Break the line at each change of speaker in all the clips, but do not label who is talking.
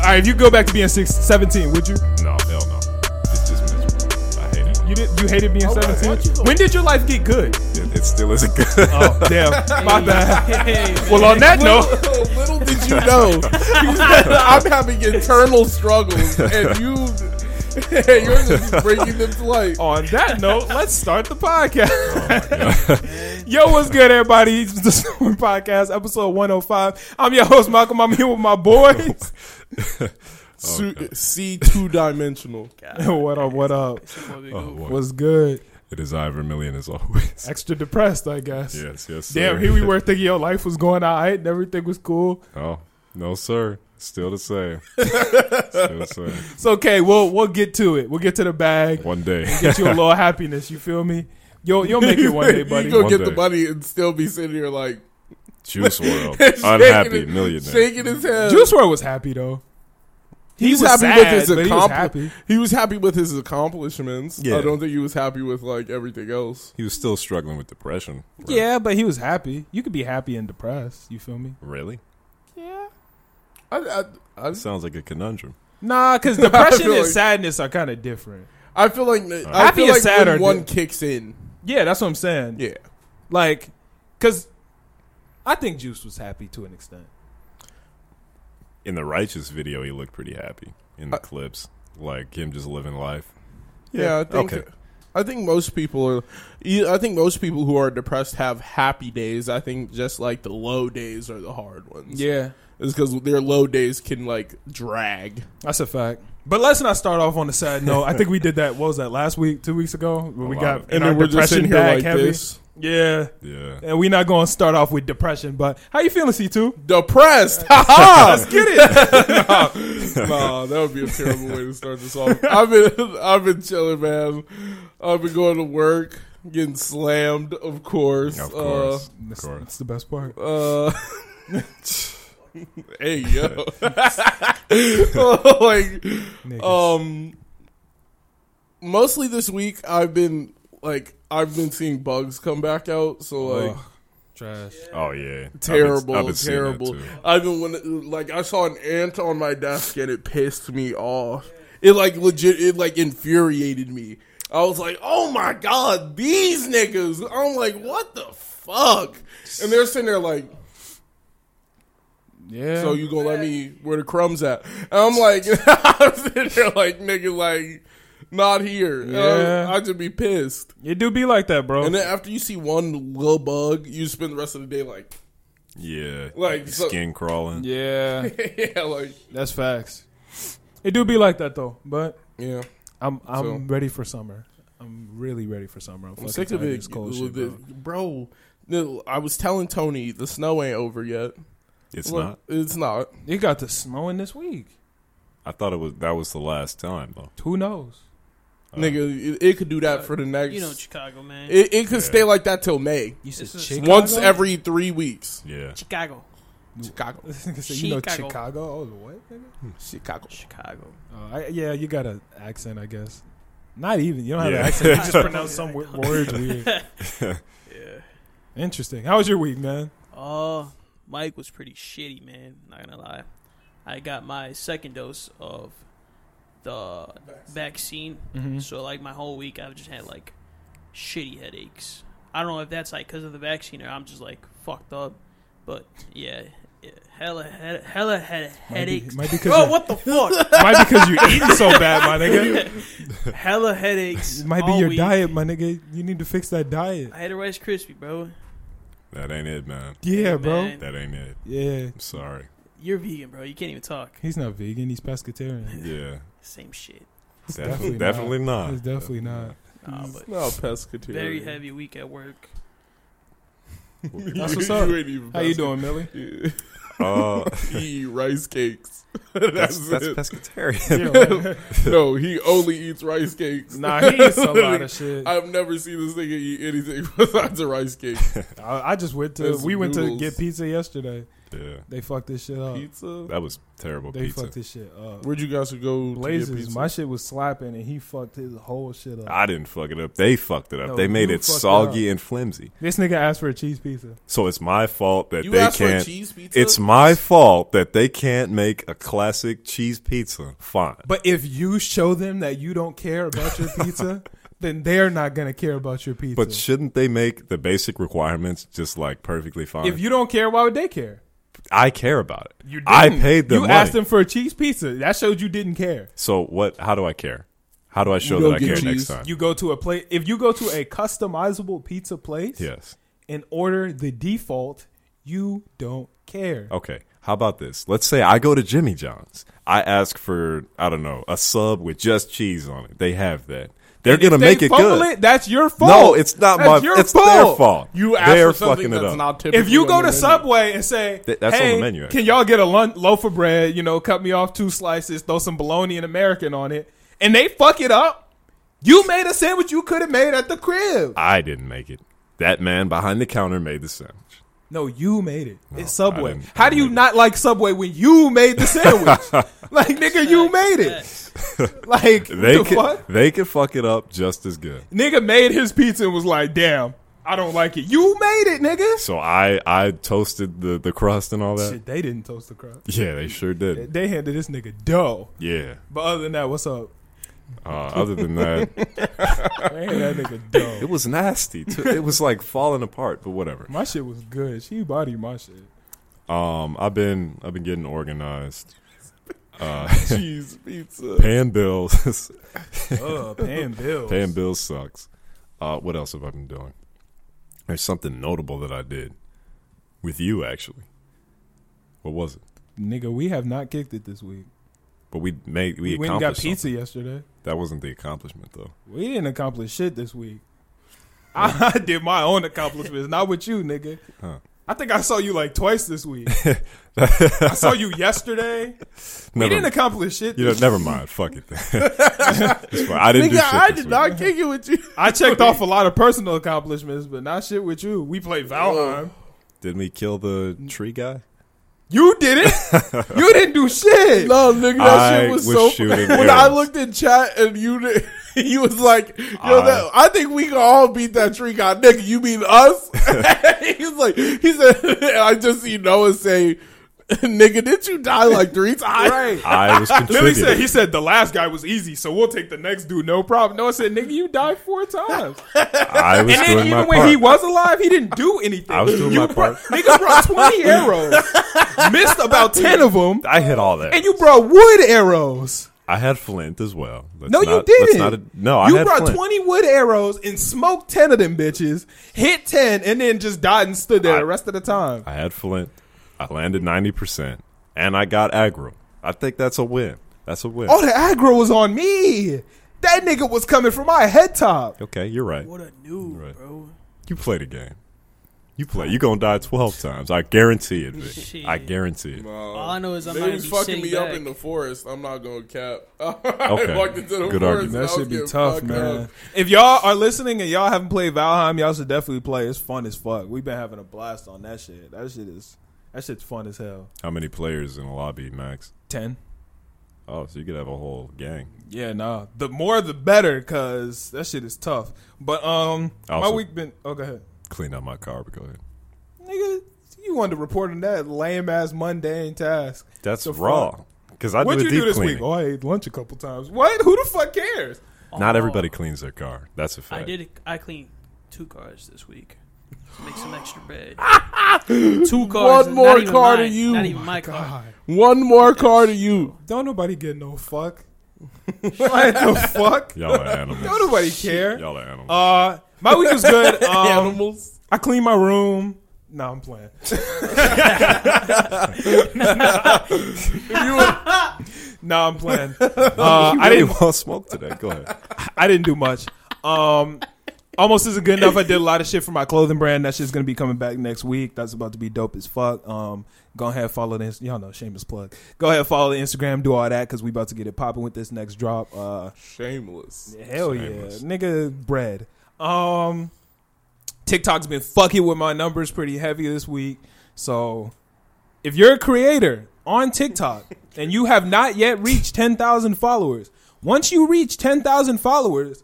right, if you go back to being six, 17, would you?
No, hell no. It's just miserable. I hate it.
You did. You hated being
Oh, why- why don't you
17.
go-
When did your life get good?
It, it still isn't good.
Oh, damn. My bad. Well, on that note,
Little did you know, you said, I'm having internal struggles, and you, yours is just bringing them to light.
on that note, let's start the podcast. Oh, Yo, what's good, everybody? It's the Storm Podcast, episode 105. I'm your host, Malcolm. I'm here with my boys. Oh,
Su- C two dimensional.
what up? What up?
Oh, boy.
What's good?
It is I Vermillion as always.
Extra depressed, I guess.
yes, yes. Sir.
Damn, here we were thinking your life was going all right and everything was cool.
Oh, no, sir. Still the same. still the same.
It's okay. We'll we'll get to it. We'll get to the bag.
One day.
Get you a little happiness. You feel me? You'll you'll make it one day, buddy.
You go
One
get the
day.
money and still be sitting here like
Juice World.
shaking
Unhappy
his-
millionaire.
shaking his head.
Juice WRLD was happy though. He
He's
was
happy
sad,
with his
but he was
accompli-
happy.
He was happy with his accomplishments.
Yeah.
I don't think he was happy with like everything else.
He was still struggling with depression. Re-
Yeah, but he was happy. You could be happy and depressed. You feel me?
Really?
Yeah.
I, I, I,
Sounds like a conundrum.
Nah, because depression
feel
and
like-
sadness are kind of different.
I feel like I
Happy
feel
is
like
sad
when
or
one
di-
kicks in.
Yeah, that's what I'm saying.
Yeah,
Like, because I think Juice was happy to an extent.
In the Righteous video, he looked pretty happy
Uh,
in the clips. Like him just living life.
yeah. I think
okay.
I think most people are. you- I think most people who are depressed have happy days. I think just like the low days are the hard ones.
Yeah,
it's because their low days can like drag.
that's a fact. But let's not start off on a sad note. I think we did that. What was that? Last week, two weeks ago, when we
lot
got
of-
in our depression bag heavy. Yeah,
Yeah.
and we're not going to start off with depression. But how you feeling, C two?
Depressed. Ah!
Let's get it.
no, that would be a terrible way to start this off. I've been I've been chilling, man. I've been going to work, getting slammed, of course.
uh,
Of course. of course.
That's the best part.
Uh, uh, hey yo, like
Niggas.
um, mostly this week I've been like I've been seeing bugs come back out. So like.
Ugh, trash.
Oh yeah. I've been-
Terrible,
I've been seeing that
terrible.
too.
I've been when like I saw an ant on my desk and it pissed me off. It like legit, it like infuriated me. I was like, oh my god, these niggas. I'm like, what the fuck? And they're sitting there like,
Yeah.
so you gonna let me where the crumbs at? And I'm like, I'm sitting there like, nigga, like, not here. And
Yeah.
I, I just be pissed.
it do be like that, bro.
And then after you see one little bug, you spend the rest of the day like,
Yeah.
Like, so-
skin crawling.
yeah,
yeah, like,
that's facts. It do be like that though, but
yeah.
I'm I'm
So-
ready for summer. I'm really ready for summer. I'm,
I'm
fucking
sick of
tired
it,
this cold
with
shit,
it.
bro.
bro. no, I was telling Tony the snow ain't over yet.
It's
Look,
not.
It's not.
It got the snowing this week.
I thought it was that was the last time though.
Who knows?
Nigga, it, it could do that for the next.
You know Chicago, man.
it, it could stay like that till May.
you said
Chick-
Once
Chicago?
every three weeks.
Yeah.
Chicago.
Chicago.
So you know
Chicago.
Chicago? Oh, what? nigga?
Chicago.
Chicago.
Oh, I, yeah, you got an accent, I guess. Not even. You don't have
Yeah.
an accent. You just pronounce some w- words weird.
Yeah.
Interesting. How was your week, man?
Oh, Mike was pretty shitty, man. Not gonna lie. I got my second dose of the vaccine,
Mhm.
so like my whole week, I've just had like shitty headaches. I don't know if that's like because of the vaccine or I'm just like fucked up, but yeah, yeah hella, hella, hella had
Might be-
headaches.
Might be
Oh,
because
what the fuck?
might because you're eating so bad, my nigga.
hella headaches.
It might be
all
your
week.
diet, my nigga. You need to fix that diet.
I had a Rice Krispie, bro.
That ain't it, man.
Yeah, bro.
Man.
That ain't it.
Yeah.
I'm sorry.
You're vegan, bro. You can't even talk.
He's not vegan. He's pescatarian.
Yeah.
Same shit.
definitely
Definitely, definitely not.
He's definitely not.
Nah, but
No, pescatarian.
very heavy week at work.
That's what's up.
You ain't even
How you doing, Millie?
pescatarian.
Uh,
he eat rice cakes.
that's
that's
that's
it.
pescatarian.
no, he only eats rice cakes.
nah, he eats a lot of shit. I,
I've never seen this nigga eat anything besides a rice cake.
I just went to.
There's
We went to
noodles.
get pizza yesterday,
Yeah,
They fucked this shit up.
Pizza.
that was terrible
They
pizza.
fucked this shit up.
Where'd you guys go? To get
Blazers,
pizza?
my shit was slapping, and he fucked his whole shit up.
I didn't fuck it up. They fucked it up.
No,
they made
you
it
fucked it
soggy and flimsy.
this nigga asked for a cheese pizza.
So it's my fault that
you
they
asked for a
can't.
cheese pizza.
It's my fault that they can't make a classic cheese pizza. Fine.
But if you show them that you don't care about your pizza, then they're not gonna care about your pizza.
But shouldn't they make the basic requirements just like perfectly fine?
if you don't care, why would they care?
I care about it. I paid them
You
money.
asked them for a cheese pizza. That showed you didn't care.
so what? How do I care? How do I show
You
that I
don't
care
get
next
cheese.
time?
You go to a place. If you go to a customizable pizza place
yes.
and order the default, you don't care.
Okay. How about this? Let's say I go to Jimmy John's. I ask for I don't know a sub with just cheese on it. They have that. They're gonna
If they
make it
fumble
good.
it, that's your fault.
No, it's not
That's
my.
your
It's
fault.
their fault.
you asked
They're
for something
fucking
that's
it up.
not typical.
If you go
on
to
the menu.
Subway and say,
Th- that's on
"Hey,
the menu, actually.
can y'all get a lun- loaf of bread? You know, cut me off two slices, throw some bologna and American on it," and they fuck it up, you made a sandwich you could have made at the crib.
I didn't make it. That man behind the counter made the sandwich.
No, you made it. it's
I
Subway.
didn't-
How
I
do you
didn't.
not like Subway when you made the sandwich? like, nigga, you made it. Like,
They
what the
could.
fuck?
They could fuck it up just as good.
Nigga made his pizza and was like, "Damn, I don't like it." You made it, nigga.
So I I toasted the the crust and all that.
Shit, they didn't toast the crust.
Yeah, they sure did.
They handed this nigga dough.
Yeah.
But other than that, what's up?
Uh, other than that,
They ain't that nigga dough.
it was nasty. Too. It was like falling apart. But whatever.
My shit was good. She body my shit.
Um, I've been I've been getting organized. Uh,
cheese pizza.
Paying bills.
Ugh, paying bills.
Paying bills sucks. Uh, what else have I been doing? There's something notable that I did with you actually. What was it?
Nigga, we have not kicked it this week.
But we made we,
We went and got
accomplished.
pizza
something.
yesterday.
That wasn't the accomplishment though.
We didn't accomplish shit this week. I did my own accomplishments, not with you, nigga.
Huh.
I think I saw you like twice this week. I saw you yesterday. We
Never,
didn't accomplish shit.
you know,
this
never mind. Fuck it. It's fine. I didn't do
Nigga,
shit
I
this
did
week.
not kick it with you.
I checked off a lot of personal accomplishments, but not shit with you. We played Valheim.
Didn't we kill the tree guy?
You did it. you didn't do shit.
No, nigga, that
I
shit was,
was
so.
shooting
when I
arrows.
looked in chat and you, did- you was like, "Yo,
I-
I, that, I think we can all beat that tree guy, nigga. You mean us?" he was like, he said, "I just see Noah say, nigga, did you die like three times?"
Right.
I was
Lily said
contributing.
he said the last guy was easy, so we'll take the next dude, no problem. No, I said, nigga, you died four times.
I was
And then
doing my
even when
part.
he was alive, he didn't do anything.
I was doing
you
my
brought,
part.
Niggas brought twenty arrows, missed about ten of them,
I hit all that.
and you brought wood arrows.
I had Flint as well. Let's
No,
not-
you
let's
didn't.
not- no,
you
I had
brought
Flint.
twenty wood arrows and smoked ten of them bitches, hit ten, and then just died and stood there
I-
the rest of the time.
I had Flint. I landed ninety percent, and I got aggro. I think that's a win. That's a win.
All the aggro was on me. That nigga was coming from my head top.
Okay, you're right.
What a noob,
Right.
bro.
You played a game. You play. You gonna die twelve times. I guarantee it. Vic.
Shit.
I guarantee it.
All I know is I'm
They
not gonna
was
be
fucking
sitting
me
back.
up in the forest. I'm not going to cap.
Okay.
I walked into the
Good
forest.
argument.
and
That
I was getting fucked up.
If y'all are listening and y'all haven't played Valheim, y'all should definitely play. It's fun as fuck. We've been having a blast on that shit. That shit is that shit's fun as hell.
How many players in a lobby, Max?
Ten.
Oh, so you could have a whole gang.
Yeah, nah. The more the better, cause that shit is tough. But um,
Also-
my week been. Oh, go ahead,
Clean out my car, but go ahead.
nigga. You wanted to report on that lame ass mundane task.
That's
The fuck?
raw. Because I
What'd
do
you
a deep
do this
cleaning.
week? Oh, I ate lunch a couple times. What? Who the fuck cares?
Not
Oh,
everybody cleans their car. That's a fact.
I did. I cleaned two cars this week. Make some extra bread. two cars.
One more
not even
car to
mine,
you.
Not even my car.
God.
One more car to you.
Don't nobody get no fuck. what the fuck?
Y'all are
Don't
animals.
nobody care.
Y'all are
Oh,
animals.
Uh, my week was good. Um,
Animals.
I cleaned my room. No, I'm playing. no, I'm playing. Uh, I
I
didn't.
didn't want smoke today. Go ahead.
I didn't do much. Um, almost isn't good enough. I did a lot of shit for my clothing brand. That shit's gonna be coming back next week. That's about to be dope as fuck. Um, go ahead follow the Inst- y'all know shameless plug. Go ahead follow the Instagram. Do all that because we about to get it popping with this next drop. Uh,
Shameless.
hell
Shameless.
yeah, nigga, bread. Um, TikTok's been fucking with my numbers pretty heavy this week, so if you're a creator on TikTok and you have not yet reached 10,000 followers, once you reach 10,000 followers,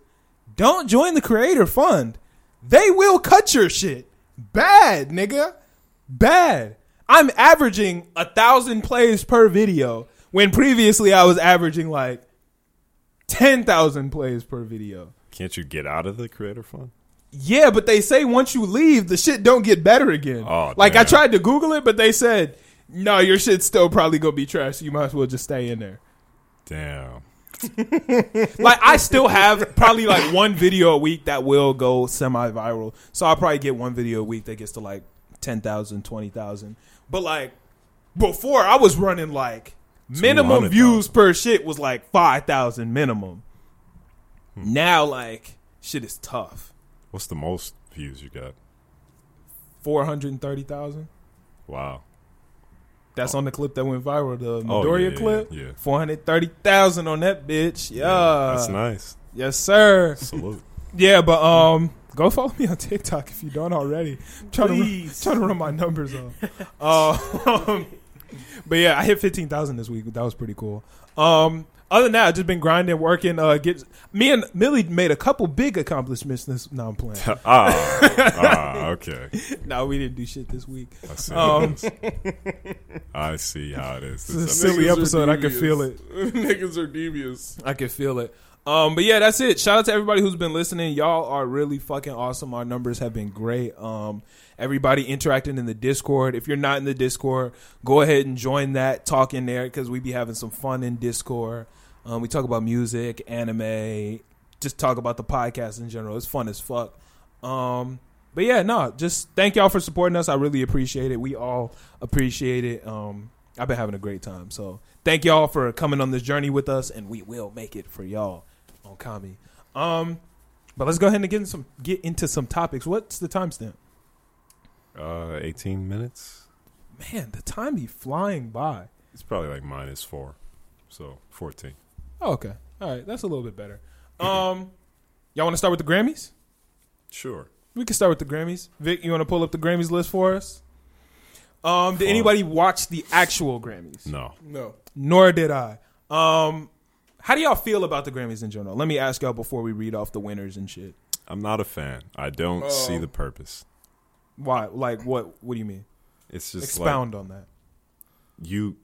don't join the creator fund. They will cut your shit. Bad, nigga. Bad. I'm averaging a thousand plays per video when previously I was averaging like 10,000 plays per video.
Can't you get out of the creator fund?
Yeah, but they say once you leave, the shit don't get better again.
Oh,
like I
damn.
tried to Google it, but they said, no, your shit's still probably gonna be trash. So you might as well just stay in there.
Damn.
Like I still have probably like one video a week that will go semi-viral. So I'll probably get one video a week that gets to like 10,000, 20,000. But like before, I was running like minimum
200,000.
views per shit was like 5,000 minimum.
Hmm.
Now like shit is tough.
What's the most views you got?
430,000.
Wow.
That's on the clip that went viral, the
Oh,
Midoriya
yeah,
clip.
yeah, yeah.
Four hundred thirty thousand on that bitch. Yeah.
That's nice.
Yes, sir.
Salute.
Yeah, but um, go follow me on TikTok if you don't already. I'm trying
Please.
to run, trying to run my numbers up. Uh, um, but yeah, I hit fifteen thousand this week. That was pretty cool. Um, other than that, I've just been grinding, working. Uh, get me and Millie made a couple big accomplishments. This no, I'm playing.
ah, ah, okay.
no, we didn't do shit this week.
I see. how
Um,
it is. I see how it is.
This is a
This-
silly
Niggas are
episode. I could
devious.
feel it.
Niggas are devious.
I can feel it. Um, but yeah, that's it. Shout out to everybody who's been listening. Y'all are really fucking awesome. Our numbers have been great. Um, everybody interacting in the Discord. If you're not in the Discord, go ahead and join that. Talk in there because we be having some fun in Discord. Um, we talk about music, anime, just talk about the podcast in general. It's fun as fuck. Um, but yeah, no, just thank y'all for supporting us. I really appreciate it. We all appreciate it. Um, I've been having a great time. So thank y'all for coming on this journey with us, and we will make it for y'all on Kami. Um, but let's go ahead and get in some get into some topics. What's the timestamp?
uh, 18 minutes?
Man, the time be flying by.
It's probably like minus four. So 14.
Oh, okay, all right, that's a little bit better. Um, y'all want to start with the Grammys?
Sure.
We can start with the Grammys. Vic, you want to pull up the Grammys list for us? Um, did anybody watch the actual Grammys?
No.
No.
Nor did I. Um, how do y'all feel about the Grammys in general? Let me ask y'all before we read off the winners and shit.
I'm not a fan. I don't see
Um,
the purpose.
Why? Like, what? What do you mean?
It's just
Expound on that.
like you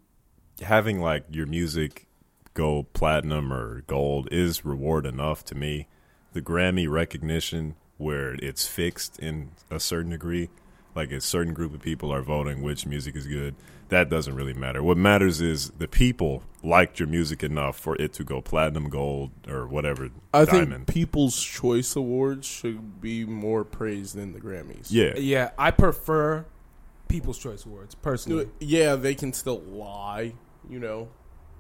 having like your music go platinum or gold is reward enough to me. The Grammy recognition where it's fixed in a certain degree, like a certain group of people are voting which music is good, that doesn't really matter. What matters is the people liked your music enough for it to go platinum, gold, or whatever
I
diamond.
think People's Choice Awards should be more praised than the Grammys.
yeah.
Yeah, I prefer People's Choice Awards
Do
personally.
it- Yeah, they can still lie, you know.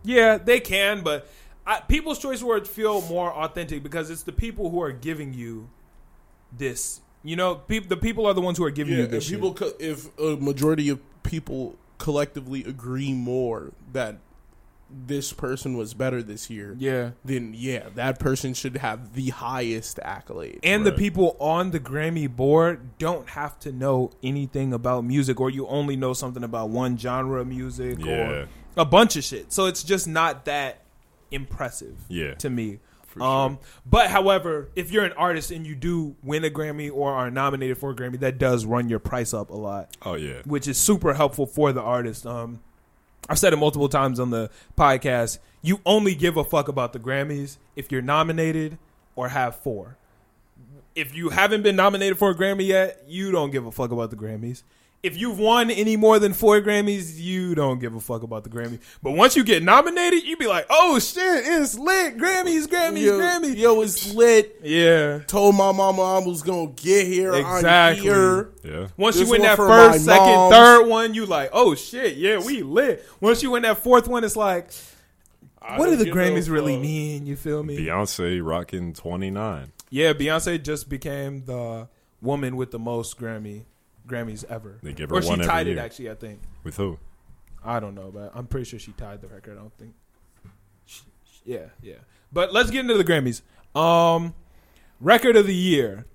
Yeah, they can, but I, People's Choice Awards feel more authentic because it's the people who are giving you this. You know, peop the people are the ones who are giving you
Yeah,
this.
if
shit.
people, co- if a majority of people collectively agree more that this person was better this year,
yeah.
then yeah, that person should have the highest accolade.
And the
Right.
people on the Grammy board don't have to know anything about music, or you only know something about one genre of music
Yeah.
or a bunch of shit. So it's just not that impressive
Yeah.
to me. Um, But however, if you're an artist and you do win a Grammy or are nominated for a Grammy, that does run your price up a lot
Oh yeah.
which is super helpful for the artist. Um, I've said it multiple times on the podcast. You only give a fuck about the Grammys if you're nominated or have four. If you haven't been nominated for a Grammy yet, you don't give a fuck about the Grammys. If you've won any more than four Grammys, you don't give a fuck about the Grammys. But once you get nominated, you be like, "Oh shit, it's lit! Grammys, Grammys,
yo,
Grammys!"
yo, it's lit.
Yeah,
Told my mama I was gonna get here. I'm
Exactly.
here.
Yeah.
Once
This
you win
one
that
for
first,
my
second,
moms.
third one, you like, oh shit, yeah, we lit. Once you win that fourth one, it's like,
I
what do
don't
the
give no
Grammys really
fuck.
mean? You feel me?
Beyonce rocking twenty nine.
Yeah, Beyonce just became the woman with the most Grammy Grammys ever.
They give her
or
one
she
every
tied it
year.
actually. I think
With who?
I don't know, but I'm pretty sure she tied the record. I don't think. Sh- sh- Yeah, yeah. But let's get into the Grammys. Um, record of the year.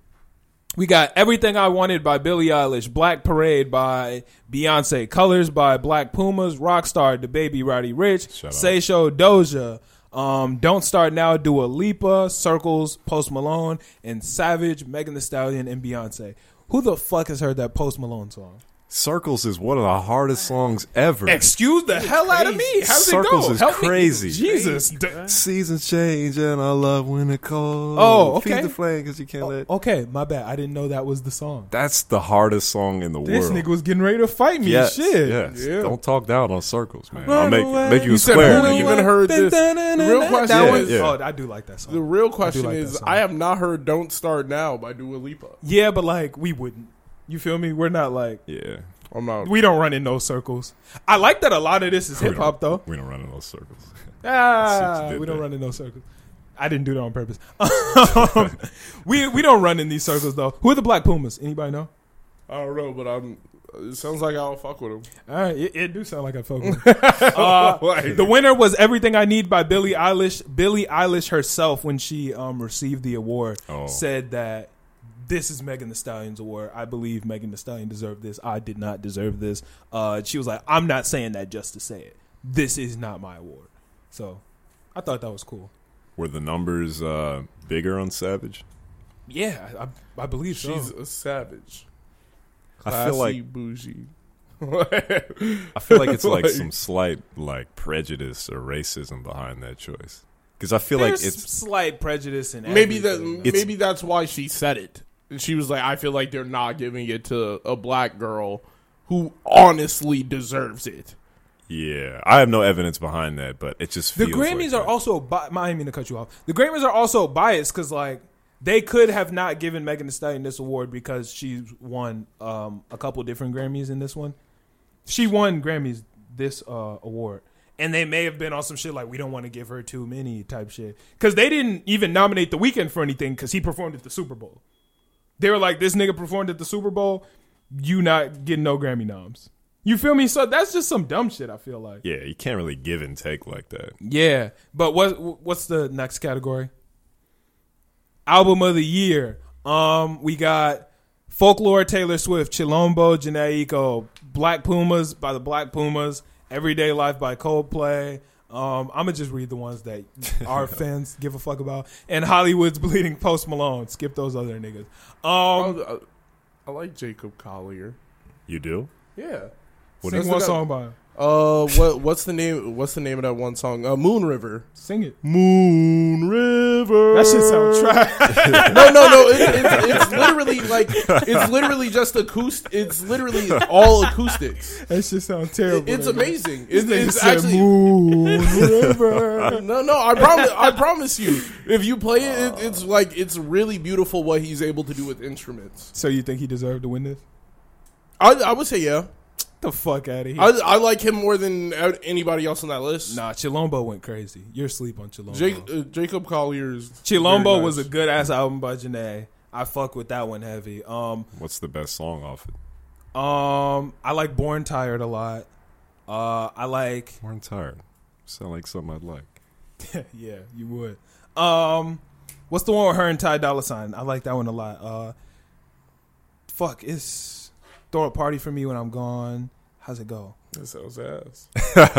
We got Everything I Wanted by Billie Eilish, Black Parade by Beyonce, Colors by Black Pumas, Rockstar, The Baby Roddy Rich,
Shout out.
Seisho Doja, um, Don't Start Now, Dua Lipa, Circles, Post Malone, and Savage, Megan Thee Stallion, and Beyonce. Who the fuck has heard that Post Malone song?
Circles is one of the hardest songs ever.
Excuse the hell out of me. How's
Circles
it go?
is
Help me.
crazy.
Jesus. D-
Seasons change and I love when it cold.
Oh, okay. Oh,
Feed the flame because you can't let.
Okay, my bad. I didn't know that was the song.
That's the hardest song in the
This
world.
nigga was getting ready to fight me.
yes,
Shit.
yes.
Yeah.
Don't talk down on circles, man.
Run
I'll make
away.
make you,
You
a
said
square.
run
nigga.
away. even heard this. The real question
That
Yeah,
was-
yeah.
Oh, I do like that song.
The real question
like that
is,
song.
I have not heard "Don't Start Now" by Dua Lipa.
yeah, but like we wouldn't. You feel me? We're not like
Yeah.
I'm not.
we don't run in those circles. I like that a lot of this is
We
hip hop
don't-
though.
We don't run in those circles.
Ah,
did
we don't
that.
run in those circles. I didn't do that on purpose. Um, we we don't run in these circles though. Who are the Black Pumas? Anybody know?
I don't know, but I'm. It sounds like I'll fuck with him.
All right, it, it do sound like I fuck with. it. uh, the winner was "Everything I Need" by Billie Eilish. Billie Eilish herself, when she um, received the award,
Oh.
said that this is Megan Thee Stallion's award. I believe Megan Thee Stallion deserved this. I did not deserve this. Uh, she was like, "I'm not saying that just to say it. This is not my award." So, I thought that was cool.
Were the numbers uh, bigger on Savage?
Yeah, I, I believe
She's
so.
a savage.
I feel like
bougie.
I feel like it's like,
Like-
some slight like prejudice or racism behind that choice. Because I feel
There's
like it's
slight prejudice in
maybe that.
everything, though.
It's-
Maybe that's why she said it. And She was like, I feel like they're not giving it to a black girl who honestly deserves it.
yeah. I have no evidence behind that, but it just
The
feels
Grammys
like
are
that.
also. Bi- I didn't mean to cut you off. The Grammys are also biased because like they could have not given Megan Thee Stallion this award because she's won um, a couple different Grammys in this one. She won Grammys this uh, award, and they may have been on some shit like we don't want to give her too many type shit because they didn't even nominate The Weeknd for anything because he performed at the Super Bowl. They were like, this nigga performed at the Super Bowl, you not getting no Grammy noms. You feel me? So that's just some dumb shit. I feel like.
yeah. You can't really give and take like that.
Yeah, but what what's the next category? Album of the year. Um, we got Folklore, Taylor Swift, Chilombo, Janaiko, Black Pumas by the Black Pumas, Everyday Life by Coldplay. Um, I'm gonna just read the ones that our fans give a fuck about, and Hollywood's Bleeding Post Malone. Skip those other niggas. Um,
I, uh, I like Jacob Collier.
You do?
Yeah.
What
sing
is
one
it?
song by him.
Uh, what what's the name? What's the name of that one song? Uh, Moon River.
Sing it.
Moon River.
That shit sound trash.
No, no, no. It, it's, it's literally like it's literally just acoustic. It's literally all acoustics.
That shit sound terrible.
It's
nigga.
amazing.
This
It's,
nigga
it's
said,
actually
"Moon River."
no, no. I promise. I promise you. If you play it, it, it's like it's really beautiful what he's able to do with instruments.
So you think he deserved to win this?
I, I would say yeah.
the fuck out of here.
I, I like him more than anybody else on that list.
nah, Chilombo went crazy. You're asleep on Chilombo.
Jake, uh, Jacob Collier is
Chilombo
very
was a
nice.
good ass album by Janae. I fuck with that one heavy. Um,
What's the best song off it?
um, I like Born Tired a lot. Uh, I like
We're tired. Sound like something I'd like.
yeah, you would. Um, what's the one with her and Ty Dolla Sign? I like that one a lot. Uh, fuck, it's throw a party for me when I'm gone. How's it go?
That sounds ass. right.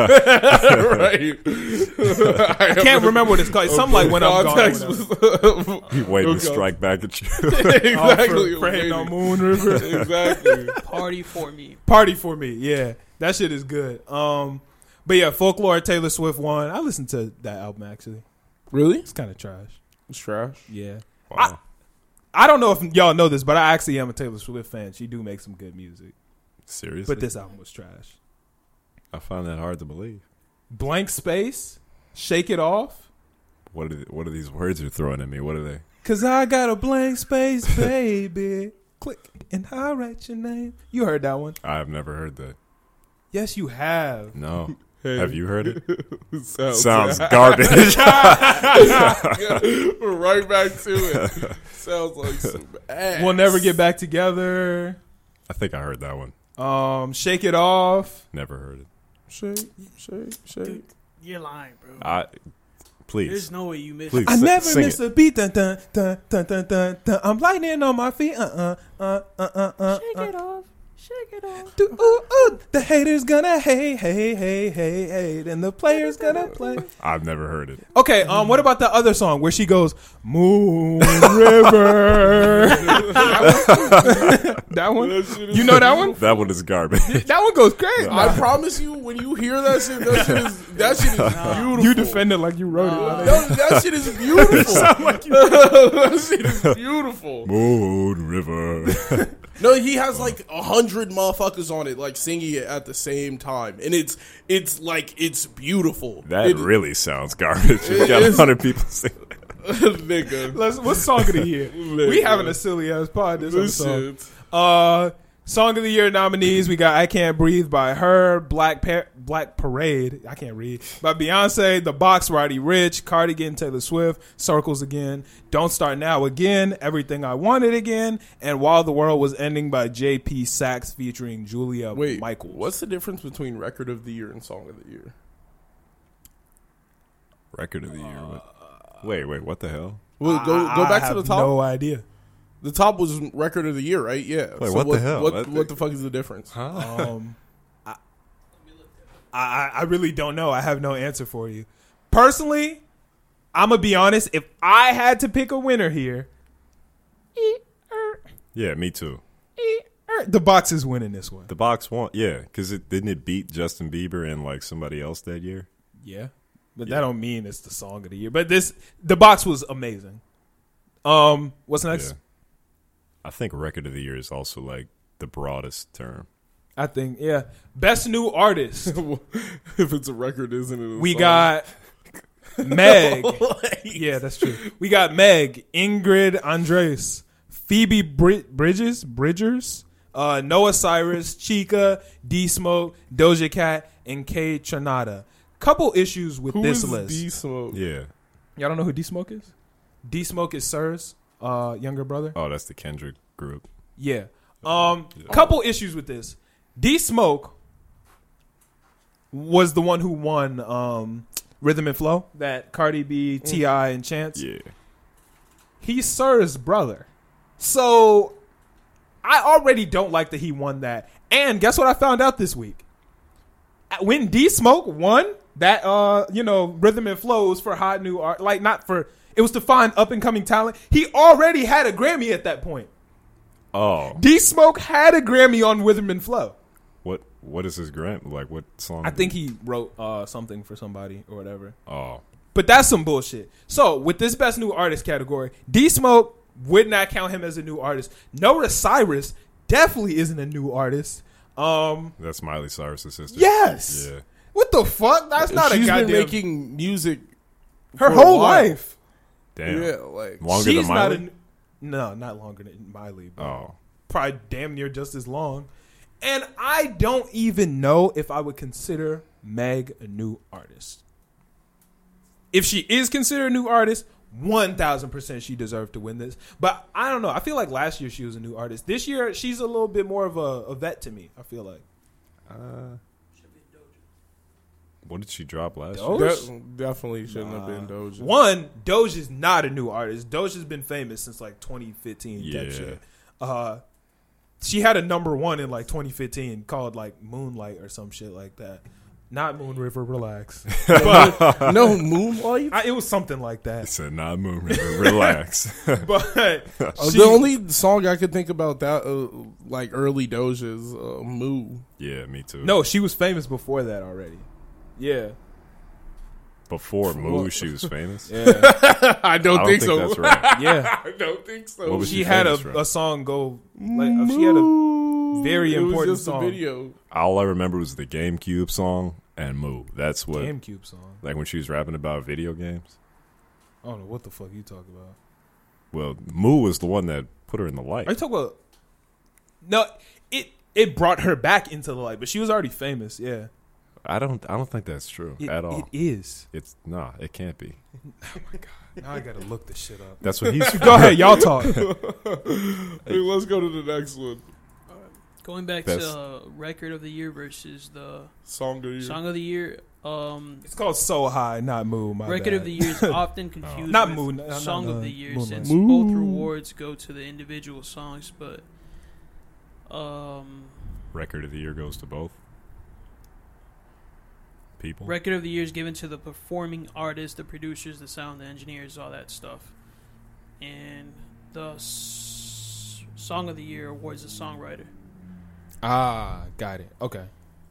I
I can't remember what it's called. It's something like when I'm gone. or
Context
whatever.
was-
He waiting to
Okay.
strike back at you.
Oh, for-
exactly.
for hitting on
waiting.
Moon River.
exactly.
Party for me.
Party for me, yeah. That shit is good. Um, but yeah, folklore Taylor Swift one. I listened to that album actually.
Really?
It's kind of trash.
It's trash.
Yeah,
Ah!
Wow.
I don't know if y'all know this, but I actually am a Taylor Swift fan. She do make some good music,
Seriously?
but this album was trash.
I find that hard to believe.
Blank space, shake it off,
What are, the, what are these words you're throwing at me? What are they?
cause I got a blank space, baby. Click and I write your name. You heard that one?
I have never heard that.
Yes, you have.
No.
Hey.
Have you heard it?
sounds
Sounds garbage.
We're right back to it. Sounds like some ass.
We'll never get back together.
I think I heard that one.
Um, shake it off.
Never heard it.
Shake, shake, shake.
You're lying, bro.
I Ah, Please.
There's no way you missed.
Please.
I
Sing-
never
sing
miss
it.
a beat. Dun, dun, dun, dun, dun, dun, dun. I'm lightning on my feet. Uh uh uh uh uh uh.
Shake it off. Shake it off.
Do, ooh, ooh. The haters gonna hate, hate, hate, hate, hate, and the players gonna play.
I've never heard it.
Okay, um, what about the other song where she goes Moon River? that one, you know that one.
That one is garbage.
That one goes crazy.
I promise you, when you hear that shit, that shit is that shit is beautiful.
You defend it like you wrote it.
Uh.
that, that shit is beautiful. that shit is beautiful.
Moon River.
No, he has like a hundred motherfuckers on it, like singing it at the same time, and it's it's like it's beautiful.
That
It-
really sounds garbage. You've got a
is.
hundred people singing.
nigga.
Let's, what song of the year? we
Listen.
having a silly ass pod this
This
episode.
shit.
Uh, song of the year nominees we got "I Can't Breathe" by her, "Black pa- Black Parade" I can't read by Beyonce, "The Box" Roddy Rich, "Cardigan" Taylor Swift, "Circles" again, "Don't Start Now" again, "Everything I Wanted" again, and "While the World Was Ending" by J.P. Sachs featuring Julia
Wait, Michael,
Michaels.
what's the difference between record of the year and song of the year?
Record of the year.
Uh,
What? Wait, wait, what the hell?
Well, go go
I
back to
have
the top.
No idea.
The top was record of the year, right? Yeah.
Wait, what the hell?
What,
That-
what the fuck is the difference?
Um, I, I I really don't know. I have no answer for you. Personally, I'm gonna be honest. If I had to pick a winner here,
Yeah, me too.
er, the box is winning this one.
The box won. Yeah, because it didn't it beat Justin Bieber and like somebody else that year.
Yeah, but that don't mean it's the song of the year. But this, the box was amazing. Um, what's next?
Yeah. I think record of the year is also like the broadest term.
I think yeah, best new artist.
if it's a record, isn't it? a
We
song?
got Meg.
Like,
Yeah, that's true. We got Meg, Ingrid Andres, Phoebe Bri- Bridges, Bridgers, uh, Noah Cyrus, Chica, D Smoke, Doja Cat, and K Tronada. Couple issues with
who
this
is
list.
D Smoke?
Yeah.
Y'all don't know who D Smoke is? D Smoke is Sir's uh, younger brother.
Oh, that's the Kendrick group.
Yeah. Um, couple issues with this. D Smoke was the one who won um, Rhythm and Flow, Mm. that Cardi B, Ti, and Chance.
Yeah.
he's Sir's brother. So I already don't like that he won that. And guess what I found out this week? When D Smoke won that uh, you know, rhythm and flows for hot new art, like not for it was to find up and coming talent. He already had a Grammy at that point.
Oh,
D Smoke had a Grammy on Rhythm and Flow.
what what is his grant? Like what song?
I
did-
think he wrote uh, something for somebody or whatever.
Oh,
But that's some bullshit. So with this best new artist category, D Smoke would not count him as a new artist. Nora Cyrus definitely isn't a new artist. Um,
that's Miley Cyrus's sister.
yes.
Yeah.
What the fuck? That's not
She's
a goddamn.
been making music
her
for a
whole
while.
life.
Damn.
Yeah, like
Longer
she's
than Miley.
not a. No, not longer than Miley. But
oh,
probably damn near just as long. And I don't even know if I would consider Meg a new artist. If she is considered a new artist, 1000% she deserved to win this. But I don't know. I feel like last year she was a new artist. This year, she's a little bit more of a, a vet to me, I feel like.
uh,
what did she drop last
Dope.
year?
de- definitely shouldn't have been Doja.
One, Doge is not a new artist. Doge has been famous since like 2015.
Yeah.
Type shit. Uh, she had a number one in like 2015 called like Moonlight or some shit like that. Not Moon River, relax.
But- no Moonlight.
I, it was something like that.
It's a not moon river. Relax.
But
Uh,
Oh,
she-
the only song I could think about that uh, like early Doja's uh, "Moo."
yeah, me too.
no, she was famous before that already. Yeah,
Before Moo, she was famous.
yeah,
I
I
don't,
don't
think,
think,
so.
that's right.
yeah.
I don't think so.
What was
she,
she
had
famous
a,
from?
a song go like uh, she had a very
it was
important
just
song.
a video.
All I remember was the GameCube song and Moo. That's what,
GameCube song.
like when she was rapping about video games.
I don't know what the fuck you talking about.
Well, Moo was the one that put her in the light.
Are you talking about? No, it it brought her back into the light, but she was already famous. Yeah,
I don't. I don't think that's true
It-
at all.
It is.
it's nah. It can't be.
Now I gotta look this shit up.
That's what he's.
Go ahead, y'all
Oh.
talk.
Hey, let's go to the next one.
Going back
Best.
to uh, record of the year versus the
Song of the year.
song of the year, Um,
It's called So High, not Moo. My
Record of
bad.
the Year is often confused
Not
with
Moon- no, no,
Song
no,
of the Year
Moonlight.
since
Moon.
both rewards go to the individual songs, but um,
Record of the year goes to both people.
Record of the Year is given to the performing artists, the producers, the sound, the engineers, all that stuff. And the s- Song of the Year awards the songwriter.
Ah, got it. Okay.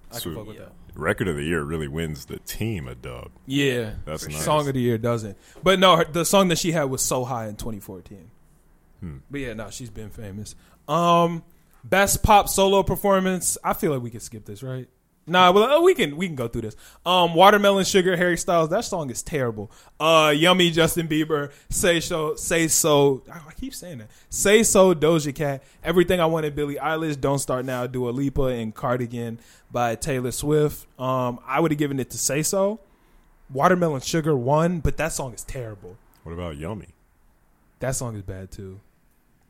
I can
Sweet.
fuck with
Yeah.
that.
Record of the year really wins the team a dub.
Yeah.
That's nice.
Song of the year doesn't. But no, her, the song that she had was so high in 2014.
Hmm.
But yeah, no, she's been famous. Um, best pop solo performance. I feel like we can skip this, right? Nah, well, uh, we can we can go through this. Um, Watermelon Sugar, Harry Styles. That song is terrible. Uh, Yummy, Justin Bieber. Say so, say so. I I keep saying that. Say so, Doja Cat. Everything I wanted, Billie Eilish. Don't start now. Dua Lipa and Cardigan by Taylor Swift. Um, I would have given it to Say So. Watermelon Sugar won, but that song is terrible.
What about Yummy?
That song is bad too.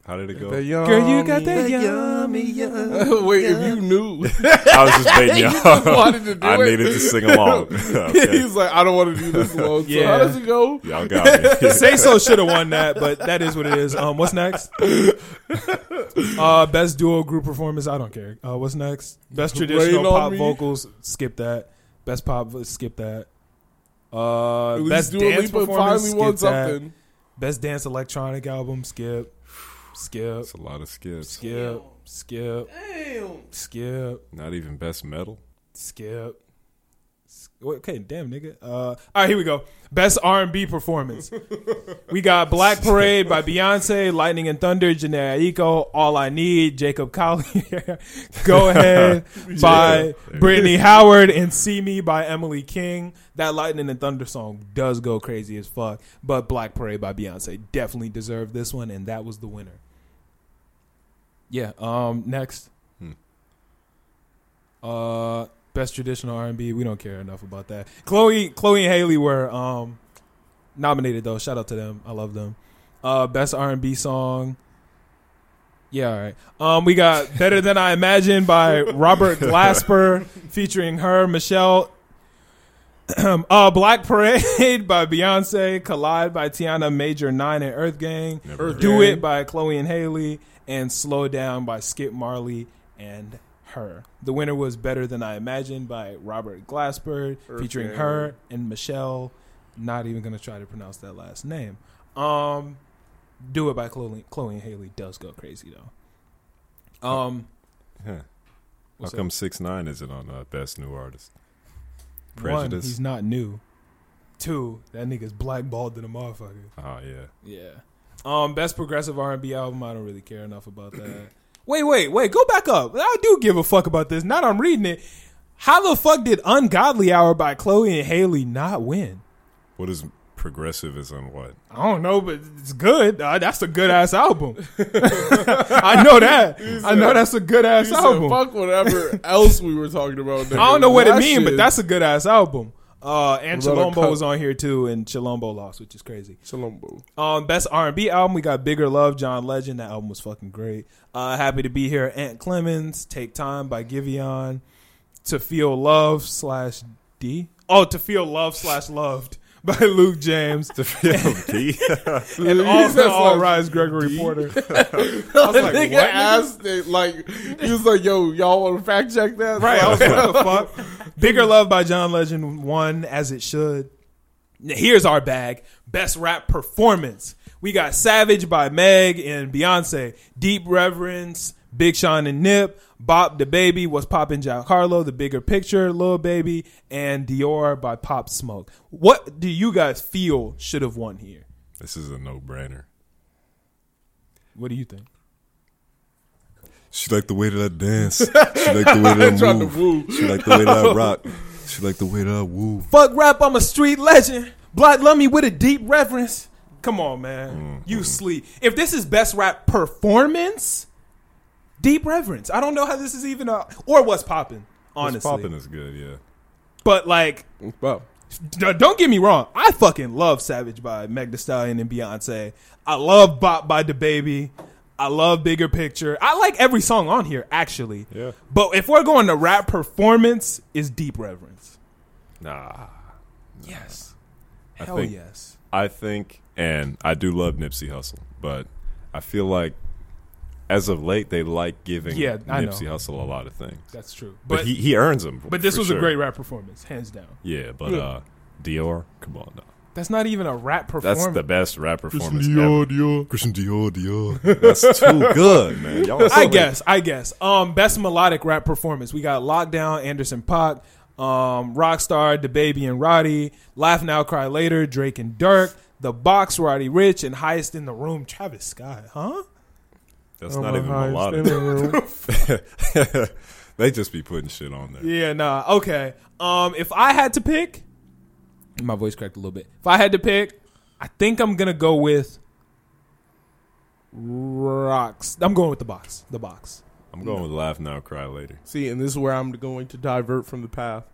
How did it go?
The
Girl, you got that
yummy-
yummy,
Wait, if you knew,
I was just baiting you.
just wanted to do
I
it.
needed to sing along. okay.
he's like, I don't want to do this alone. So
Yeah.
how does it go?
Y'all got me.
Say so should have won that, but that is what it is. Um, what's next? Uh, best duo group performance. I don't care. Uh, what's next? Best traditional
Rain on
pop
Me.
vocals. Skip that. Best pop. Skip that. Uh,
At
best
least Dua
dance
Lipa
performance.
finally
Skip
won
that.
something.
Best dance electronic album. Skip. Skip.
That's a lot of skips.
Skip. Skip.
Damn.
Skip.
Not even best metal.
Skip. S- Okay, damn nigga. Uh, all right, here we go. Best R and B performance. we got Black Parade by Beyonce, Lightning and Thunder, Janae Aiko, All I Need, Jacob Collier, Go Ahead by
Yeah.
Brittany Howard, and See Me by Emily King. That Lightning and Thunder song does go crazy as fuck, but Black Parade by Beyonce definitely deserved this one, and that was the winner. Yeah. Um. Next.
Hmm.
Uh, best traditional R and B. We don't care enough about that. Chloe, Chloe and Haley were um nominated though. Shout out to them. I love them. Uh, best R and B song. Yeah, all right. Um, we got "Better Than I Imagined" by Robert Glasper, featuring her, Michelle. uh, "Black Parade" by Beyonce, "Collide" by Tiana Major Nine and Earth Gang,
Never
Earth
heard.
"Do
Gang.
It" by Chloe and Haley, and "Slow Down" by Skip Marley and her. The winner was "Better Than I Imagined" by Robert Glasper,
Earth
featuring
Gang.
her and Michelle. Not even gonna try to pronounce that last name. Um, "Do It" by Chloe, Chloe and Haley does go crazy though. Um,
Huh. How
What's
come six nine isn't on uh, best new artist?
One,
Prejudice.
he's not new. Two, that nigga's blackballed to the motherfucker.
Oh yeah.
Yeah. Um, best progressive R and B album. I don't really care enough about that. wait, wait, wait. Go back up. I do give a fuck about this. Now that I'm reading it, how the fuck did "Ungodly Hour" by Chloe and Haley not win?
What is progressive is on what?
I don't know, but it's good. Uh, that's a good ass album. I know that. I know that's a good ass
He
album.
said, fuck whatever else we were talking about.
I don't know what it means,
means,
but that's a good ass album. Uh, and
What about a
Chilombo
cup?
was on here too, and Chilombo lost, which is crazy.
Chalumbo.
Um, best R and B album, we got Bigger Love, John Legend. That album was fucking great. Uh, Happy to be here, Aunt Clemens. Take Time by Giveon. To Feel Love slash D. Oh, To Feel Love slash Loved by Luke James.
The film
and all, all Rise Gregory Porter.
I was
like,
like,
what,
nigga
nigga?
asked it like he was like, "Yo, y'all want to fact check that?"
Right. I was like, what the fuck? Bigger Love by John Legend won as it should. Now, Here's our bag. Best rap performance. We got Savage by Meg and Beyonce. Deep Reverence, Big Sean and Nip. Bop the Baby was poppin' Jack Harlow. The Bigger Picture, Lil Baby, and Dior by Pop Smoke. What do you guys feel should have won here?
This is a no brainer.
What do you think?
She liked the way that I dance. She liked the way that I
Trying to
move.
woo.
She liked the way that I rock. She liked the way that I woo.
Fuck rap, I'm a street legend. Blood love me with a deep reverence. Come on, man.
Mm-hmm.
You sleep. If this is best rap performance, deep reverence. I don't know how this is even a or what's popping, honestly.
What's popping is good. Yeah.
But like
Wow.
d- don't get me wrong. I fucking love Savage by Meg Thee Stallion and Beyonce. I love Bop by DaBaby. I love Bigger Picture. I like every song on here, actually.
Yeah.
But if we're going to rap performance, is deep reverence.
Nah.
Yes.
I
Hell
think-
yes.
I think, and I do love Nipsey Hussle, but I feel like as of late they like giving
Yeah, I know.
Nipsey Hussle a lot of things,
That's true.
but,
But but,
he, he earns them.
this
for
was a
sure.
great rap performance, hands down.
yeah. But
Yeah.
uh, Dior, come on, now.
That's not even a rap
that's
performance.
the best rap performance ever.
Dior.
Christian Dior, Dior, that's too good, man. Y'all are so
I
late.
guess. I guess. Um, best melodic rap performance. We got Lockdown, Anderson Paak, um, Rockstar, The Baby and Roddy, Laugh Now, Cry Later, Drake and Dirk, The Box, Roddy Rich, and Highest in the Room, Travis Scott. Huh?
that's
Oh,
not
my
even
highest
a lot
in the room.
of. they just be putting shit on there.
yeah. Nah. Okay. Um, if I had to pick, my voice cracked a little bit. If I had to pick, I think I'm gonna go with rocks. I'm going with the box. The box.
I'm going with laugh now, cry later.
See, and this is where I'm going to divert from the path.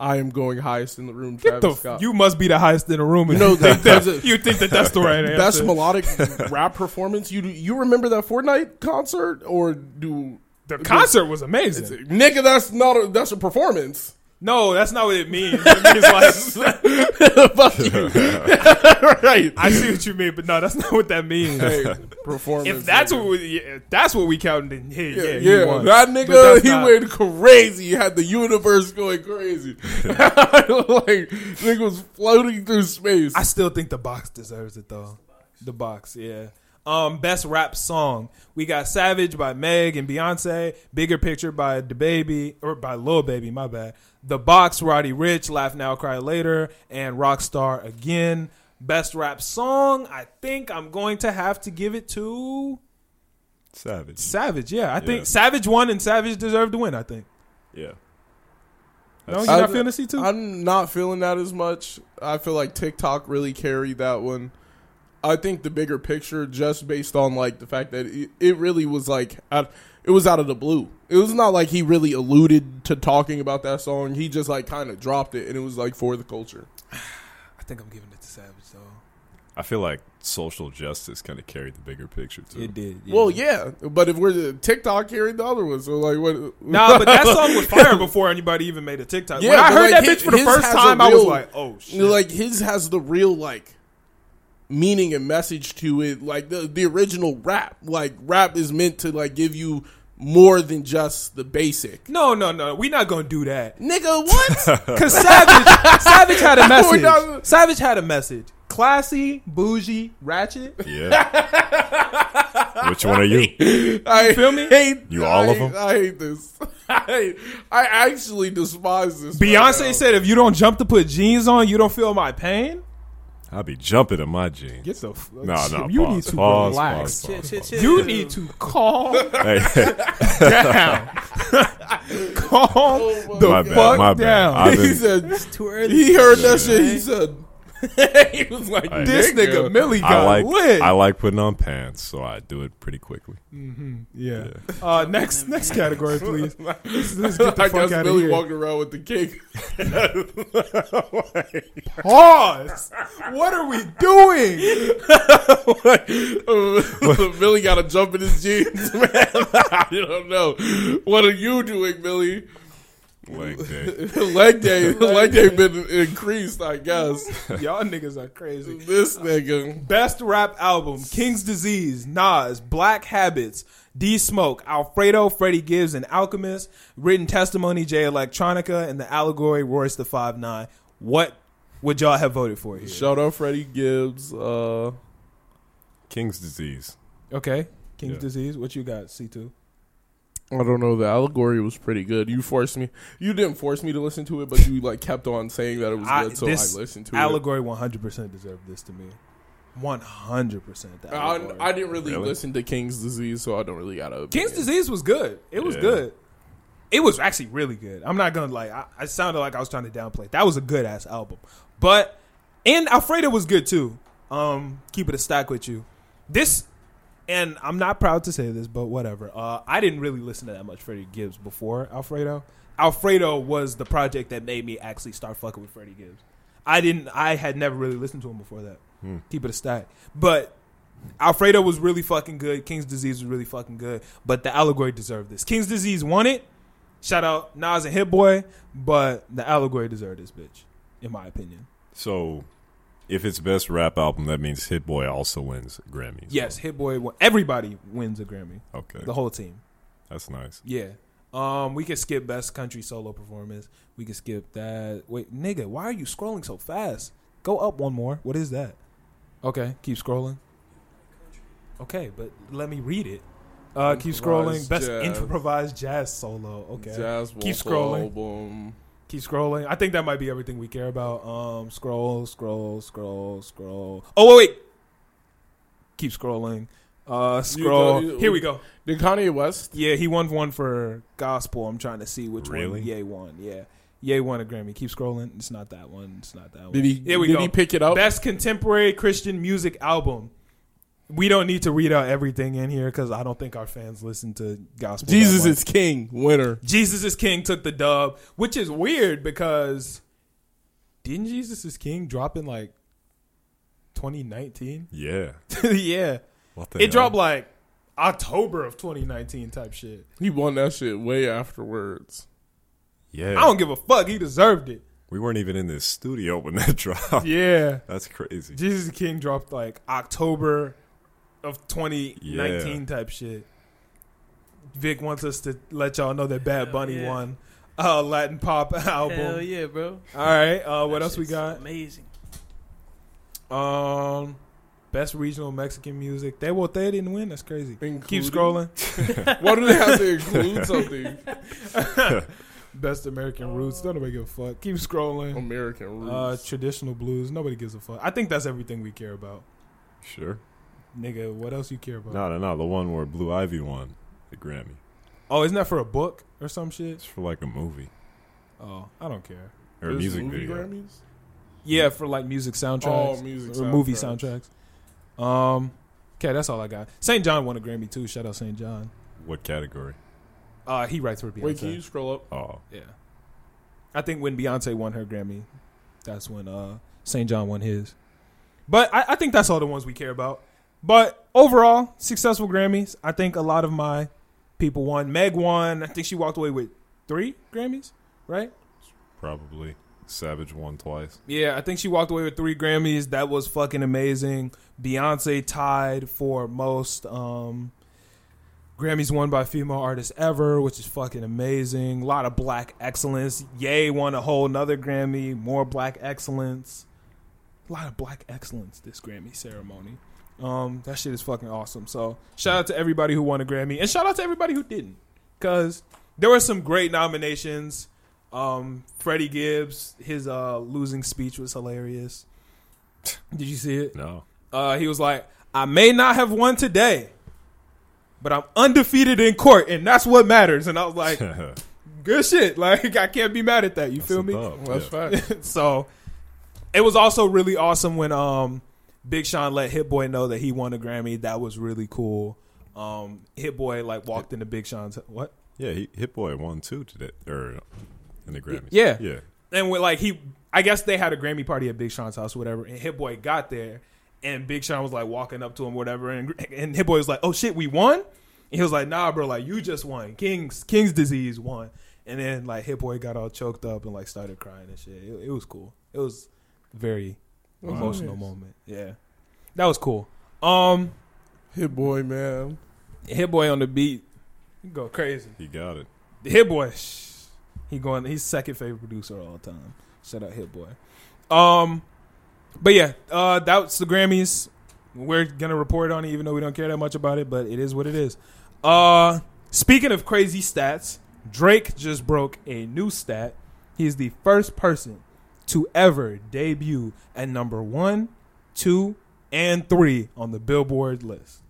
I am going highest in the room.
Get
Travis
the.
Scott.
You must be the highest in the room.
You know, that- that's a-
you think that that's the right answer?
best melodic rap performance. You you remember that Fortnite concert or do
The concert was
It's,
amazing.
nigga, that's not a that's a performance.
No, that's not what it means. It means like,
Fuck you. right.
I see what you mean, but no, that's not what that means.
Hey, performance.
If that's
nigga.
what we, yeah, if that's what we counted in here, yeah,
Yeah,
you
yeah,
won.
that
But that's
nigga, he
not-
went crazy. He had the universe going crazy. like, nigga was floating through space.
I still think the box deserves it though. The box, yeah. Um, best rap song. We got Savage by Meg and Beyonce. Bigger Picture by The Baby or by Lil Baby. My bad. The Box, Roddy Rich, Laugh Now, Cry Later, and Rockstar again. Best rap song. I think I'm going to have to give it to
Savage.
Savage. Yeah, I
Yeah.
think Savage won and Savage deserved to win. I think.
Yeah.
No, you're
That's-
I-
not feeling this too.
I'm not feeling that as much. I feel like TikTok really carried that one. I think the bigger picture, just based on like the fact that it, it really was like out, it was out of the blue. It was not like he really alluded to talking about that song. He just like kind of dropped it, and it was like for the culture.
I think I'm giving it to Savage though.
I feel like social justice kind of carried the bigger picture too.
did.
Well, yeah, but if we're the TikTok carried the other one, so like what?
Nah, but that song was fire before anybody even made a TikTok.
Yeah,
when I
but,
heard that
like,
bitch
hi-
for the
his
first
has a
time, I was
real-
like, oh shit.
Like his has the real like meaning and message to it. Like the the original rap. Like rap is meant to like give you more than just the basic.
no, no, no, we not gonna do that.
Nigga, what?
Cause Savage, Savage had a
We're
message.
not-
Savage had a message. Classy, bougie, ratchet.
Yeah. Which one are you?
I
feel me?
Hate,
You all of
I-
them?
I hate this. I, I actually despise this. right
Beyonce
now.
said, if you don't jump to put jeans on, you don't feel my pain.
I'll be jumping in my jeans.
Get the f-
No, no,
You
pause,
need to
pause,
relax.
pause, pause, pause.
You need to calm
Hey,
down. calm
Oh
the
my bad,
fuck
my bad.
down.
I've
He
been-
said
Too early.
he heard that shit. He said he was like,
Hey.
this nigga Millie
I
got
like
lit.
I like putting on pants, so I do it pretty quickly.
yeah. Uh, next next category, please. Let's, let's get the
I
fuck
guess
out of
Billy
here.
walking around with the cake.
Pause. What are we doing?
Billy got to jump in his jeans, man. I don't know. What are you doing, Billy?
Leg day.
leg day, leg day been increased, I guess.
Y'all niggas are crazy.
This nigga,
Best rap album: King's Disease, Nas, Black Habits, D Smoke, Alfredo, Freddie Gibbs, and Alchemist. Written testimony: Jay Electronica, and the allegory: Royce the Five Nine. What would y'all have voted for here?
shout out Freddie Gibbs. Uh,
King's disease.
Okay, King's
Yeah.
Disease. What you got? C two.
I don't know. The allegory was pretty good. You forced me. You didn't force me to listen to it, but you like kept on saying that it was
I-
good, so I
this
listened to it.
Allegory one hundred percent deserved this to me. One hundred percent.
I, I didn't really,
Really?
listen to King's Disease, so I don't really got
King's
a opinion.
Disease was good. It was
Yeah.
good. It was actually really good. I'm not gonna like. I, I sounded like I was trying to downplay. it. That was a good ass album. But and Alfredo was good too. Um, keep it a stack with you. This and I'm not proud to say this, but whatever. Uh, I didn't really listen to that much Freddie Gibbs before Alfredo. Alfredo was the project that made me actually start fucking with Freddie Gibbs. I didn't. I had never really listened to him before that. Keep it a stack. But Alfredo was really fucking good. King's Disease was really fucking good. But the allegory deserved this. King's Disease won it. Shout out Nas and Hit Boy, but the allegory deserved this bitch. in my opinion.
So, if it's best rap album, that means Hit Boy also wins Grammys.
Yes, Hit Boy. won- Everybody wins a Grammy.
Okay,
The whole team.
that's nice.
Yeah. Um, we can skip best country solo performance. We can skip that. Wait, nigga, why are you scrolling so fast? Go up one more. What is that? Okay, keep scrolling. Okay, but let me read it. Uh, keep scrolling.
Improvised
Best
jazz.
improvised jaz solo. Okay,
Jazz
Keep
Waffle
scrolling.
Album.
keep scrolling. I think that might be everything we care about. Um, scroll, scroll, scroll, scroll. Oh wait, wait. keep scrolling. Uh, scroll.
you-
Here we go.
Did Kanye West?
Yeah, he won one for gospel. I'm trying to see which
Really?
one Ye won. Yeah. Ye won a Grammy. Keep scrolling. It's not that one. It's not that one.
Did he?
Oh, Here we
did
go.
he pick it up?
Best contemporary Christian music album. We don't need to read out everything in here because I don't think our fans listen to gospel. that
Jesus
much.
is King. Winner.
Jesus is King took the dub, which is weird because didn't Jesus is King drop in like 2019?
Yeah.
yeah,
What the
it dropped like October of 2019 type shit.
He won that shit way afterwards.
yeah.
I don't give a fuck. He deserved it.
We weren't even in this studio when that dropped.
Yeah.
That's crazy.
Jesus the King dropped like October of 2019
Yeah.
type shit. Vic wants us to let y'all know that Bad
Hell
Bunny
yeah.
won uh, Latin pop album.
Hell yeah, bro.
All right, uh, what
That
else we
shit's
got?
Amazing.
Um, best regional Mexican music. They well, they didn't win. That's crazy. Keep
Including-
scrolling.
Why do they have to include something?
Best American roots. Don't nobody give a fuck. Keep scrolling.
American
Uh,
Oh, roots.
traditional blues. Nobody gives a fuck. I think that's everything we care about.
Sure.
Nigga, what else you care about?
No, no, no. The one where Blue Ivy won the Grammy.
Oh, isn't that for a book or some shit?
It's for like a movie
Oh, I don't care.
or a
There's
music
movie
video.
Grammys?
Yeah, for like music soundtracks
Oh,
or
music
movie
soundtracks.
soundtracks. Um, okay, that's all I got. St. John won a Grammy too. Shout out St. John.
What category?
Uh, he writes for Beyonce.
Wait, can you scroll up?
Oh,
Yeah, I think when Beyonce won her Grammy, that's when uh St. John won his. But I, I think that's all the ones we care about. But overall, successful Grammys. I think a lot of my people won. Meg won. I think she walked away with three Grammys, right?
probably Savage won twice.
Yeah, I think she walked away with three Grammys. That was fucking amazing. Beyonce tied for most um, Grammys won by female artists ever, which is fucking amazing. A lot of black excellence. Ye won a whole nother Grammy. More black excellence. A lot of black excellence this Grammy ceremony. Um, that shit is fucking awesome. So shout out to everybody who won a Grammy, and shout out to everybody who didn't, because there were some great nominations. Um, Freddie Gibbs, his uh, losing speech was hilarious. Did you see it?
No.
Uh, he was like, "I may not have won today, but I'm undefeated in court, and that's what matters." And I was like,
That's
"Good shit! Like I can't be mad at that." You feel
a
me?
dub, Oh,
Well,
yeah.
that's fact.
so it was also really awesome when um Big Sean let Hit Boy know that he won a Grammy. That was really cool. Um Hit Boy like walked into Big Sean's what?
Yeah, he, Hit Boy won two today, or er, in the Grammys.
yeah.
yeah.
And when like he I guess they had a Grammy party at Big Sean's house or whatever and Hit Boy got there and Big Sean was like walking up to him whatever and and Hit Boy was like, "Oh shit, we won?" And he was like, "Nah, bro, like you just won. King's King's disease won." And then like Hit Boy got all choked up and like started crying and shit. It, it was cool. It was very emotional moment. Yeah, that was cool. Um,
Hit boy, man.
Hit Boy on the beat, he go crazy.
He got it.
The Hit Boy, shh, he going. He's second favorite producer of all time. Shout out Hit Boy. Um, but yeah, uh, that's the Grammys. We're gonna report on it, even though we don't care that much about it. But it is what it is. Uh, speaking of crazy stats, Drake just broke a new stat. He is the first person to ever debut at number one, two, and three on the Billboard list.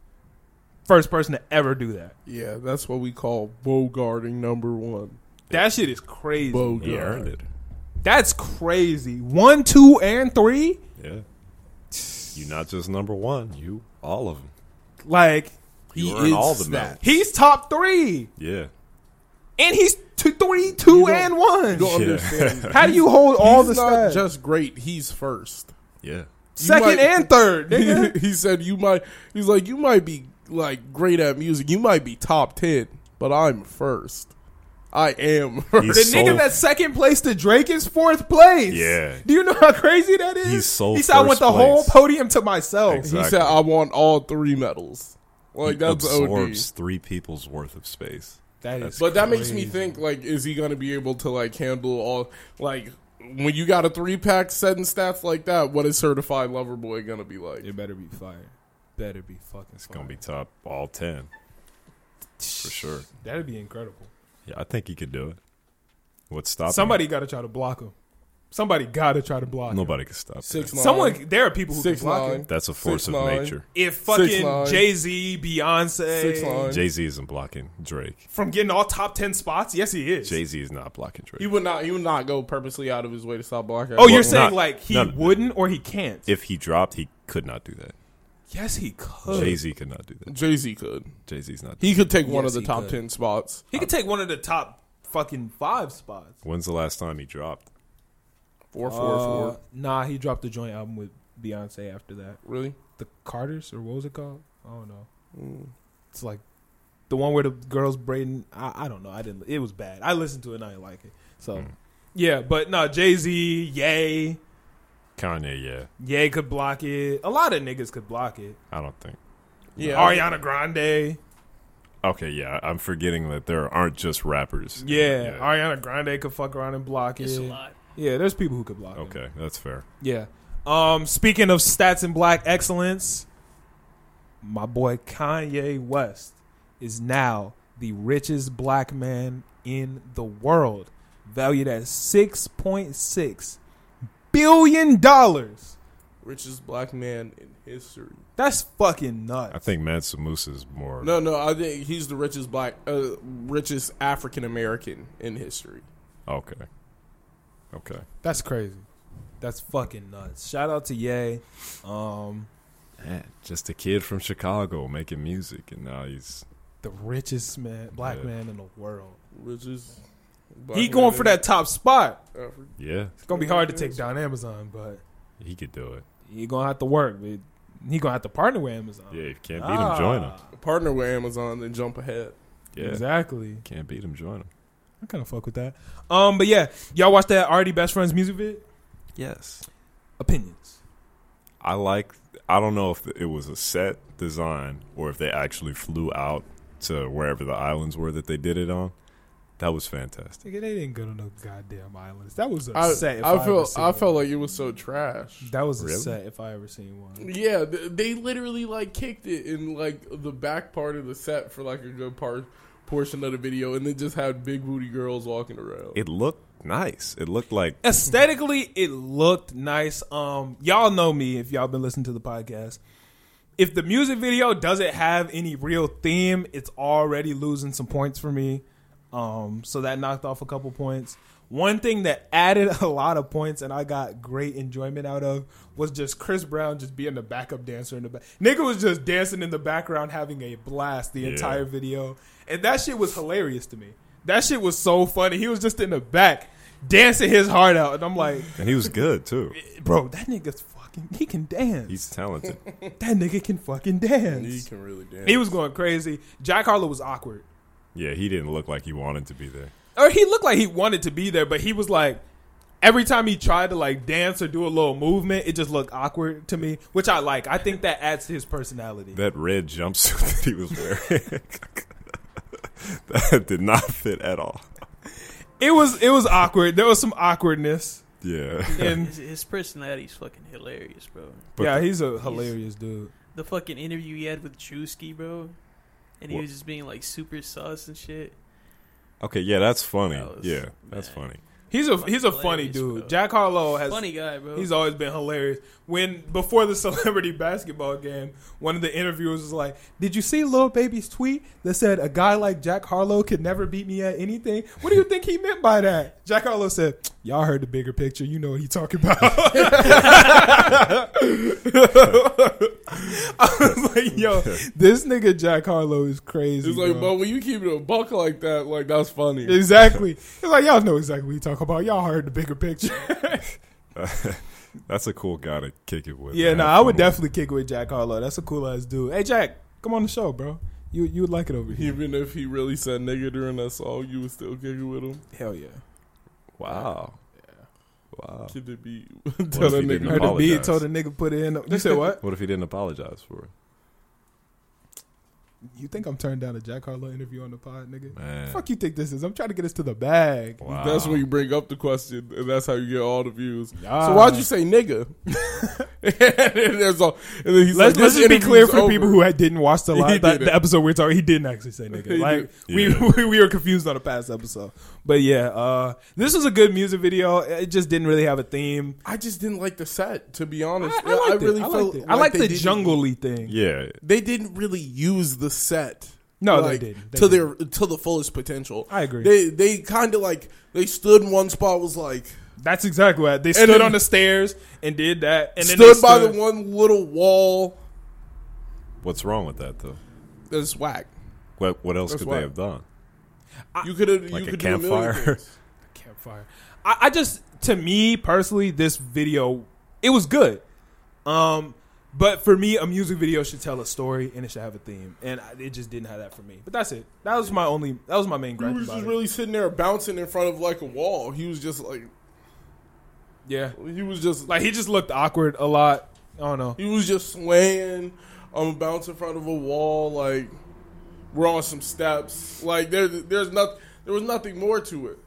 First person to ever do that.
Yeah, that's what we call bogarting number one.
That shit is crazy.
Bogart.
He earned it.
That's crazy. One, two, and three.
Yeah. You not just number one. You all of them.
Like
You
He
earn
is
all the
that.
medals.
he's top three,
Yeah.
and he's two, three, two,
You don't-
and one.
You don't
Yeah.
understand.
How do you hold all the
He's not
stats?
just great. He's first.
Yeah.
Second
might-
and third. Nigga.
he said, "You might." He's like, "You might be like great at music. You might be top ten, but I'm first. I am.
He's
The
so,
nigga that's second place to Drake is fourth place.
Yeah.
Do you know how crazy that is?
He's so
He said, I want
first
the whole
place."
podium to myself.
Exactly.
He said, "I want all three medals." Like that's OD.
absorbs three people's worth of space.
That is
But that makes me think like, is he gonna be able to like handle all like when you got a three pack setting stats like that? What is certified lover boy gonna be like?
it better be fire. Better be fucking.
It's gonna be top all ten for sure.
That'd be incredible.
Yeah, I think he could do it. What's stopping?
Somebody got to try to block him. Somebody got to try to block
him?
him.
Nobody can stop.
Six
that.
nine.
Someone, there are people who
Six
can block
nine.
him.
That's a force of
nine.
nature.
If
Six
fucking
line.
Jay Z,
six
Beyonce,
line.
Jay Z isn't blocking Drake.
from getting all top ten spots, yes, he is.
Jay Z is not blocking Drake.
He would not. He would not go purposely out of his way to stop blocking.
oh, you're
Well,
saying
not-
like he
not-
wouldn't or he can't?
if he dropped, he could not do that.
yes, he could.
Jay Z could not do that.
Jay Z could.
Jay Z's not.
He could take one
Yes,
of the
he
top
could.
ten spots.
He could take one of the top fucking five spots.
When's the last time he dropped?
Four four
Uh,
four.
Nah, he dropped a joint album with Beyonce after that.
Really?
the Carters or what was it called? I don't know.
mm.
It's like the one where the girls braiding. I, I don't know. I didn't. It was bad. I listened to it and I didn't like it. So
Hmm.
yeah, but no, Jay Z, Yay,
Kanye, yeah.
Yay could block it. A lot of niggas could block it.
I don't think.
Oh, Yeah.
Ariana Grande,
Okay, yeah, I'm forgetting that there aren't just rappers.
yeah. Ariana Grande could fuck around and block
It's a
it.
lot.
Yeah, there's people who could block it.
Okay, that's fair.
Yeah. Um, speaking of stats and black excellence, my boy Kanye West is now the richest black man in the world, valued at six point six billion dollars.
Richest black man in history.
That's fucking
I
nuts.
think Mansa Moose is more.
No, no. I think he's the richest black, uh, richest African American in history.
Okay. Okay.
That's crazy.
That's fucking nuts. Shout out to Ye. Um,
Man, just a kid from Chicago making music, and now he's
the richest man, black
Yeah.
man in the world.
Richest. Black
He
man
going for
in
that top spot.
Africa.
yeah,
It's gonna be hard to take down Amazon, but
he could do it.
he gonna have to work. but He gonna have to partner with Amazon.
Yeah, you can't beat him, join him.
Ah,
partner with Amazon then jump ahead.
Yeah,
Exactly.
can't beat him, join him.
I kind of fuck with that. Um, but yeah, y'all watch that already best friends music vid?
Yes,
Opinions.
I like. I don't know if it was a set design or if they actually flew out to wherever the islands were that they did it on. That was fantastic.
Nigga, they didn't go to no goddamn islands. That was a
I,
set. If
I,
I, ever
feel
seen
I
one.
felt like it was so trash.
that was a
Really?
set if I ever seen one.
Yeah, th- they literally like kicked it in like the back part of the set for like a good part portion of the video, and then just had big booty girls walking around.
It looked nice. It looked like
Aesthetically, it looked nice. Um, y'all know me if y'all been listening to the podcast. If the music video doesn't have any real theme, it's already losing some points for me. Um, so that knocked off a couple points. One thing that added a lot of points and I got great enjoyment out of was just Chris Brown just being the backup dancer in the back. Nigga was just dancing in the background having a blast the entire video. And that shit was hilarious to me. That shit was so funny. He was just in the back dancing his heart out. And I'm like,
And he was good too.
bro, that nigga's fucking, he can dance.
He's talented.
that nigga can fucking
you
dance.
can really dance.
He was going crazy. Jack Harlow was awkward.
Yeah, he didn't look like he wanted to be there.
or he looked like he wanted to be there, but he was like every time he tried to like dance or do a little movement, it just looked awkward to me, which I like. I think that adds to his personality.
That red jumpsuit that he was wearing that did not fit at all.
It was it was awkward. There was some awkwardness.
Yeah.
And
His, his personality's fucking hilarious, bro.
But
yeah,
the-
he's a hilarious dude.
The fucking interview he had with Chusky, bro, and he
What?
was just being like super sus and shit.
okay, yeah, that's funny.
That was-
yeah, that's
man.
funny.
He's a he's a funny
Hilarious,
dude.
bro.
Jack Harlow has
Funny guy, bro.
He's always been hilarious. When before the celebrity basketball game, one of the interviewers was like, "Did you see Lil Baby's tweet that said a guy like Jack Harlow could never beat me at anything? What do you think he meant by that?" Jack Harlow said, "Y'all heard the bigger picture. You know what he talking about." I was like, "Yo, this nigga Jack Harlow is crazy."
It's like,
bro.
but when you keep it a buck like that, like that's funny.
Exactly. It's like y'all know exactly what he talking about. Y'all heard the bigger picture.
That's a cool guy to kick it with.
Yeah,
and
no,
have
I
fun
would
with.
definitely kick with Jack Harlow. That's a cool ass dude. Hey, Jack, come on the show, bro. You you would like it over here?
Even if he really said nigga during that song, you would still kicking with him.
Hell yeah.
Wow. Wow.
Kid to be
if
tell that
he didn't
nigga.
Heard the beat
Apologize.
told the nigga put it in. You said what?
What if he didn't apologize for it?
you think I'm turning down a Jack Harlow interview on the pod, nigga?
Man.
Fuck you think this is? I'm trying to get us to the bag.
Wow.
That's when you bring up the question, and that's how you get all the views.
Ah.
So why'd you say nigga? and then there's all, and then he's
Let's,
like,
let's just
"This
be clear
interview's
for the people
over."
who had, didn't watch the,
He
live, that,
didn't.
the episode we're talking. He didn't actually say nigga.
He
Like we,
didn't.
we we were confused on the past episode. But yeah, uh, this was a good music video. It just didn't really have a theme.
I just didn't like the set, to be honest.
I, I liked
really
it. I
felt
liked it. I liked
they
the
didn't-
jungly thing.
Yeah.
They didn't really use the set.
No, they
like,
didn't. They
to their to the fullest potential.
I agree.
They they kind of like they stood in one spot was like
That's exactly what they stood
then-
on the stairs and did that, and then
stood
they
by the one little wall.
What's wrong with that though?
That's whack.
What What else
That's
could
why.
they have done?
You could have
Like
you
a
could do a million
campfire?
things.
campfire. I, I just, to me personally, this video it was good. Um, but for me, a music video should tell a story and it should have a theme, and I, it just didn't have that for me. But that's it. That was my only. That was my main
He
gripe
was
about
just
it.
really sitting there bouncing in front of like a wall. He was just like
yeah,
he was just like
like he just looked awkward a lot. I don't know.
he was just swaying. I'm um, bouncing in front of a wall. Like we're on some steps. Like there there's not there was nothing more to it.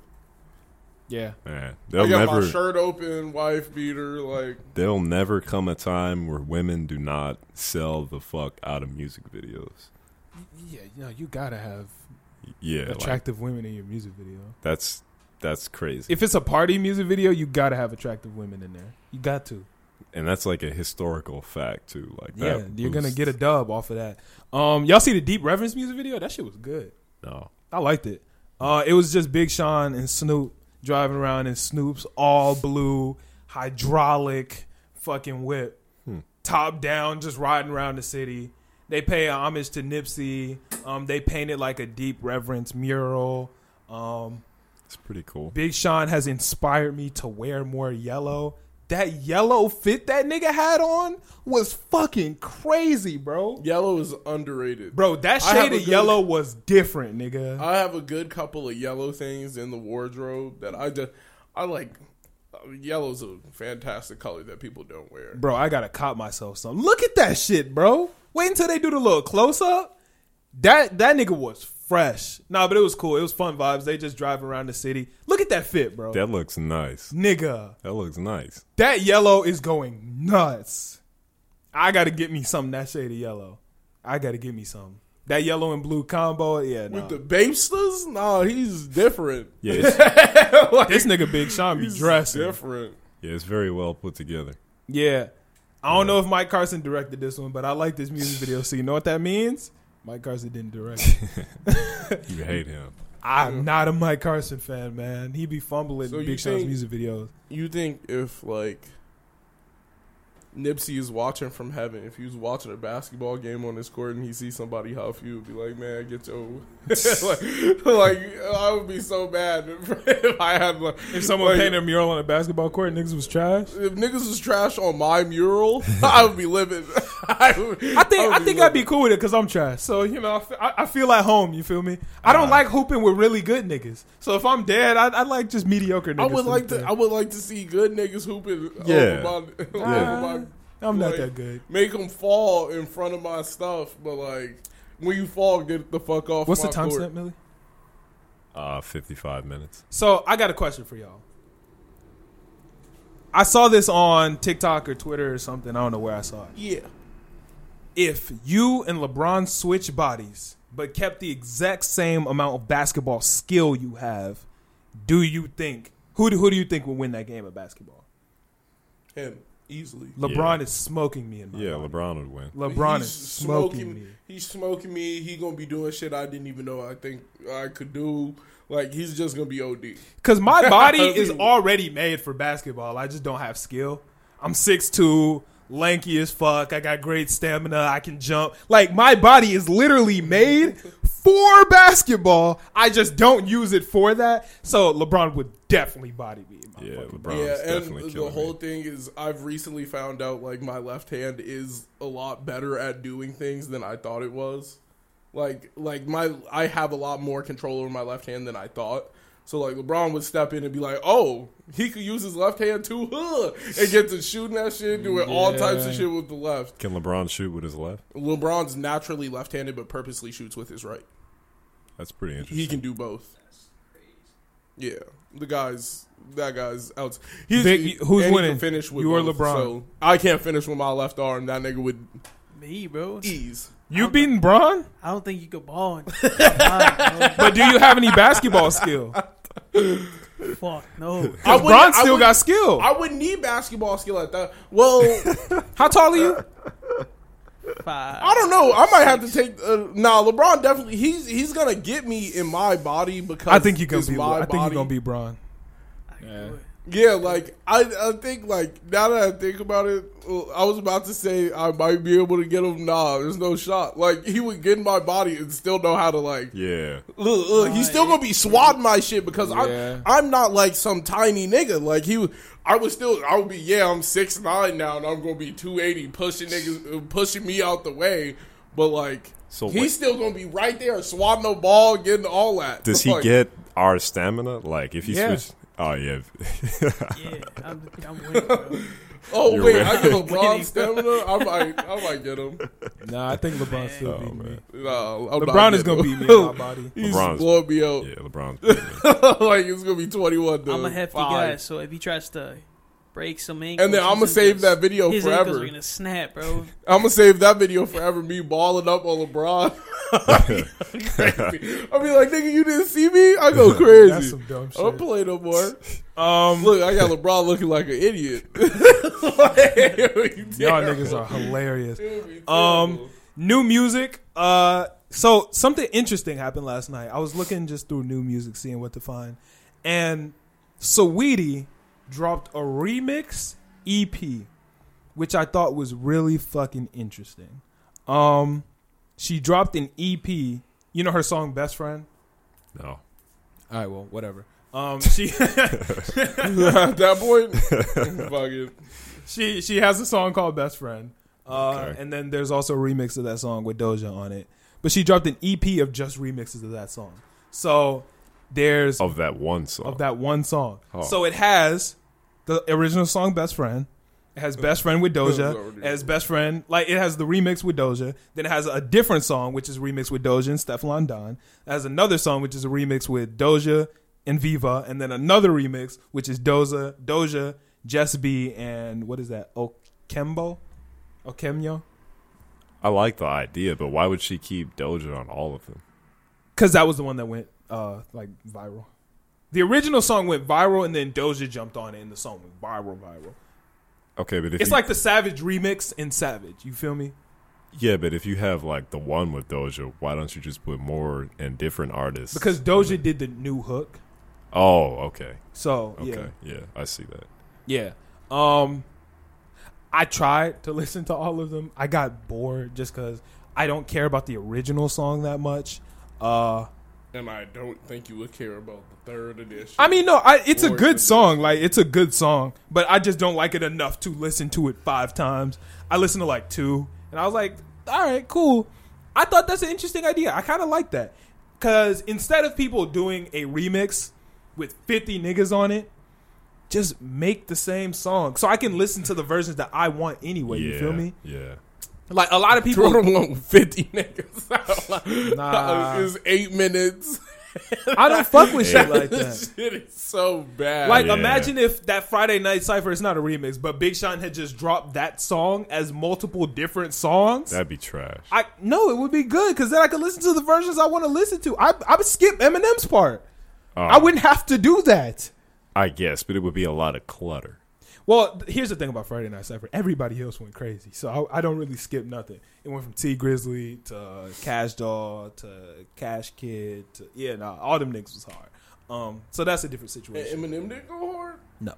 Yeah.
Man, they'll
I got
never.
my shirt open, wife beater. Like
There'll never come a time where women do not sell the fuck out of music videos.
Yeah, you know, you gotta have
Yeah, like,
attractive women in your music video.
that's that's crazy,
If it's a party music video, you gotta have attractive women in there. You got to.
and that's like a historical fact too. Like,
Yeah,
that
you're gonna
boosts-
get a dub off of that. Um, y'all see the Deep Reverence music video? That shit was good.
no.
I liked it. Uh, it was just Big Sean and Snoop driving around in Snoop's all blue hydraulic fucking whip, top down, just riding around the city. They pay homage to Nipsey. Um, they painted like a deep reverence mural. Um,
It's pretty cool.
Big Sean has inspired me to wear more yellow. That yellow fit that nigga had on was fucking crazy, bro.
yellow is underrated.
Bro, that
I have
shade
a
of
good-
yellow was different, nigga.
I have a good couple of yellow things in the wardrobe that I just I like. I mean, Yellow's a fantastic color that people don't wear.
Bro, I gotta cop myself some. Look at that shit, bro. Wait until they do the little close up. That that nigga was fresh. Nah, but it was cool. It was fun vibes. They just drive around the city. Look at that fit, bro.
That looks nice.
nigga,
That looks nice.
that yellow is going nuts. I gotta get me some that shade of yellow. I gotta get me some. That yellow and blue combo, yeah. Nah.
With the Bapesters, no, he's different.
Yeah, it's,
this nigga Big Sean be
He's
dressing.
different.
yeah, it's very well put together.
Yeah. I don't know if Mike Carson directed this one, but I like this music video. So you know what that means? Mike Carson didn't direct. it.
You hate him.
I'm not a Mike Carson fan, man. He be fumbling
So
in
you
Big Sean's
think-
music videos.
You think if like Nipsey is watching from heaven, if he was watching a basketball game on his court and he sees somebody huff, he would be like, "Man, get your like, like." I would be so mad if I had like
If someone
like,
painted a mural on a basketball court, niggas was trash.
If niggas was trash on my mural, I would be livid. I, would,
I think I,
would
think I'd
livid.
be cool with it because I'm trash. So you know, I fe- I, I feel at home. You feel me? I don't like hooping with really good niggas. So if I'm dead, I, I like just mediocre. niggas.
I would like to.
be
I would like to see good niggas hooping.
Yeah.
Over my,
Uh-huh.
Yeah.
Over
fair. I'm not
like-
that good.
my, make them fall in front of my stuff, but like when you fall, get the fuck off.
What's
my
the time
court.
stamp, Millie?
Uh, fifty-five minutes.
So I got a question for y'all. I saw this on TikTok or Twitter or something. I don't know where I saw it.
Yeah.
if you and LeBron switch bodies but kept the exact same amount of basketball skill you have, do you think who do, who do you think will win that game of basketball?
Him easily.
LeBron is smoking me in my
Yeah,
mind.
LeBron would win.
LeBron
He's
is smoking, me.
He's smoking me. He gonna be doing shit I didn't even know I think I could do. Like he's just gonna be OD.
Cuz my body
I mean-
is already made for basketball. I just don't have skill. I'm 6'2, lanky as fuck. I got great stamina. I can jump. Like my body is literally made for basketball. I just don't use it for that. So LeBron would definitely body me. in my
Yeah,
fucking-
LeBron is
yeah,
definitely
and the
killing
whole
me.
thing is I've recently found out like my left hand is a lot better at doing things than I thought it was. Like like my I have a lot more control over my left hand than I thought. So like LeBron would step in and be like, "Oh, he could use his left hand too, huh?" and get to shooting that shit, doing all types of
Yeah.
shit with the left.
Can LeBron shoot with his left?
LeBron's naturally left-handed, but purposely shoots with his right.
That's pretty interesting.
He can do both. Yeah, the guys, that guy's out. He's,
Vic, who's
and he can
winning?
Finish with
You or
both,
LeBron?
So I can't finish with my left arm. That nigga would
Me, bro.
ease.
You beating Braun,
I don't think you could ball. in- God,
but do you have any basketball skill?
no. Fuck no.
I wouldn't-
Braun
I
still
wouldn't-
got skill.
I would need basketball skill at that. Well,
How tall are you?
Five.
I don't know. I might have to take. Uh, nah, LeBron definitely. He's he's gonna get me in my body because
I think you gonna
it's
be.
my
I think you
body.
gonna be Braun.
I can
Yeah.
do it.
Yeah, like I, I think like now that I think about it, uh, I was about to say I might be able to get him. Nah, there's no shot. Like he would get in my body and still know how to like.
yeah.
Ugh, ugh, he's still gonna be swatting my shit because
Yeah.
I'm I'm not like some tiny nigga. Like he, would- I would still I would be yeah I'm six nine now and I'm gonna be two eighty pushing niggas uh, pushing me out the way, but like.
So
he's
wait-
still gonna be right there, swatting the ball, getting all that.
Does he
Like,
get our stamina? Like if he
Yeah.
switched? Oh yeah.
Yeah, I'm, I'm winning, bro.
Oh
You're
wait,
right.
I give LeBron stamina. I might, I might get him.
Nah, I think LeBron
Oh,
still beat me.
No, I'm not
LeBron is
getting
gonna
him.
beat me in my body.
He's
LeBron's-
blowing me out.
yeah, LeBron's. better than me.
like it's gonna be 21. To
I'm a hefty
five.
guy, so if he tries to break some ankles,
And then
his
I'm gonna save
ankles-
that video
His ankles are
forever.
gonna snap, bro.
I'm gonna save that video forever. Me balling up on LeBron. I'll be like, nigga, you didn't see me. I go
That's
crazy.
some dumb
I don't
shit.
play no more.
Um,
Look, I got LeBron looking like an idiot.
y'all
Y'all
niggas are hilarious. Um, new music. Uh, so something interesting happened last night. I was looking just through new music, seeing what to find, and Saweetie dropped a remix EP, which I thought was really fucking interesting. Um, she dropped an EP. You know her song "Best Friend."
No.
All right, well, whatever.
Um, she
at that point, fuck it.
she she has a song called Best Friend. Uh,
Okay.
And then there's also a remix of that song with Doja on it. But she dropped an EP of just remixes of that song. So there's
Of that one song.
of that one song.
Oh.
So it has the original song Best Friend. It has Best Friend with Doja.
already-
It has Best Friend. Like it has the remix with Doja. Then it has a different song which is remixed with Doja and Stefan Don. It has another song which is a remix with Doja and Viva. And then another remix which is Doja, Doja, Jess B, and what is that? Okembo? Okemyo?
I like the idea, but why would she keep Doja on all of them?
Because that was the one that went uh like viral. The original song went viral, and then Doja jumped on it, and the song went viral, viral.
Okay, but if
It's
you-
like the Savage remix in Savage. You feel me?
yeah, but if you have like the one with Doja, why don't you just put more and different artists?
Because Doja did the new hook.
oh, okay,
So
okay, yeah, I see that.
yeah, yeah. Um, I tried to listen to all of them. I got bored just because I don't care about the original song that much. Uh,
And I don't think you would care about the third edition.
I mean, no, I, it's a
Bored
good
with
song. Like it's a good song, but I just don't like it enough to listen to it five times. I listened to like two, and I was like, all right, cool. I thought that's an interesting idea. I kind of like that because instead of people doing a remix with fifty niggas on it, just make the same song so I can listen to the versions that I want anyway.
yeah,
You feel me?
Yeah,
Like a lot of
Throw
people.
them along with 50 niggas.
Nah.
It's eight minutes.
I don't fuck with shit like that.
this shit is so bad.
Like,
Yeah.
imagine if that Friday Night Cipher is not a remix, but Big Sean had just dropped that song as multiple different songs.
that'd be trash.
I no, it would be good because then I could listen to the versions I want to listen to. I I would skip Eminem's part.
Oh.
I wouldn't have to do that.
I guess, but it would be a lot of clutter.
Well, th- here's the thing about Friday Night Cipher. Everybody else went crazy, so I, I don't really skip nothing. It went from T Grizzly to Cash Doll to Cash Kid to yeah, nah, all them niggas was hard. Um, so that's a different situation.
Eminem didn't go hard.
No.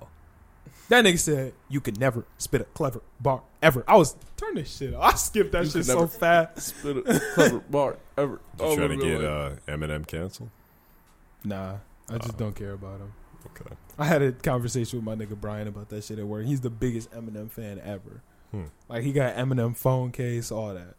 That nigga said, "You could never spit a clever bar ever." I was turn this shit. Off. I skipped that shit so
never-
fast.
Split a clever bar ever.
Did
Oh,
you try to get uh, Eminem canceled?
Nah, I just don't care about him.
Okay,
Uh, I had a conversation with my nigga Brian about that shit at work. He's the biggest Eminem fan ever.
Hmm.
Like he got Eminem phone case, all that.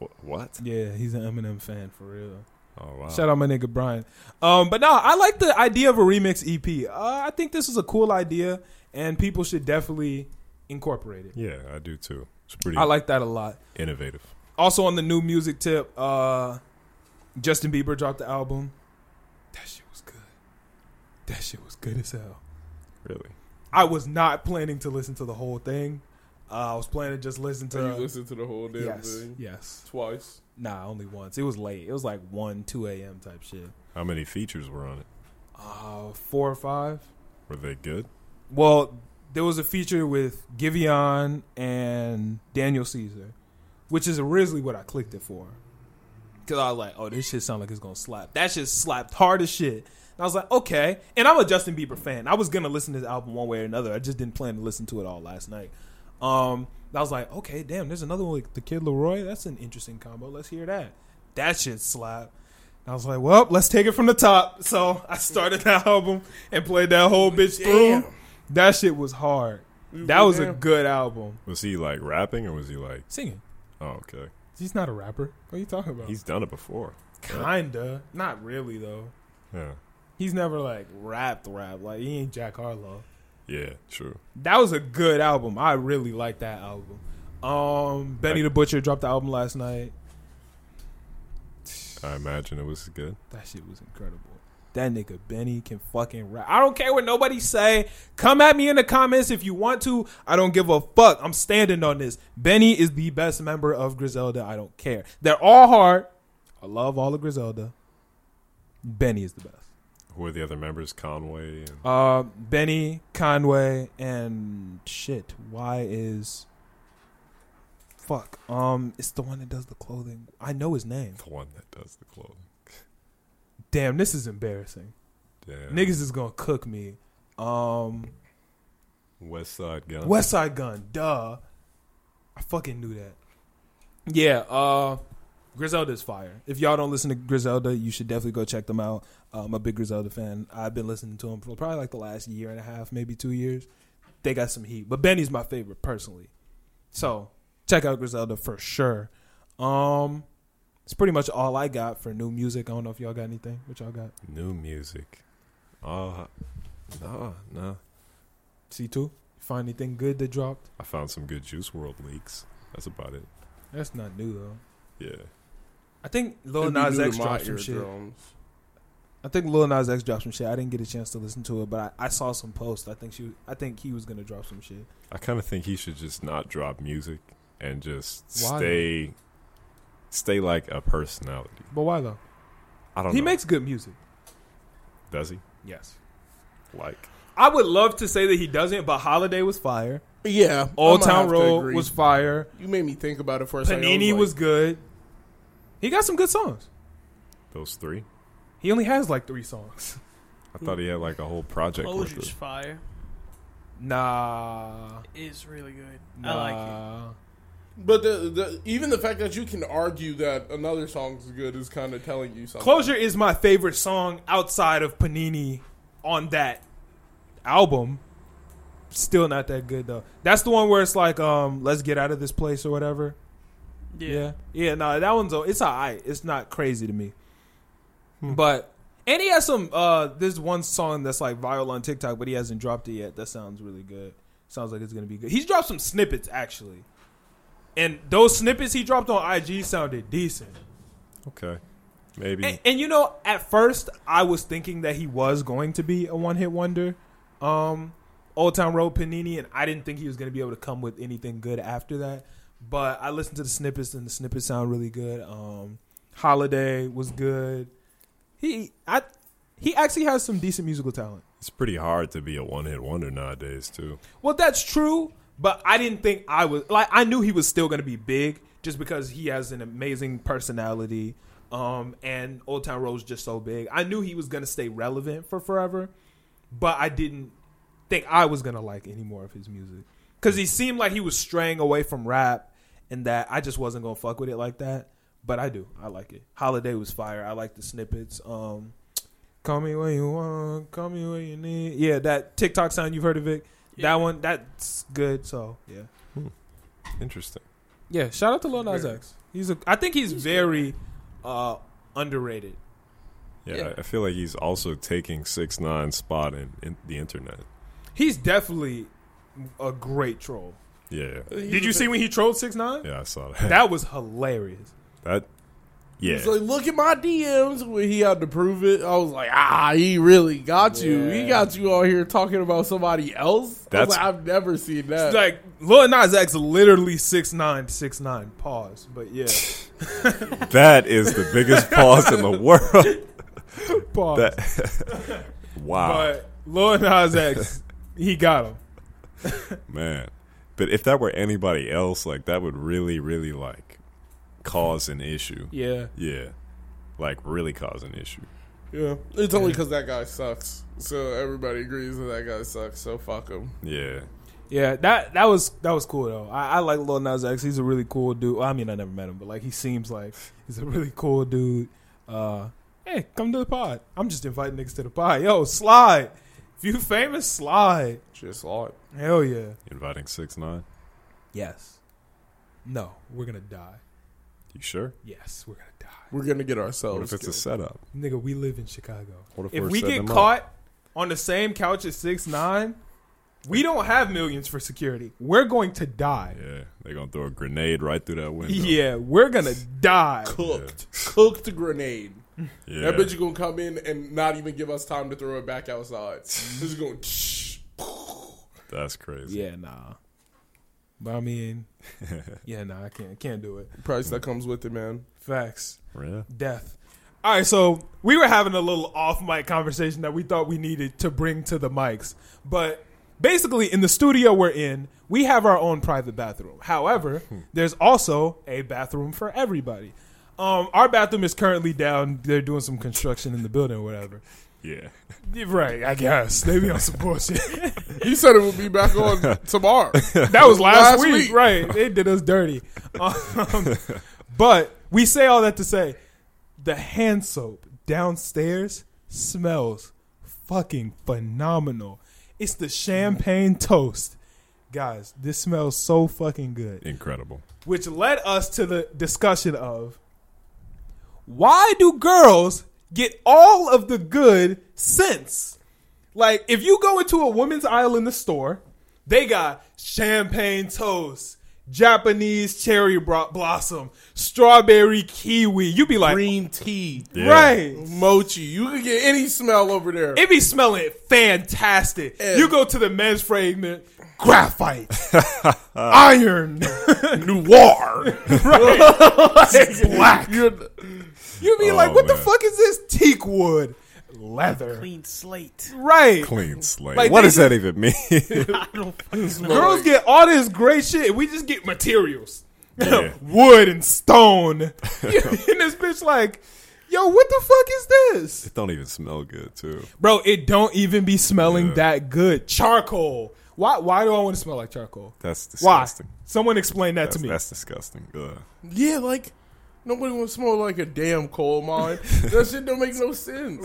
Wh- What?
Yeah, he's an Eminem fan for real.
Oh wow.
Shout out my nigga Brian. Um, but no, I like the idea of a remix EP. Uh, I think this is a cool idea, and people should definitely incorporate it.
Yeah, I do too. It's pretty
I like that a lot.
innovative.
Also on the new music tip, uh, Justin Bieber dropped the album. That shit was good. That shit was good as hell.
Really.
I was not planning to listen to the whole thing. Uh, I was planning to just listen to.
So you listen to the whole damn
yes,
thing
yes.
twice.
Nah, only once. It was late. It was like one, two a.m. type shit.
How many features were on it?
Uh, four or five.
Were they good?
Well, there was a feature with Giveon and Daniel Caesar, which is originally what I clicked it for. Cause I was like, oh, this shit sound like it's gonna slap. That shit slapped hard as shit. And I was like, okay. And I'm a Justin Bieber fan. I was gonna listen to his album one way or another. I just didn't plan to listen to it all last night. Um, I was like, okay, damn, there's another one like the Kid Leroy. That's an interesting combo. Let's hear that. That shit slap. And I was like, well, let's take it from the top. So I started that album and played that whole bitch
Damn.
through. That shit was hard. That was a good album.
Was he like rapping or was he like?
Singing.
Oh, okay.
He's not a rapper. What are you talking about?
He's done it before.
kinda. Not really though.
Yeah.
He's never like rapped rap. Like he ain't Jack Harlow.
Yeah. True.
That was a good album. I really like that album. Um Benny the Butcher dropped the album last night.
I imagine it was good.
That shit was incredible. That nigga Benny can fucking rap. I don't care what nobody say. Come at me in the comments if you want to. I don't give a fuck. I'm standing on this. Benny is the best member of Griselda. I don't care. They're all hard. I love all of Griselda. Benny is the best.
Who are the other members? Conway and
Uh, Benny, Conway, and shit. Why is fuck? Um, it's the one that does the clothing. I know his name.
the one that does the clothing.
Damn, this is embarrassing.
Damn.
Niggas is gonna cook me. Um,
West Side Gun.
West Side Gun, duh. I fucking knew that. Yeah, uh Griselda's fire. If y'all don't listen to Griselda, you should definitely go check them out. Uh, I'm a big Griselda fan. I've been listening to them for probably like the last year and a half, maybe two years. They got some heat, but Benny's my favorite personally. So check out Griselda for sure. Um, it's pretty much all I got for new music. I don't know if y'all got anything. What y'all got?
New music. Oh, no, no.
C two. Find anything good that dropped?
I found some good Juice World leaks. That's about it.
That's not new though.
Yeah.
I think Lil
It'd be
Nas
new to
X
my
dropped some shit.
eardrums.
I think Lil Nas X dropped some shit. I didn't get a chance to listen to it, but I, I saw some posts. I think she, I think he was gonna drop some shit.
I kind of think he should just not drop music and just
Why?
stay stay like a personality.
But why though?
I don't
He
know.
makes good music.
Does he?
Yes.
Like
I would love to say that he doesn't, but Holiday was fire.
Yeah,
Old
I'ma have
Town
to
Road
agree.
was fire.
You made me think about it for a second. I
Panini
like,
was good. He got some good songs.
those three?
He only has like three songs.
I thought he had like a whole project with
Closure's
it.
fire
Nah.
is really good.
nah.
I like it.
But the, the even the fact that you can argue that another song's good is kind of telling you something.
Closure is my favorite song outside of Panini on that album. Still not that good though. That's the one where it's like, um, let's get out of this place or whatever.
Yeah.
Yeah, yeah. No, that one's o- it's alright. It's not crazy to me. But and he has some. uh There's one song that's like viral on TikTok, but he hasn't dropped it yet. That sounds really good. Sounds like it's gonna be good. He's dropped some snippets actually, and those snippets he dropped on IG sounded decent.
Okay. Maybe
And, and you know, at first I was thinking that he was going to be a one hit wonder, um, Old Town Road Panini, and I didn't think he was going to be able to come with anything good after that. But I listened to the snippets, and the snippets sound really good. Um, Holiday was good. He, I, he actually has some decent musical talent.
it's pretty hard to be a one-hit wonder nowadays, too.
Well, that's true, but I didn't think I was like I knew he was still going to be big just because he has an amazing personality. Um, and Old Town Road's just so big. I knew he was going to stay relevant for forever, but I didn't think I was going to like any more of his music because he seemed like he was straying away from rap and that I just wasn't going to fuck with it like that. But I do. I like it. Holiday was fire. I like the snippets. Um, Call me when you want. Call me when you need. Yeah, that TikTok sound you've heard of it.
Yeah.
That one, that's good. So yeah,
Interesting.
Yeah, shout out to Lil Nas
Very.
X. He's a. I think he's, very uh, underrated.
Yeah,
Yeah.
I- I feel like he's also taking six nine spot in, in the internet.
He's definitely a great troll.
Yeah,
Did you see when he trolled six nine?
yeah, I saw that. That,
That was hilarious.
yeah,
He's like, look at my DMs when he had to prove it. I was like, ah, he really got you. He got you out here talking about somebody else. That's
That's-
I've never seen that.
It's like Lil Nas X, literally six nine six nine. Pause. But yeah,
that is the biggest pause in the world.
pause.
That,
ah.
wow,
But Lil Nas X, he got him.
man. But if that were anybody else, like that would really, really like cause an issue.
Yeah.
Yeah, like really cause an issue.
yeah, it's only because that guy sucks. So everybody agrees that that guy sucks. So fuck him.
Yeah,
Yeah, that that was that was cool though. I, I like Lil Nas X. He's a really cool dude. Well, I mean, I never met him, but like he seems like he's a really cool dude. Uh, hey, come to the pod. I'm just inviting niggas to the pod. Yo, slide. If you famous, slide.
Just law it.
Hell yeah.
inviting six nine.
Yes. No, we're gonna die.
You sure?
Yes, we're gonna die.
We're gonna get ourselves.
What if it's a setup?
Nigga, we live in Chicago.
What
If
we're
we
setting
get
them up?
caught on the same couch at six nine, we don't have millions for security. We're going to die.
Yeah, they're gonna throw a grenade right through that window.
Yeah, we're gonna die.
cooked, cooked grenade.
yeah.
That bitch is gonna come in and not even give us time to throw it back outside. This is going. Shh.
that's crazy.
Yeah, nah. But I mean, yeah, nah, I can't, can't do it.
Price that comes with it, man.
Facts,
Yeah.
death. All right, so we were having a little off mic conversation that we thought we needed to bring to the mics, but basically, in the studio we're in, we have our own private bathroom. However, there's also a bathroom for everybody. Um, our bathroom is currently down. They're doing some construction in the building or whatever.
Yeah.
Right, I guess. They be on some bullshit.
He said it would be back on tomorrow.
That was last,
Last
week,
week.
right? They did us dirty. Um, but we say all that to say, the hand soap downstairs smells fucking phenomenal. It's the champagne toast, guys. This smells so fucking good.
Incredible.
Which led us to the discussion of why do girls get all of the good scents? Like, if you go into a woman's aisle in the store, they got champagne toast, Japanese cherry bro- blossom, strawberry kiwi. You be like,
Green tea,
Yeah.
right.
mochi. You can get any smell over there.
It be smelling fantastic.
Yeah.
You go to the men's fragment, graphite, iron,
Noir.
black.
You're the-
You be
Oh,
like, what the
man.
fuck is this teak wood? Leather.
Clean slate.
Right.
Clean slate.
Like,
what
they
does that even mean?
I don't fucking know.
Girls get all this great shit. We just get materials.
Yeah.
Wood and stone. and this bitch like, yo, what the fuck is this?
it don't even smell good, too.
Bro, it don't even be smelling
Yeah.
that good. Charcoal. Why why do I want to smell like charcoal?
That's
Why?
disgusting.
Someone explain that
That's,
to me.
that's disgusting. Ugh.
yeah, like nobody wants to smell like a damn coal mine. that shit don't make no sense.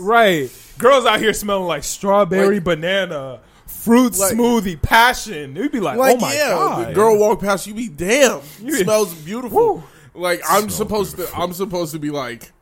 Right. Girls out here smelling like strawberry,
Like-
banana, fruit
Like-
smoothie, passion. It'd be like,
Like,
oh my
yeah,
god.
the girl walk past you. Be damn,
You-
smells beautiful. Like I'm
Smells
supposed to.
beautiful.
I'm supposed to be like.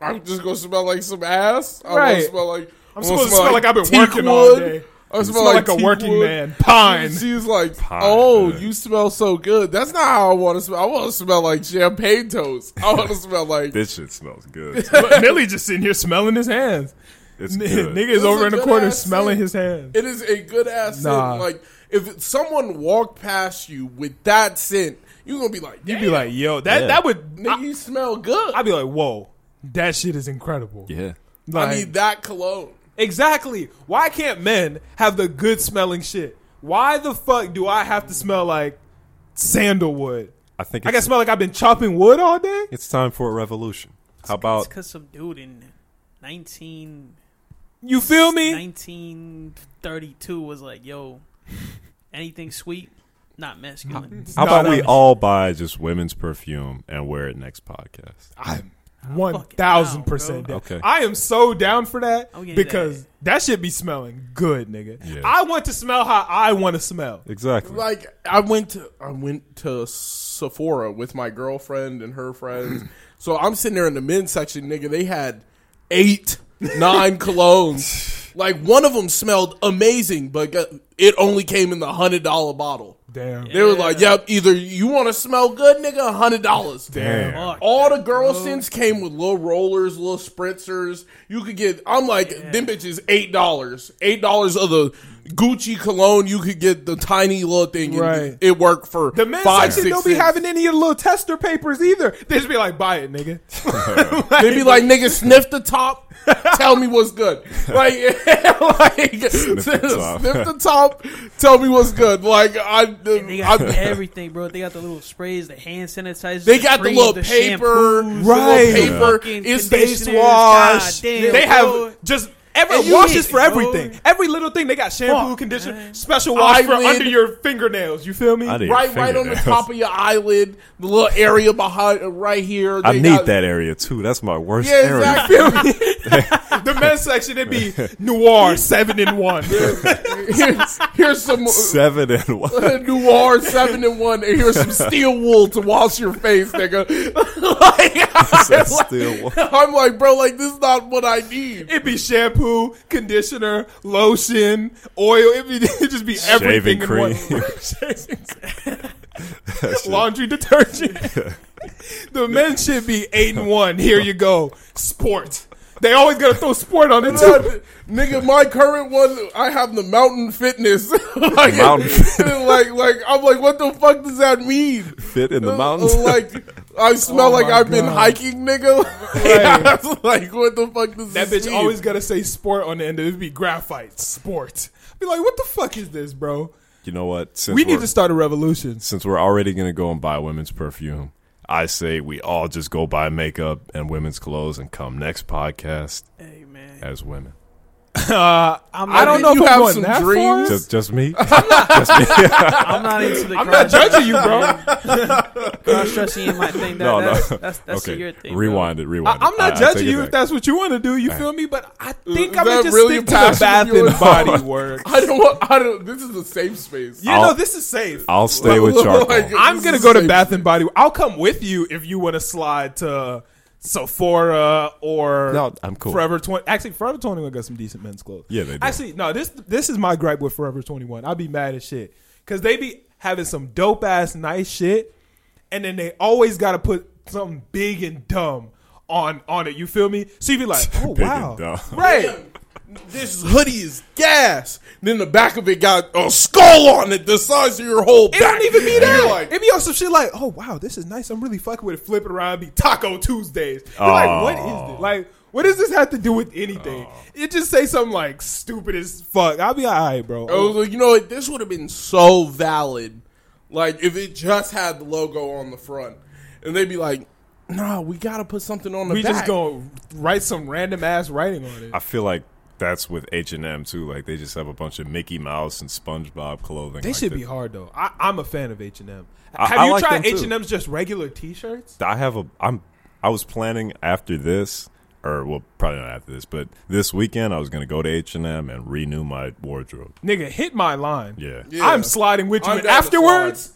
I'm just gonna smell like some ass. I'm
Right.
gonna smell like.
I'm
gonna
supposed to smell like I've been
teak
working all
wood.
day.
I
Smell like, a
teak
working
wood.
man. Pine.
She's like,
Pine,
oh,
yeah.
you smell so good. That's not how I want to smell. I want to smell like champagne toast. I want to smell like
This shit smells good. too.
But Millie just sitting here smelling his hands.
It's
Nigga
good.
This
is
is
over
a
in the
good
corner
ass
smelling
scent.
his hands.
It is a good ass
Nah.
scent. Like if someone walked past you with that scent, you gonna be like,
You'd
you
be like, yo, that
Yeah.
that would.
nigga,
I,
you smell good. I,
I'd be like, whoa, that shit is incredible.
Yeah.
Like,
need that cologne.
exactly. Why can't men have the good smelling shit? Why the fuck do I have to smell like sandalwood?
I think
I can
it's,
smell like I've been chopping wood all day.
it's time for a revolution. How
It's
about
because some dude in 19,
You feel me?
1932 was like, yo, anything sweet, not masculine.
how
No,
about
no.
we all buy just women's perfume and wear it next podcast?
I'm One thousand percent.
bro.
down.
Okay.
I am so down for that
I'm getting
because that should be smelling good, nigga.
Yeah.
I want to smell how I want to smell.
Exactly.
Like I went to I went to Sephora with my girlfriend and her friends. so I'm sitting there in the men's section, nigga. They had eight, nine colognes. Like one of them smelled amazing, but got- it only came in the hundred dollar bottle.
Damn.
They were like, "Yep, either you want to smell good, nigga, hundred dollars."
Damn.
Fuck.
All the girl scents came with little rollers, little spritzers. You could get. I'm like, them bitches eight dollars, eight dollars of the Gucci cologne. You could get the tiny little thing. and
Right.
It worked for
The men's
five,
section
six
don't be
cents.
having any of the little tester papers either. They just be like, buy it, nigga.
They be like, nigga, sniff the top. Tell me what's good. Like, like sniff,
the top.
the top. Tell me what's good. Like, I,
They
I,
got everything, bro. They got the little sprays, the hand sanitizers.
They got the
creams,
little
shampoo.
paper,
Right.
right? Little paper.
Fucking
It's
They
conditioners.
wash.
God damn,
they
bro.
have just every
And you
washes
hit,
for
bro.
everything. Every little thing. They got shampoo,
Fuck,
conditioner,
man.
special wash for
Eyelid.
under your fingernails. You feel me?
I need
right, right on the
fingernails.
top of your eyelid, the little area behind, uh, right here.
I
They
need
got-
that area too. That's my worst
Yeah,
area.
exactly.
the men's section it'd be noir seven and one.
here's, here's some
Seven and one.
uh, noir seven and one, and here's some steel wool to wash your face, nigga. like,
Still one.
I'm like, bro, like this is not what I need.
It'd be shampoo, conditioner, lotion, oil. It'd, be, it'd just be everything
Shaving
in
cream.
one. Shaving laundry detergent. the men should be eight and one. Here you go, sport. They always gotta throw sport on it too.
Nigga, my current one, I have the Mountain Fitness. like,
Mountain Fitness.
like, like, I'm like, what the fuck does that mean?
Fit in the mountains.
Oh, like I smell
Oh
like
my
I've been
God.
hiking, nigga.
Right.
Yeah, like what the fuck does
That
this
bitch
mean?
always gotta say sport on the end. of it. It'd be graphite sport. I'd be like, what the fuck is this, bro?
you know what? Since
We need
we're-
to start a revolution.
since we're already gonna go and buy women's perfume, I say we all just go buy makeup and women's clothes and come next podcast
Hey, man.
as women.
Uh, I'm I
I
do not
mean,
know if
you
I'm
have
going
some
that far.
dreams.
Just, just me.
I'm not into the
I'm not judging you, bro.
cross dressing in my thing. That,
no, no.
that's, that's, that's
okay.
your thing. bro.
rewind it.
I,
Rewind. it.
I'm not
I- I
judging
take it
you if
back.
that's what you want to do. You feel me? But I think
Uh, Is
I'm gonna
that
just
really
stick to the
passion
bath
of yours?
and body work.
I don't. want- I don't. This is a safe space.
You
I'll-
know, this is safe.
I'll stay
Oh
with
Like,
charcoal.
I'm
this
gonna
is
go to
safe
Bath and Body. Works. I'll come with you if you want to slide to Sephora or
No, I'm cool.
Forever Twenty. Actually, Forever Twenty One got some decent men's clothes.
Yeah, they do.
Actually, no. This this is my gripe with Forever Twenty One. I'd be mad as shit because they be having some dope ass nice shit, and then they always got to put something big and dumb on on it. You feel me? So you be like, oh
Big and
wow,
dumb.
right?
This hoodie is gas. Then the back of it got a skull on it, the size of your whole.
It
back.
don't even be
And you're
that.
Like,
it be on some shit like, oh wow, this is nice. I'm really fucking with it. Flip it around, be Taco Tuesdays. You're like, what is this? Like, what does this have to do with anything? It just say something like stupid as fuck. I'll be all right, bro.
I was like, you know what? This would have been so valid, like if it just had the logo on the front, and they'd be like, "Nah, we gotta put something on the
we
back."
just gonna write some random ass writing on it.
I feel like that's with H and M too. Like they just have a bunch of Mickey Mouse and SpongeBob clothing.
They
like
should
that.
be hard though. I, I'm a fan of H and M.
I-
Have
I
you
like
tried
them,
H
too.
and M's just regular T-shirts?
I have a. I'm. I was planning after this, or well, probably not after this, but this weekend I was gonna go to H and M and renew my wardrobe.
Nigga, hit my line.
Yeah.
Yeah.
I'm sliding with you.
I'm
and
down to
afterwards,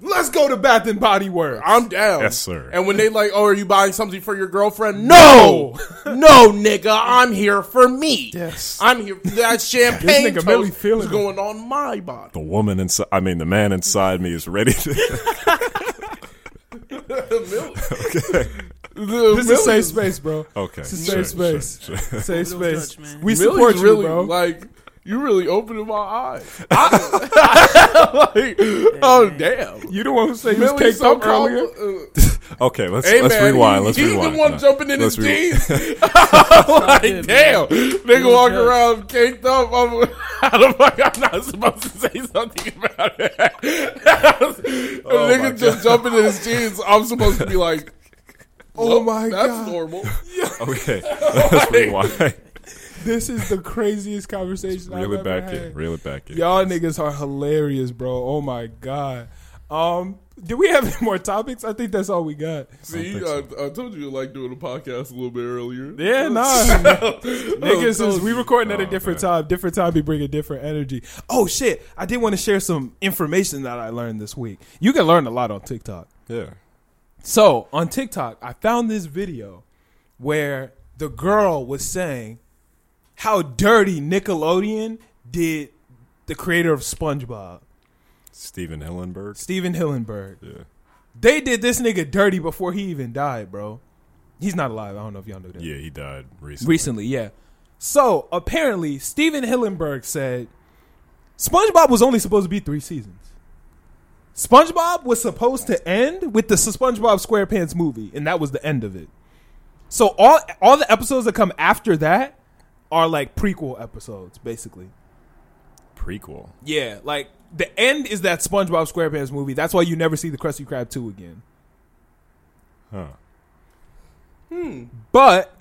let's go to Bath and Body Works.
I'm down.
Yes, sir.
And when they like, oh, are you buying something for your girlfriend? No, no, nigga, I'm here for me.
Yes.
I'm here. That champagne
This nigga
toast
really feeling
is
it.
going on my body.
The woman inside. I mean, the man inside me is ready to.
The milk.
This is safe space, bro.
Okay,
This is
sure,
safe space.
sure,
Safe
Don't
space.
touch, man.
we
Millie's
support you,
really,
bro.
Like you really opened my eyes. like, oh damn.
you the one who said you was
Millie's
caked
so
up earlier.
compli- uh,
okay, let's
Hey,
let's
man,
rewind.
he-
let's
he's
rewind.
the one
No,
jumping in
let's
his
re-
jeans. like,
good,
damn, nigga
was
walk
good.
around caked up. I'm, how the fuck I'm not supposed to say something about it? If
Oh my
nigga just jumping in his jeans. I'm supposed to be like,
Oh my
that's
god,
normal.
Okay, let's rewind.
this is the craziest conversation I've
Reel
ever
it back
had.
in. Reel it back in.
Y'all niggas are hilarious, bro. Oh my god. Um, do we have any more topics? I think that's all we got.
See,
think
I, I told you I like doing a podcast a little bit earlier.
Yeah, nah. Niggas is we recording at a
Oh,
different
man.
time. Different time, we bring a different energy. Oh shit! I did want to share some information that I learned this week. You can learn a lot on TikTok.
Yeah.
So on TikTok, I found this video where the girl was saying how dirty Nickelodeon did the creator of SpongeBob,
Steven Hillenberg.
Steven Hillenberg.
Yeah.
They did this nigga dirty before he even died, bro. He's not alive. I don't know if y'all know that.
Yeah, he died recently.
Recently, yeah. So apparently, Steven Hillenberg said SpongeBob was only supposed to be three seasons. SpongeBob was supposed to end with the SpongeBob SquarePants movie, and that was the end of it. So all all the episodes that come after that are like prequel episodes, basically.
Prequel.
Yeah, like the end is that SpongeBob SquarePants movie. That's why you never see the Krusty Krab two again.
Huh.
But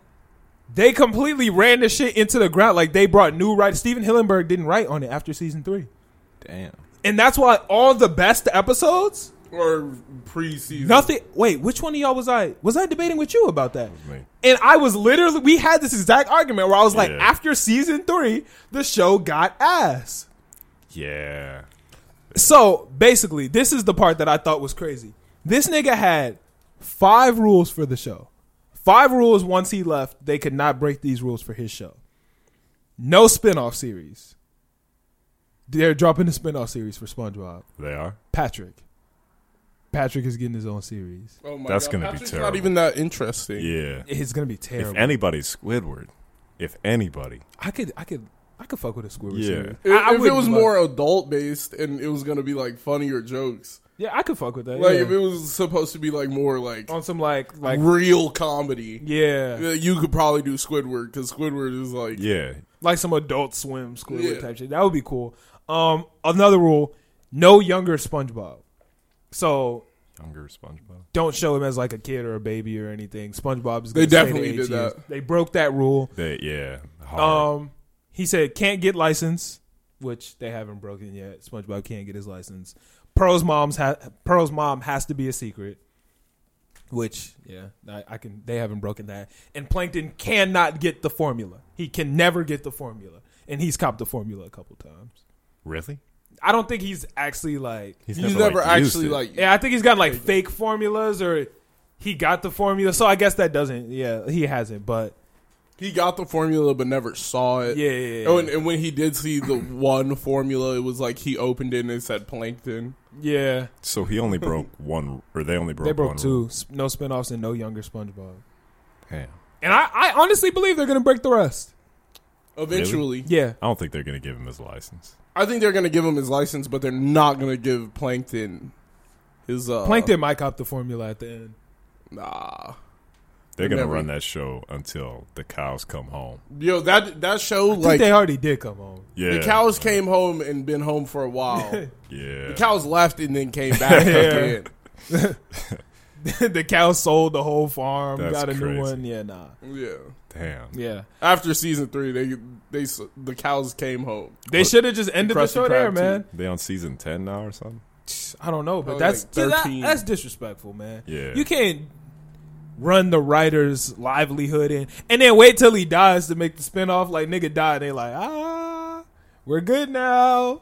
they completely ran the shit into the ground. Like they brought new writers. Steven Hillenberg didn't write on it after season three.
Damn.
And that's why all the best episodes,
Or preseason.
nothing. Wait, which one of y'all was I? Was I debating with you about that?
Me.
And I was literally, we had this exact argument where I was like,
Yeah.
after season three, the show got ass.
Yeah.
So basically, this is the part that I thought was crazy. This nigga had five rules for the show. Five rules once he left, they could not break these rules for his show. No spin-off series. They're dropping the spin-off series for SpongeBob.
They are.
Patrick. Patrick is getting his own series.
Oh my
That's
God,
gonna be
Patrick's
terrible.
Not even that interesting.
Yeah.
It's gonna be
If
terrible.
anybody's Squidward, if anybody,
I could I could I could fuck with a Squidward
Yeah.
series.
If,
I, I
if it
wouldn't
was
mind.
more adult based and it was gonna be like funnier jokes,
Yeah, I could fuck with that.
like
yeah.
if it was supposed to be like more like,
on some like like
real comedy,
yeah.
uh, you could probably do Squidward because Squidward is like
yeah,
like some adult swim Squidward
Yeah.
type shit. That would be cool. Um, another rule: no younger SpongeBob. So
younger SpongeBob.
don't show him as like a kid or a baby or anything. SpongeBob is. gonna stay
They
to
definitely
eight years.
did that.
They broke that rule.
They yeah. Hard.
Um, he said can't get license, which they haven't broken yet. SpongeBob can't get his license. Pearl's mom's ha- Pearl's mom has to be a secret. Which yeah, I, I can. They haven't broken that. And Plankton cannot get the formula. He can never get the formula, and he's copped the formula a couple times.
really?
I don't think he's actually like.
He's,
he's never,
like, used
actually
it.
like
Yeah, I think he's got like fake formulas, or he got the formula. So I guess that doesn't. Yeah, he hasn't. But
he got the formula but never saw
yeah,
it.
yeah, yeah,
Oh, and, and when he did see the one formula, it was like he opened it and it said plankton.
yeah.
So he only broke one, or they only broke.
They broke
one
two.
rule.
S- No spinoffs and no younger SpongeBob.
Damn.
And I, I honestly believe they're gonna break the rest.
Eventually,
Yeah,
I don't think they're gonna give him his license.
I think they're gonna give him his license, but they're not gonna give plankton his uh,
Plankton might cop the formula at the end.
Nah,
They're gonna
Never.
run
e-
that show until the cows come home.
yo, that that show
I
like
think they already did come home.
Yeah.
The cows came home and been home for a while.
Yeah.
the cows left and then came back again.
the cow sold the whole farm,
That's
got a
crazy.
new one. Yeah, nah.
Yeah.
Damn.
Yeah,
After season three, they they s- the cows came home.
they should have just ended the
Krusty
show
Krab
there,
too.
man.
They on season ten now or something?
I don't know, but
Probably
that's
like
that-
13.
that's disrespectful, man.
Yeah.
You can't run the writer's livelihood in and then wait till he dies to make the spinoff. Like nigga died, they like, ah, we're good now.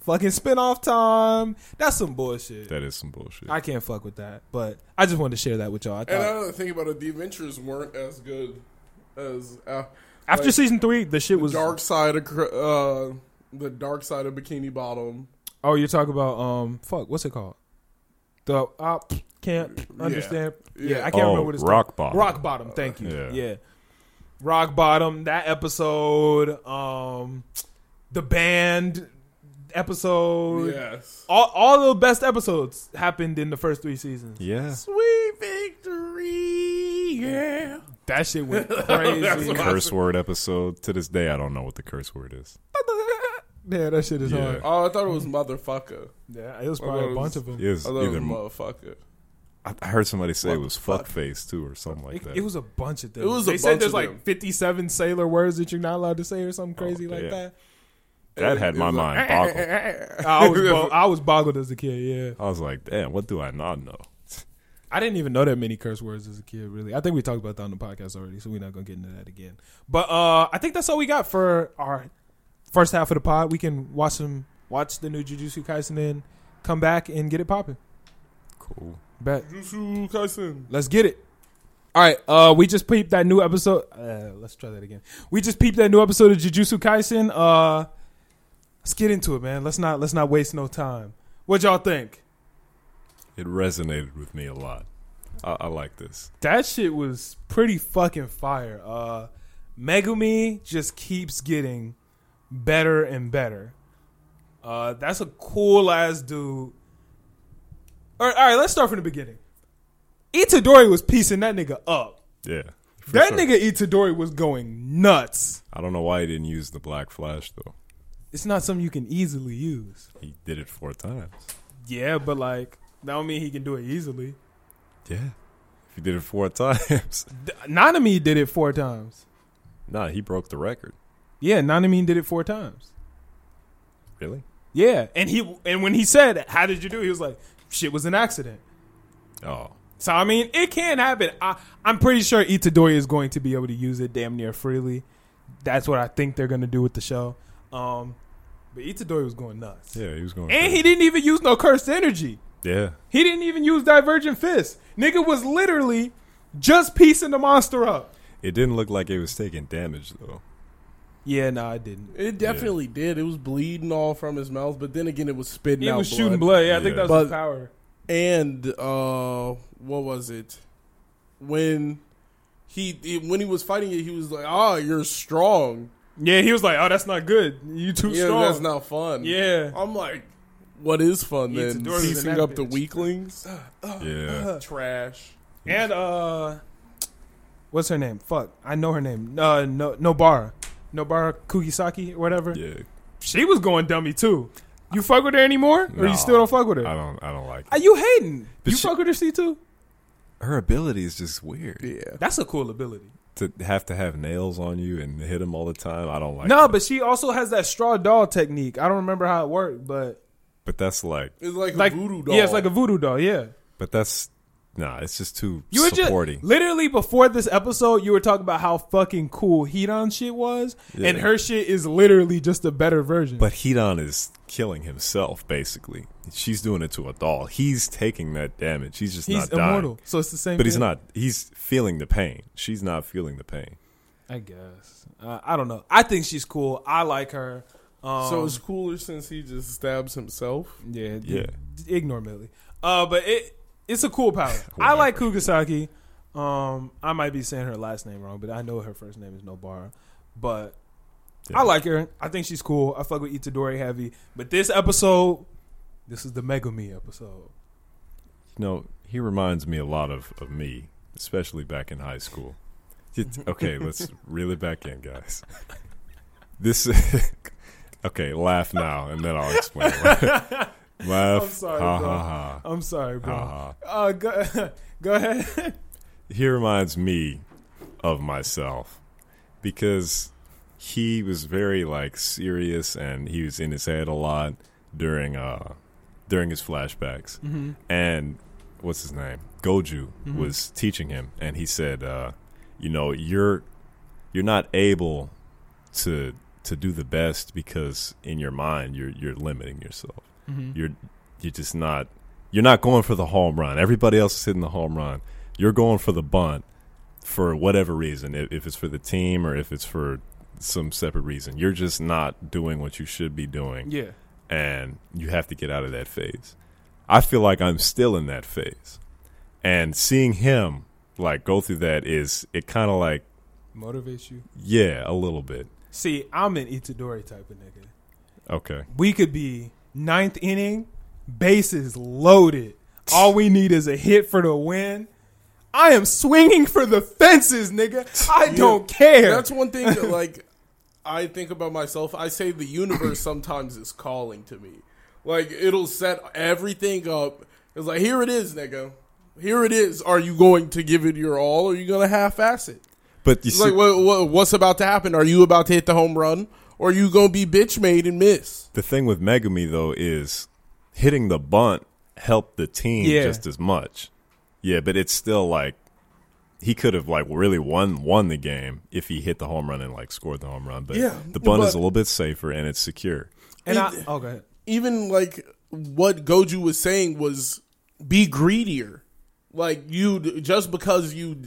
Fucking spinoff time. That's some bullshit.
That is some bullshit.
I can't fuck with that. But I just wanted to share that with y'all. I
And uh,
thought-
another thing about it, the adventures weren't as good as uh,
after
like,
season three, the shit
the
was
dark side of Cr- uh, the dark side of Bikini Bottom.
Oh, you're talking about um fuck, what's it called? The I can't understand. Yeah,
Yeah.
I can't
oh,
remember what it's called.
rock bottom.
Rock bottom. Thank you.
Yeah.
Yeah. Rock bottom. That episode. Um, the band episode.
Yes.
All, all the best episodes happened in the first three seasons.
Yeah.
Sweet victory. Yeah.
That shit went crazy.
Curse word episode. To this day, I don't know what the curse word is.
yeah, that shit is
Yeah.
hard.
Oh, I thought it was motherfucker.
Yeah, it was probably a bunch of them.
It was
I thought it was
either.
motherfucker.
I I heard somebody say it
What
was
the fuck?
fuck face too, or something like
It,
that.
it was a bunch of things.
It was a
they said
bunch
there's
of
like
them.
57 sailor words that you're not allowed to say or something crazy like
yeah.
that.
That had my mind boggled.
I was bo- I was boggled as a kid. Yeah,
I was like, damn, what do I not know?
I didn't even know that many curse words as a kid. Really, I think we talked about that on the podcast already, so we're not gonna get into that again. But uh, I think that's all we got for our first half of the pod. We can watch some, watch the new Jujutsu Kaisen, then come back and get it popping.
Cool.
Bet.
Jujutsu Kaisen.
Let's get it. All right, uh, we just peeped that new episode. Uh, let's try that again. We just peeped that new episode of Jujutsu Kaisen. Uh, let's get into it, man. Let's not let's not waste no time. What y'all think?
It resonated with me a lot. I, I like this.
That shit was pretty fucking fire. Uh, Megumi just keeps getting better and better. Uh, that's a cool ass dude. All right, all right, let's start from the beginning. Itadori was piecing that nigga up.
Yeah. for
that
sure.
nigga Itadori was going nuts.
I don't know why he didn't use the Black Flash though.
It's not something you can easily use.
He did it four times.
Yeah, but like that don't mean he can do it easily.
Yeah. If he did it four times,
D- Nanami did it four times.
nah, he broke the record.
Yeah, Nanami did it four times.
Really?
Yeah, and he and when he said, "How did you do?" it?" He was like, "Shit was an accident."
Oh,
So I mean, it can happen. I, I'm pretty sure Itadori is going to be able to use it damn near freely. That's what I think they're going to do with the show. Um, but Itadori was going nuts,
yeah, he was going.
and
crazy.
he didn't even use no cursed energy.
yeah,
He didn't even use Divergent Fist. Nigga was literally just piecing the monster up.
it didn't look like it was taking damage though.
Yeah, no, I didn't.
It definitely did. It was bleeding all from his mouth, but then again, it was spitting
He
out
was
blood.
shooting blood. Yeah, I think
Yeah.
that was his
But-
power.
And uh, what was it? When he, he- when he was fighting it, he was like, "Ah, you're strong.
Yeah, he was like, "Oh, that's not good. You too
yeah,
strong."
that's not fun."
yeah,
I'm like, what is fun
Eats
then?
the doors in
Piecing
that
up the
bitch.
weaklings.
Yeah,
Trash.
and uh, what's her name? Fuck, I know her name. Uh, no, Nobara, Nobara Kugisaki or whatever.
yeah.
She was going dummy too. You fuck with her anymore, or
Nah.
you still don't fuck with her?
I don't, I don't like
Are you hating?
But
you
she-
fuck with her C two?
her ability is just weird.
Yeah.
That's a cool ability.
To have to have nails on you and hit him all the time, I don't like.
no,
that.
but she also has that straw doll technique. I don't remember how it worked, but
but that's like,
It's like,
like
a voodoo doll.
Yeah, it's like a voodoo doll. Yeah.
but that's nah. It's just too
You were
supporting.
just literally before this episode, you were talking about how fucking cool Hidan shit was,
Yeah.
and her shit is literally just a better version.
But Hidan is killing himself, basically. She's doing it to a doll. He's taking that damage. He's just
he's
not dying.
immortal, so it's the same.
But he's
thing.
not. He's feeling the pain. She's not feeling the pain.
I guess. Uh, I don't know. I think she's cool. I like her. Um,
So it's cooler since he just stabs himself.
yeah,
Yeah.
d- Ignore Millie. Uh, but it it's a cool power. I like Kugasaki. Um, I might be saying her last name wrong, but I know her first name is Nobara. But
Yeah.
I like her. I think she's cool. I fuck with Itadori heavy. But this episode, this is the Megumi episode.
You know, he reminds me a lot of, of me, especially back in high school. It's- okay, let's reel it back in, guys. This. okay, laugh now, and then I'll explain. laugh.
sorry,
ha,
bro.
ha,
I'm sorry,
ha, ha,
bro.
ha.
Uh, go, go ahead.
he reminds me of myself because he was very like serious and he was in his head a lot during uh during his flashbacks
Mm-hmm,
and what's his name goju was teaching him and he said uh you know you're you're not able to to do the best because in your mind you're you're limiting yourself
mm-hmm.
you're you're just not you're not going for the home run. Everybody else is hitting the home run. You're going for the bunt for whatever reason. If, if it's for the team or if it's for some separate reason, you're just not doing what you should be doing,
yeah.
and you have to get out of that phase. I feel like I'm still in that phase, and seeing him like go through that is it kind of like
Motivates you.
yeah a little bit
See, I'm an Itadori type of nigga.
okay
we could be ninth inning, bases loaded. All we need is a hit for the win. I am swinging for the fences, nigga. I don't care.
That's one thing that like I think about myself. I say the universe sometimes is calling to me. Like it'll set everything up. It's like here it is, nigga. Here it is. Are you going to give it your all? Or are you gonna half ass it?
but you
It's
see
like what, what, what's about to happen? Are you about to hit the home run? or you gonna be bitch made and miss.
The thing with Megumi though is hitting the bunt helped the team
Yeah.
just as much. Yeah, but it's still like he could have like really won won the game if he hit the home run and like scored the home run. But
Yeah,
the bunt
but-
is a little bit safer and it's secure.
And I, oh, go ahead.
Even like what Goju was saying was be greedier. Like you just because you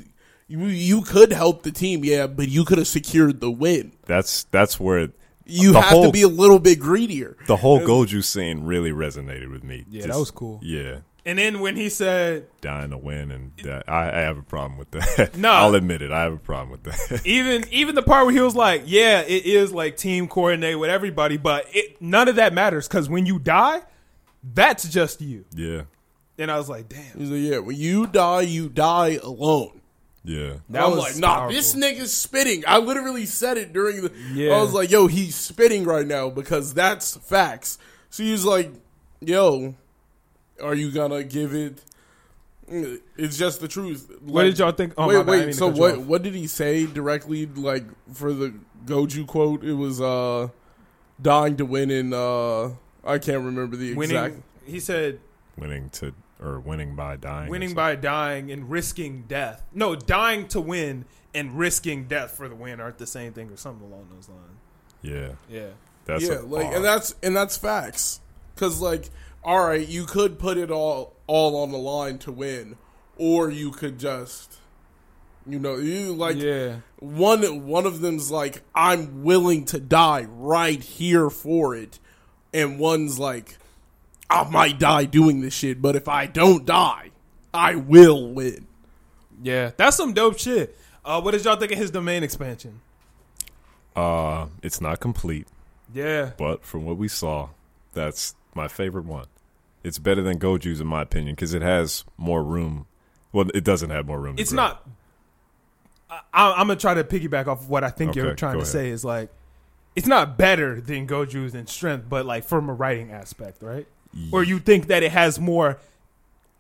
you, you could help the team, yeah, but you could have secured the win.
That's that's where
You
the
have
whole,
to be a little bit greedier.
the whole Goju scene really resonated with me.
Yeah, that was cool.
Yeah.
And then when he said,
Dying to win and that, I, I have a problem with that.
No.
I'll admit it, I have a problem with that.
even even the part where he was like, "Yeah, it is like team coordinate with everybody," but it none of that matters because when you die, that's just you.
yeah.
And I was like, "Damn,
He's like, yeah, when you die, you die alone.
Yeah.
that
I was
was
like, nah,
powerful.
this nigga's spitting. I literally said it during the.
Yeah.
I was like, yo, he's spitting right now because that's facts. So he was like, yo, are you gonna give it? It's just the truth.
What
Like-
did y'all think? Oh, my
wait,
bad, I didn't
wait.
mean to
So
cut you
what?
off.
What did he say directly? Like for the Goju quote, it was uh, dying to win in. Uh, I can't remember the
Winning,
exact.
he said,
Winning to or winning by dying. or
winning
something.
by dying and risking death. No, dying to win and risking death for the win aren't the same thing, or something along those lines."
Yeah.
Yeah.
That's
yeah,
a
like
bar.
and that's and that's facts. Cause like, all right, you could put it all all on the line to win, or you could just, you know, you like
yeah.
one one of them's like, I'm willing to die right here for it, and one's like, I might die doing this shit, but if I don't die, I will win.
Yeah, that's some dope shit. Uh, what did y'all think of his domain expansion?
uh it's not complete,
Yeah,
but from what we saw, that's my favorite one. It's better than Goju's in my opinion cuz it has more room. Well, it doesn't have more room. to
it's
grow.
not. I, I'm gonna try to piggyback off of what I think you're
Okay,
trying
go
to
ahead.
say is like, it's not better than Goju's in strength, but like from a writing aspect, right? Or you think that it has more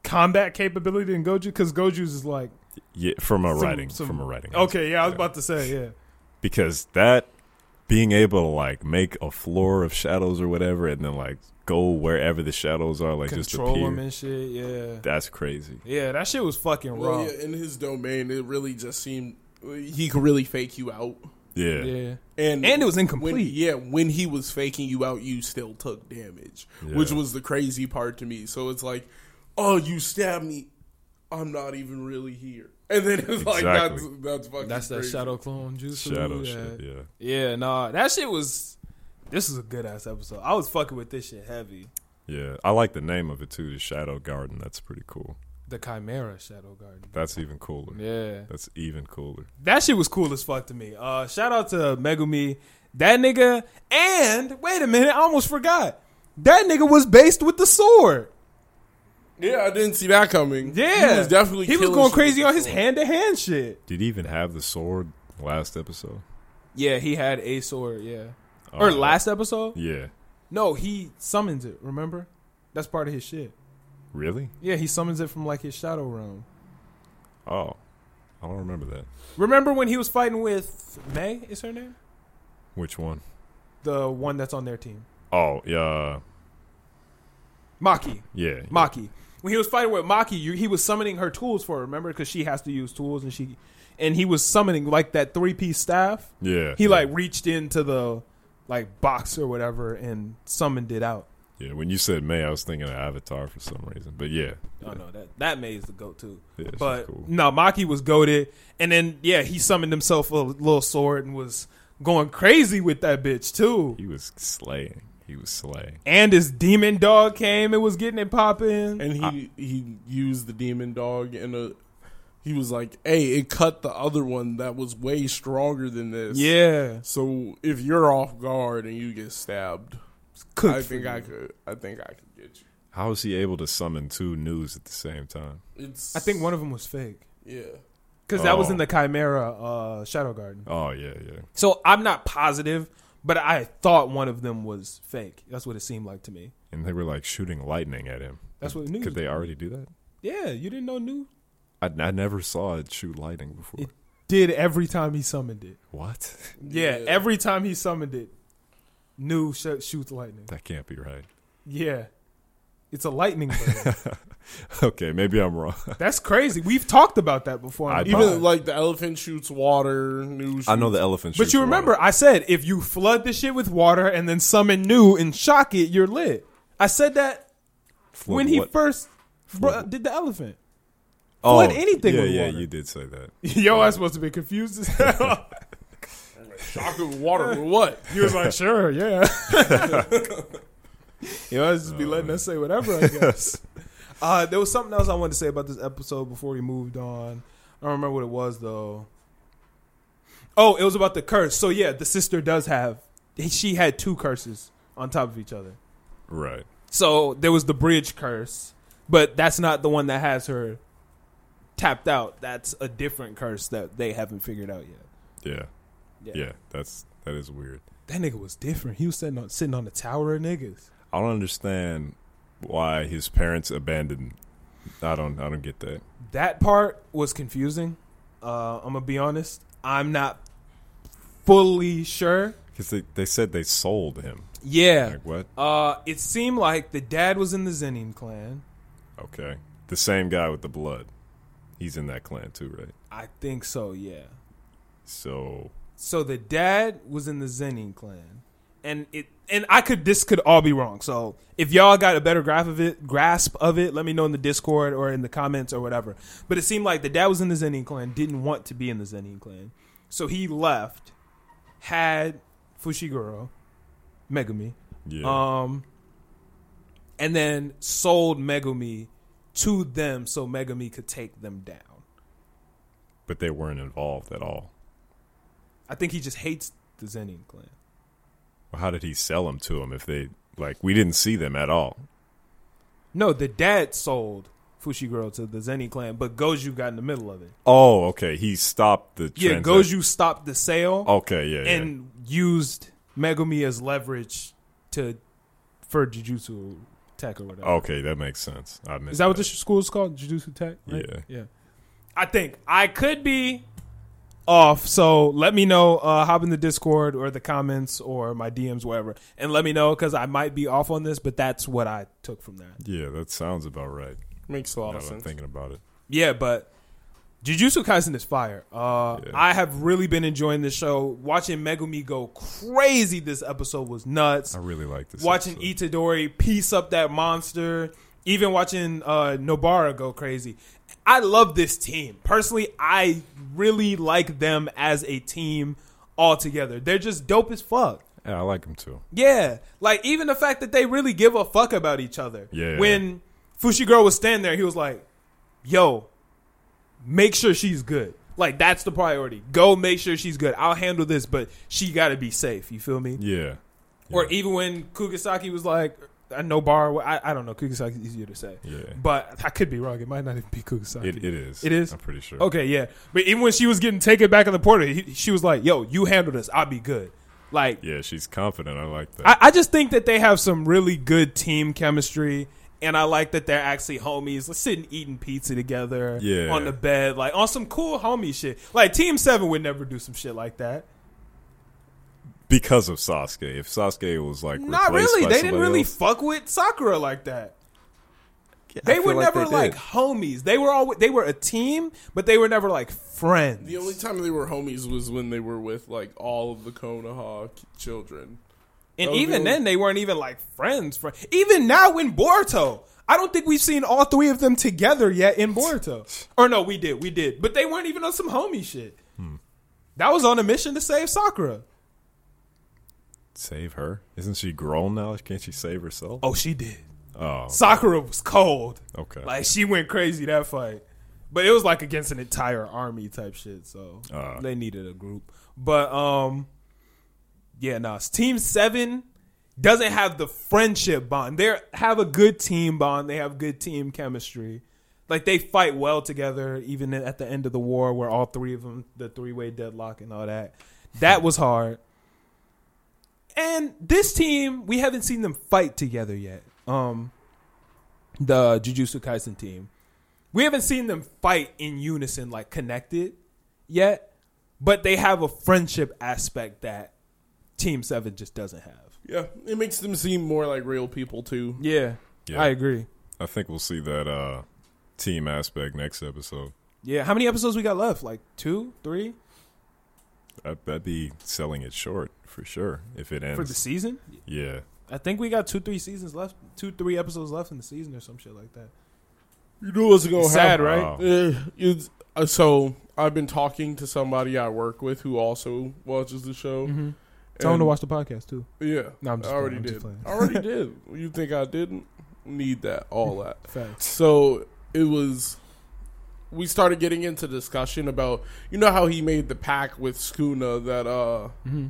combat capability than Goju because Goju's is like
Yeah, from a
some-
writing,
some- Oh.
from a writing.
Okay, yeah, I was about to say yeah.
because that being able to like make a floor of shadows or whatever and then like go wherever the shadows are like just
Control
appear
him and shit, yeah,
that's crazy
yeah. That shit was fucking raw.
Well, yeah, in his domain, it really just seemed he could really fake you out.
yeah
Yeah.
And,
And it was
when-
incomplete.
yeah, when he was faking you out, you still took damage, which
Yeah.
was the crazy part to me. So it's like, oh, you stabbed me. I'm not even really here. And then it's like, that's,
Exactly.
that's fucking
That's that
crazy.
shadow clone juice.
shadow shit yeah
Yeah. Nah.
That shit was. This is a good ass episode. I was fucking with this shit heavy.
yeah i like the name of it too the shadow garden that's pretty cool
The Chimera Shadow Garden.
that's even cooler
Yeah.
that's even cooler
That shit was cool as fuck to me. Uh, shout out to Megumi, that nigga. And wait a minute, I almost forgot. That nigga was based with the sword.
Yeah, I didn't see that coming.
Yeah,
he was definitely
he was
killing
going
shit
crazy on his
before.
hand to hand shit.
did he even have the sword last episode
Yeah. He had a sword. Yeah.
or
Uh,
last episode?
yeah
No, he summons it. Remember, that's part of his shit.
really
Yeah, he summons it from like his shadow realm.
oh i don't remember that
Remember when he was fighting with May? Is her name
which one?
the one that's on their team?
Oh yeah
Maki.
yeah
Maki. When he was fighting with Maki, you, he was summoning her tools for her, remember? Because she has to use tools, and she, and he was summoning like that three piece staff.
yeah
He
yeah.
like reached into the like box or whatever and summoned it out.
yeah when you said may i was thinking of avatar for some reason but yeah
Oh no, that that May is the goat too.
Yeah, she's
but
cool.
no, Maki was goaded, and then yeah, he summoned himself a little sword and was going crazy with that bitch too.
He was slaying. He was slaying.
And his demon dog came and was getting it popping.
and he he used the demon dog and a. He was like, "Hey, it cut the other one that was way stronger than this."
Yeah,
So if you're off guard and you get stabbed,
cooked
I
for
think
you.
I could. I think I could get you.
How is he able to summon two news at the same time?
It's.
I think one of them was fake.
Yeah.
Because that was
Oh.
in the Chimera uh, Shadow Garden.
Oh yeah, yeah.
So I'm not positive, but I thought one of them was fake. That's what it seemed like to me.
And they were like shooting lightning at him.
That's what news.
Could they already do that?
Yeah, you didn't know New
I, I never saw it shoot lightning before.
It- did every time he summoned it.
what?
Yeah,
Yeah.
every time he summoned it, new sh- shoots lightning.
That can't be right.
Yeah. It's a lightning bird.
Okay, maybe I'm wrong.
That's crazy. We've talked about that before.
I-
Even-
Even
Bye.
like the elephant shoots water. News.
I know the elephant.
but
shoots
you
water.
remember, I said if you flood the shit with water and then summon new and shock it, you're lit. I said that
Flood
when he
what?
first bro-
Flood-
did the elephant.
oh,
flood anything
Yeah,
with
yeah,
water.
you did say that.
Yo, I supposed to be confused. as hell.
Shock it with water. or what?
you was like, sure, yeah. Yo, I just be letting us say whatever, I guess. uh, there was something else I wanted to say about this episode before we moved on. I don't remember what it was though. Oh, it was about the curse. So yeah, the sister does have. She had two curses on top of each other.
Right.
So there was the bridge curse, but that's not the one that has her tapped out. That's a different curse that they haven't figured out yet.
Yeah.
Yeah.
yeah. That's that is weird.
That nigga was different. He was sitting on sitting on the tower of niggas.
I don't understand why his parents abandoned. I don't. I don't get that.
That part was confusing. Uh, I'm gonna be honest. I'm not fully sure.
Because they, they said they sold him.
Yeah.
Like what?
Uh, it seemed like the dad was in the Zenin clan.
Okay. The same guy with the blood. He's in that clan too, right?
I think so. Yeah.
So
So the dad was in the Zenin clan, and it and I could this could all be wrong. So if y'all got a better grasp of it, grasp of it, let me know in the Discord or in the comments or whatever. But it seemed like the dad was in the Zenin clan, didn't want to be in the Zenin clan, so he left, had Fushiguro, Megumi,
yeah.
um, and then sold Megumi to them so Megumi could take them down.
but they weren't involved at all.
I think he just hates the Zenin clan.
Well, how did he sell them to him if they like we didn't see them at all?
No, the dad sold Fushiguro to the Zenny clan, but Goju got in the middle of it.
Oh, okay. He stopped the
Yeah,
transac-
Goju stopped the sale
Okay, Oh, yeah, yeah.
and used Megumi as leverage to for Jujutsu Tech or whatever.
okay, that makes sense. I missed
Is that what this school is called? Jujutsu Tech? right?
Yeah.
Yeah. I think I could be off, so let me know. Uh, hop in the Discord or the comments or my DMs, wherever, and let me know because I might be off on this, but that's what I took from that.
Yeah, that sounds about right.
Makes a lot
Now
of
that I'm
sense.
thinking about it.
Yeah, but Jujutsu Kaisen is fire. Uh,
Yeah.
I have really been enjoying this show. Watching Megumi go crazy this episode was nuts.
I really like this.
watching
episode.
Itadori piece up that monster. Even watching uh, Nobara go crazy. I love this team. Personally, I really like them as a team altogether. They're just dope as fuck.
Yeah, I like him too.
Yeah, like even the fact that they really give a fuck about each other.
Yeah.
When Fushiguro was standing there, he was like, "Yo, make sure she's good. Like that's the priority. Go make sure she's good. I'll handle this, but she got to be safe. You feel me?
Yeah.
Or
Yeah.
even when Kugasaki was like, "I know bar. I, I don't know. Kugasaki easier to say,
Yeah.
but I could be wrong. It might not even be Kugasaki.
It, it is.
It is?
I'm pretty sure.
Okay, yeah. But even when she was getting taken back in the portal, he, she was like, "Yo, you handle this. I'll be good. Like
Yeah, she's confident. I like that.
I, I just think that they have some really good team chemistry, and I like that they're actually homies. Like sitting eating pizza together,
Yeah.
on the bed, like on some cool homie shit. Like Team Seven would never do some shit like that.
because of Sasuke. If Sasuke was like
Not
replaced
really.
by
They didn't
somebody
really
else-
fuck with Sakura like that.
Yeah, I
They
feel
were never
they
like
did.
homies. They were all they were a team, but they were never like friends.
The only time they were homies was when they were with like all of the Konoha k- children.
And
That was the
even
only-
then, they weren't even like friends. Fr- even now in Boruto, I don't think we've seen all three of them together yet in Boruto. or no, we did, we did, but they weren't even on some homie shit. That was on a mission to save Sakura.
save her. Isn't she grown now? Can't she save herself?
Oh, she did.
Oh,
Sakura was cold.
okay.
Like she went crazy that fight. But it was like against an entire army type shit, so
Uh.
they needed a group. But um yeah, no. Team 7 doesn't have the friendship bond. They have a good team bond. They have good team chemistry. Like they fight well together even at the end of the war where all three of them the three-way deadlock and all that. That was hard. And this team, we haven't seen them fight together yet. Um, the Jujutsu Kaisen team, we haven't seen them fight in unison, like connected, yet. But they have a friendship aspect that Team Seven just doesn't have.
Yeah, it makes them seem more like real people too.
Yeah,
Yeah.
I agree.
I think we'll see that uh, team aspect next episode.
Yeah, how many episodes we got left? Like two, three
That, that'd be selling it short for sure if it ends.
for the season?
yeah,
I think we got two, three seasons left, two, three episodes left in the season or some shit like that.
You know what's gonna
It's sad,
happen?
right?
Wow.
Eh, it's- uh, so I've been talking to somebody I work with who also watches the show.
Mm-hmm. Tell them
and-
to watch the podcast too.
Yeah,
No, I'm just
I
playing,
already
I'm just
did.
playing.
I already did. You think I didn't need that? All that.
Facts.
So it was. We started getting into discussion about you know how he made the pact with Skuna that uh
Mm-hmm.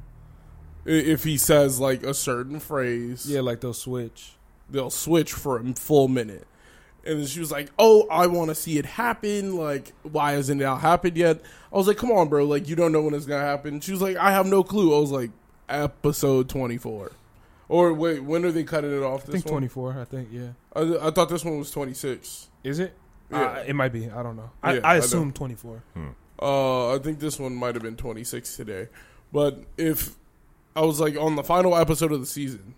i- if he says like a certain phrase,
Yeah, like they'll switch.
they'll switch for a full minute. And then she was like, "Oh, I want to see it happen. Like, why hasn't it out happened yet?" I was like, "Come on, bro. Like, you don't know when it's gonna happen." She was like, "I have no clue." I was like, "Episode twenty-four, or wait, when are they cutting it off?"
I
This
think
one?
24. I think yeah.
I, I thought this one was twenty-six.
Is it? Uh,
Yeah.
it might be. I don't know. I,
Yeah,
I
I
assume 24.
Uh, I think this one might have been 26 today. But if I was like on the final episode of the season,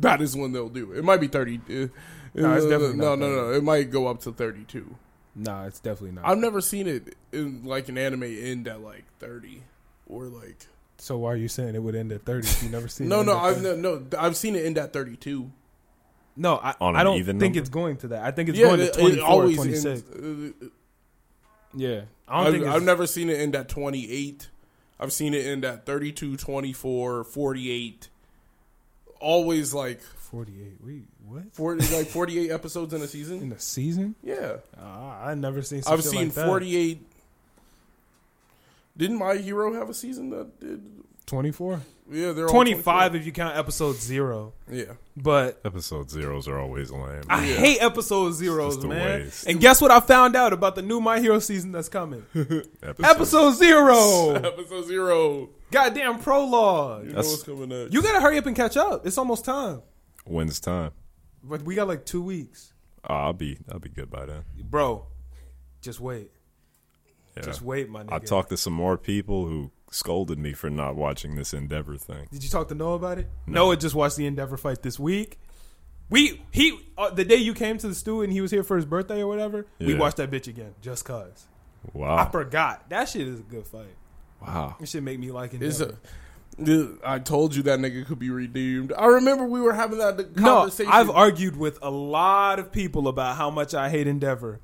that is when they'll do it. It might be 30. uh,
No, it's definitely
no,
not
no, no, no. It might go up to 32.
Nah, it's definitely not.
I've never seen it in like an anime end at like 30 or like.
So why are you saying it would end at 30? You never seen.
No,
it
no,
end at
I've
30?
no, no, I've seen it end at 32.
no. I,
On
I
an
don't
even
think
number?
it's going to that. I think it's
yeah,
going to
it,
24,
it always
26.
ends. uh,
yeah,
I don't
I've,
think it's,
I've never seen it end at 28. I've seen it end at 32, 24, 48. Always like
48. Wait, what?
40, like 48 episodes in a season.
In a season?
Yeah,
Uh, I never seen. Some
I've
shit
seen
like that.
48. Didn't my hero have a season that did?
24,
Yeah, they're all
25 if you count episode zero.
24. Yeah,
But
episode zeros are always lame.
I
Yeah.
hate episode zeros,
just a
man.
waste.
And guess what? I found out about the new My Hero season that's coming.
Episode-
episode zero.
episode zero.
Goddamn prologue.
You know
That's-
what's coming next.
You gotta hurry up and catch up. It's almost time.
When's time?
But we got like two weeks.
Oh, I'll be I'll be good by then.
Bro, just wait.
Yeah.
Just wait, my nigga.
I talked to some more people who scolded me for not watching this Endeavor thing.
Did you talk to Noah about it? Noah just watched the Endeavor fight this week. We he uh, the day you came to the stew and he was here for his birthday or whatever. We
Yeah.
watched that bitch again just cause. I
Wow.
forgot that shit is a good fight.
Wow.
This shit make me like
Is
Endeavor.
a, Dude, I told you that nigga could be redeemed. I remember we were having that
No,
conversation.
I've argued with a lot of people about how much I hate Endeavor,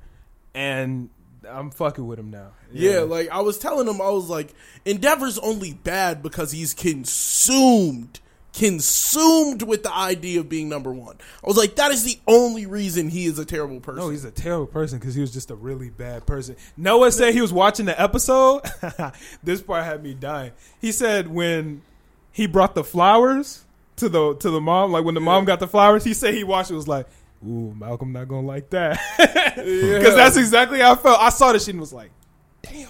and I'm fucking with him now.
Yeah, like I was telling him, I was like, Endeavor's only bad because he's consumed, consumed with the idea of being number one. I was like, that is the only reason he is a terrible person.
No, he's a terrible person because he was just a really bad person. Noah said he was watching the episode. this part had me dying. He said when he brought the flowers to the to the mom, like when the mom got the flowers, he said he watched it was like, "Ooh, Malcolm not gonna like that," because that's exactly how I felt. I saw this shit and was like, "Damn,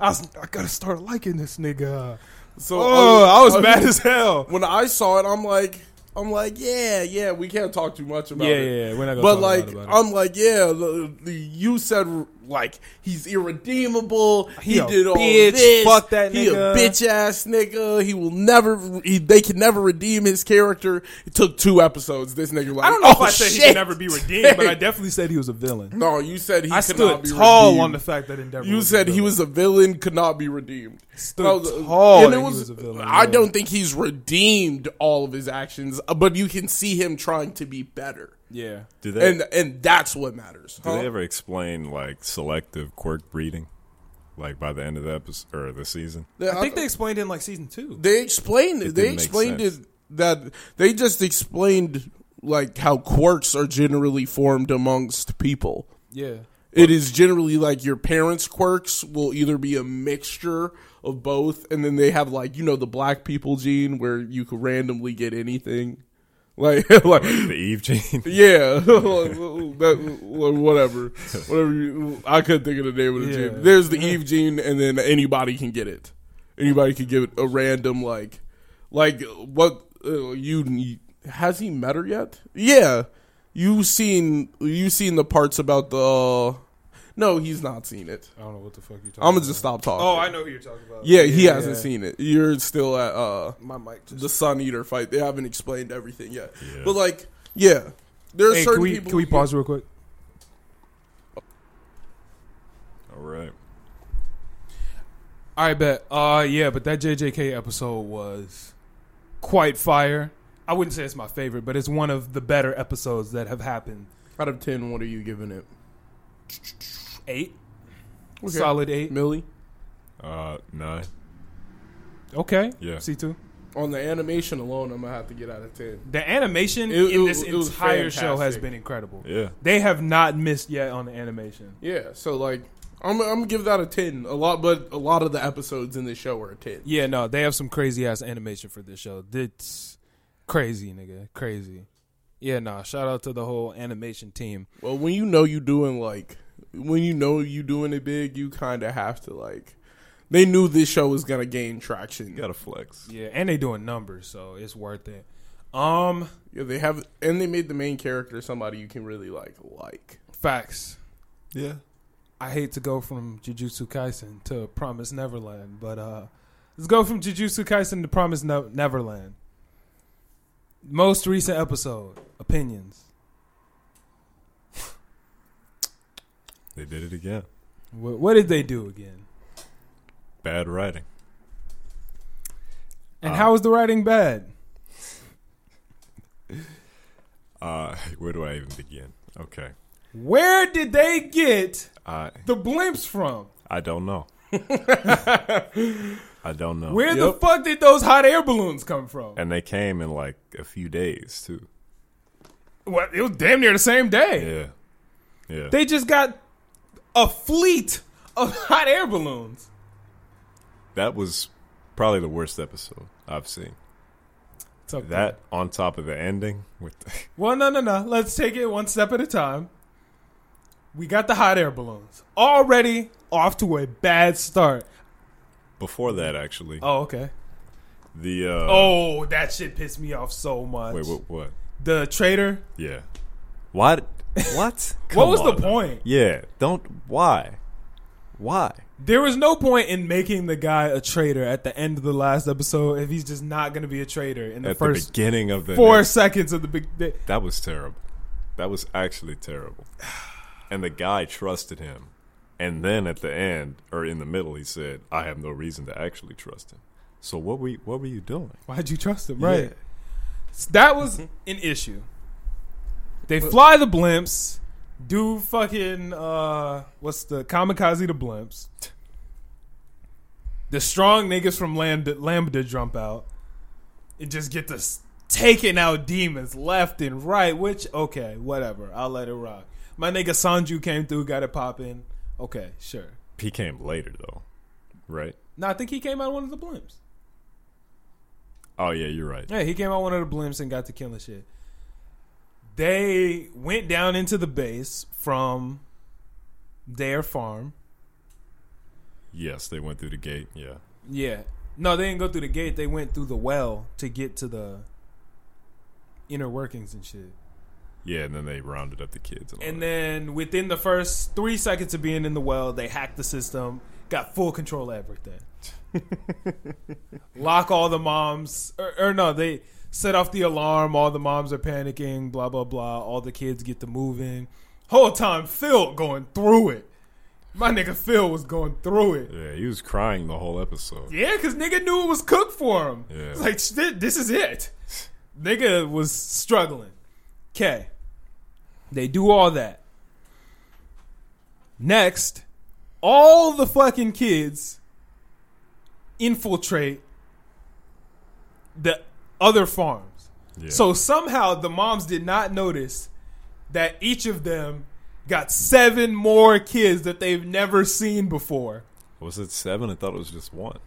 I, was, I gotta start liking this nigga."
so
Oh, I was mad
as
as hell.
when I saw it. I'm like, I'm like, yeah, yeah, we can't talk too much about
yeah,
it.
yeah. We're not gonna.
But
talk
like,
about it.
um,
I'm like, yeah. The, the, you said like he's irredeemable.
He
He,
a
did all
bitch.
this.
Fuck that
He
nigga.
a bitch ass nigga. He will never. He, they can never redeem his character. It took two episodes. This nigga. Like,
I don't know if
oh,
I said he
shit.
could never be redeemed, but I definitely said he was a villain.
No, you said he
I
could not
stood
be
tall
redeemed.
on the fact that Endeavor.
You
was a
said he
villain.
was a villain, could not be redeemed.
Stood
I was-
tall
and
that
it
he
was-
was a villain,
I
yeah.
don't think he's redeemed all of his actions, uh, but you can see him trying to be better,
yeah,
Did they
and and that's what matters.
did
huh?
they ever explain like selective quirk breeding? Like by the end of the episode or the season?
Yeah,
I think they explained it in like season two.
They explained it.
It
they
didn't make
explained it
sense.
that they just explained like how quirks are generally formed amongst people.
yeah.
It is generally like your parents' quirks will either be a mixture of both, and then they have like you know the black people gene where you could randomly get anything, like like
The Eve gene?
yeah, that, whatever, whatever. You, I couldn't think of the name of the
Yeah.
gene. There's the Eve gene, and then anybody can get it. Anybody can give it a random like, like what uh, you has he met her yet? Yeah, you seen you seen the parts about the. uh, No, he's not seen it.
I don't know what the fuck you talking.
I'm gonna just stop talking.
Oh, I know who you're talking about.
Yeah, he
Yeah,
hasn't
yeah.
seen it. You're still at uh
My mic just.
the Sun Eater fight. They haven't explained everything yet.
Yeah.
But like, yeah, there are
Hey,
certain
can we
people.
can we
who-
pause real quick?
All right.
All right, bet. Uh, yeah, but that JJK episode was quite fire. I wouldn't say it's my favorite, but it's one of the better episodes that have happened.
Out of ten, what are you giving it?
Eight,
Okay.
solid eight.
Millie
Uh, nine.
Okay,
Yeah.
C two.
on the animation alone, I'm gonna have to get out of ten.
The animation
It-
in
it-
this
it was
entire show has
fantastic.
been incredible.
Yeah.
They have not missed yet on the animation.
Yeah, so like, I'm I'm gonna give that a ten. A lot, but a lot of the episodes in this show are a ten.
Yeah, no, they have some crazy ass animation for this show. That's crazy, nigga, crazy. Yeah, nah. Shout out to the whole animation team.
Well, when you know you doing like, when you know you doing it big, you kind of have to like. They knew this show was gonna gain traction.
You gotta flex.
Yeah, and they doing numbers, so it's worth it. Um,
Yeah, they have, and they made the main character somebody you can really like. Like,
facts.
Yeah.
I hate to go from Jujutsu Kaisen to Promise Neverland, but uh, let's go from Jujutsu Kaisen to Promise no- Neverland. Most recent episode opinions.
They did it again.
What, what did they do again?
Bad writing.
And
Uh,
how is the writing bad?
Uh, where do I even begin? Okay.
Where did they get
I
the blimps from?
I don't know. I don't know.
Where the
Yep.
fuck did those hot air balloons come from?
and they came in like a few days too.
Well, it was damn near the same day.
Yeah. Yeah.
They just got a fleet of hot air balloons.
that was probably the worst episode I've seen.
It's up there.
That on top of the ending with the,
Well, no, no, no. Let's take it one step at a time. We got the hot air balloons already off to a bad start.
before that actually.
Oh, okay.
The uh
Oh, that shit pissed me off so much.
wait, what what?
The trader.
Yeah. What what?
What
Come
was the
on.
point?
Yeah, don't why? Why?
There was no point in making the guy a traitor at the end of the last episode if he's just not going to be a traitor in the
At the
first
beginning of the
four
next-
seconds of the big. They,
That was terrible. That was actually terrible. And the guy trusted him. And then at the end, or in the middle, he said, I have no reason to actually trust him. So what were you, what were you doing?
why'd you trust him? Right.
Yeah.
That was an issue. They fly the blimps, do fucking uh what's the kamikaze the blimps. The strong niggas from Lambda, Lambda jump out and just get to s- taking out demons left and right. Which okay, whatever. I'll let it rock. My nigga Sanju came through, got it popping. Okay, sure.
He came later, though, right?
No, I think he came out one of the blimps.
Oh, yeah, you're right.
Yeah, he came out one of the blimps and got to killing shit. They went down into the base from their farm.
Yes, they went through the gate. Yeah.
Yeah. No, they didn't go through the gate. They went through the well to get to the inner workings and shit.
Yeah, and then they rounded up the kids. And, all
And
that.
then within the first three seconds of being in the well, they hacked the system, got full control of everything. Lock all the moms, or, or no, they set off the alarm. All the moms are panicking, blah, blah, blah. All the kids get to moving. Whole time, Phil going through it. My nigga Phil was going through it.
yeah, he was crying the whole episode.
Yeah, because nigga knew it was cooked for him.
Yeah.
It's like, shit, this is it. Nigga was struggling. Okay. They do all that. Next, all the fucking kids infiltrate the other farms.
Yeah.
So somehow the moms did not notice that each of them got seven more kids that they've never seen before.
was it seven? I thought it was just one.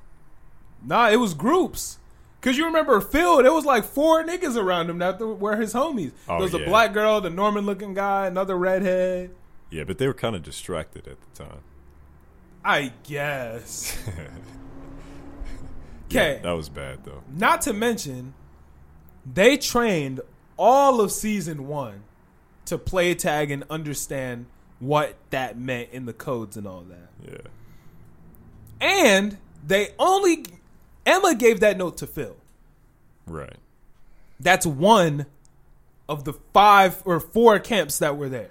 Nah, it was groups. Cause you remember Phil, there was like four niggas around him that were his homies.
Oh,
there was
yeah.
a black girl, the Norman looking guy, another redhead.
Yeah, but they were kind of distracted at the time.
I guess. Okay.
That was bad, though.
Not to mention, they trained all of season one to play tag and understand what that meant in the codes and all that.
Yeah.
And they only Emma gave that note to Phil.
Right.
That's one of the five or four camps that were there.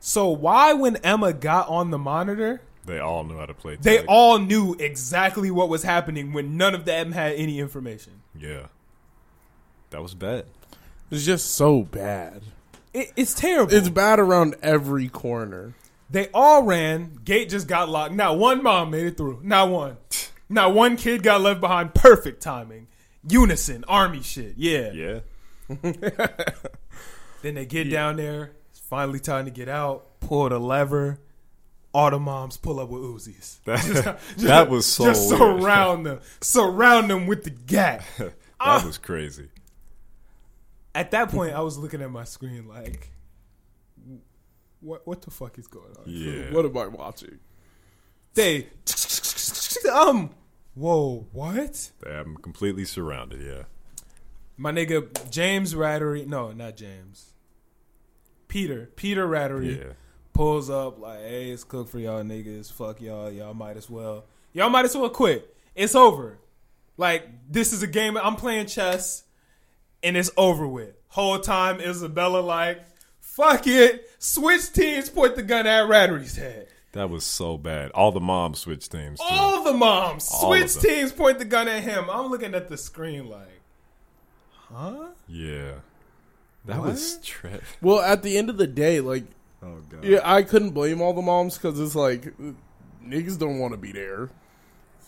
So why when Emma got on the monitor,
They all knew how to play.
they
tag.
all knew exactly what was happening when none of them had any information.
Yeah. That was bad.
It's just so bad.
It, it's terrible.
It's bad around every corner.
They all ran. Gate just got locked. Not one mom made it through. Not one. Not one kid got left behind. Perfect timing. Unison, army shit. Yeah.
Yeah.
Then they get down there. It's finally time to get out. Pull the lever. All the moms pull up with Uzis.
That, that was so
Just
weird.
surround them. Surround them with the gap.
that was crazy.
At that point, I was looking at my screen like, what, what the fuck is going on?
Yeah.
What am I watching?
They, um, whoa, what?
I'm completely surrounded. Yeah.
My nigga James Rattery, no, not James. Peter, Peter Rattery
Yeah.
pulls up like, "Hey, it's cooked for y'all niggas. Fuck y'all. Y'all might as well. Y'all might as well quit. It's over. Like this is a game. I'm playing chess, and it's over with. Whole time Isabella like, fuck it. Switch teams. Point the gun at Rattery's head.
That was so bad. All the moms switched teams. Too.
All the moms
All of
switch
them.
teams. Point the gun at him. I'm looking at the screen like, huh?
Yeah. That was tra-
Well, at the end of the day, like,
Oh god.
yeah, I couldn't blame all the moms because it's like niggas don't want to be there.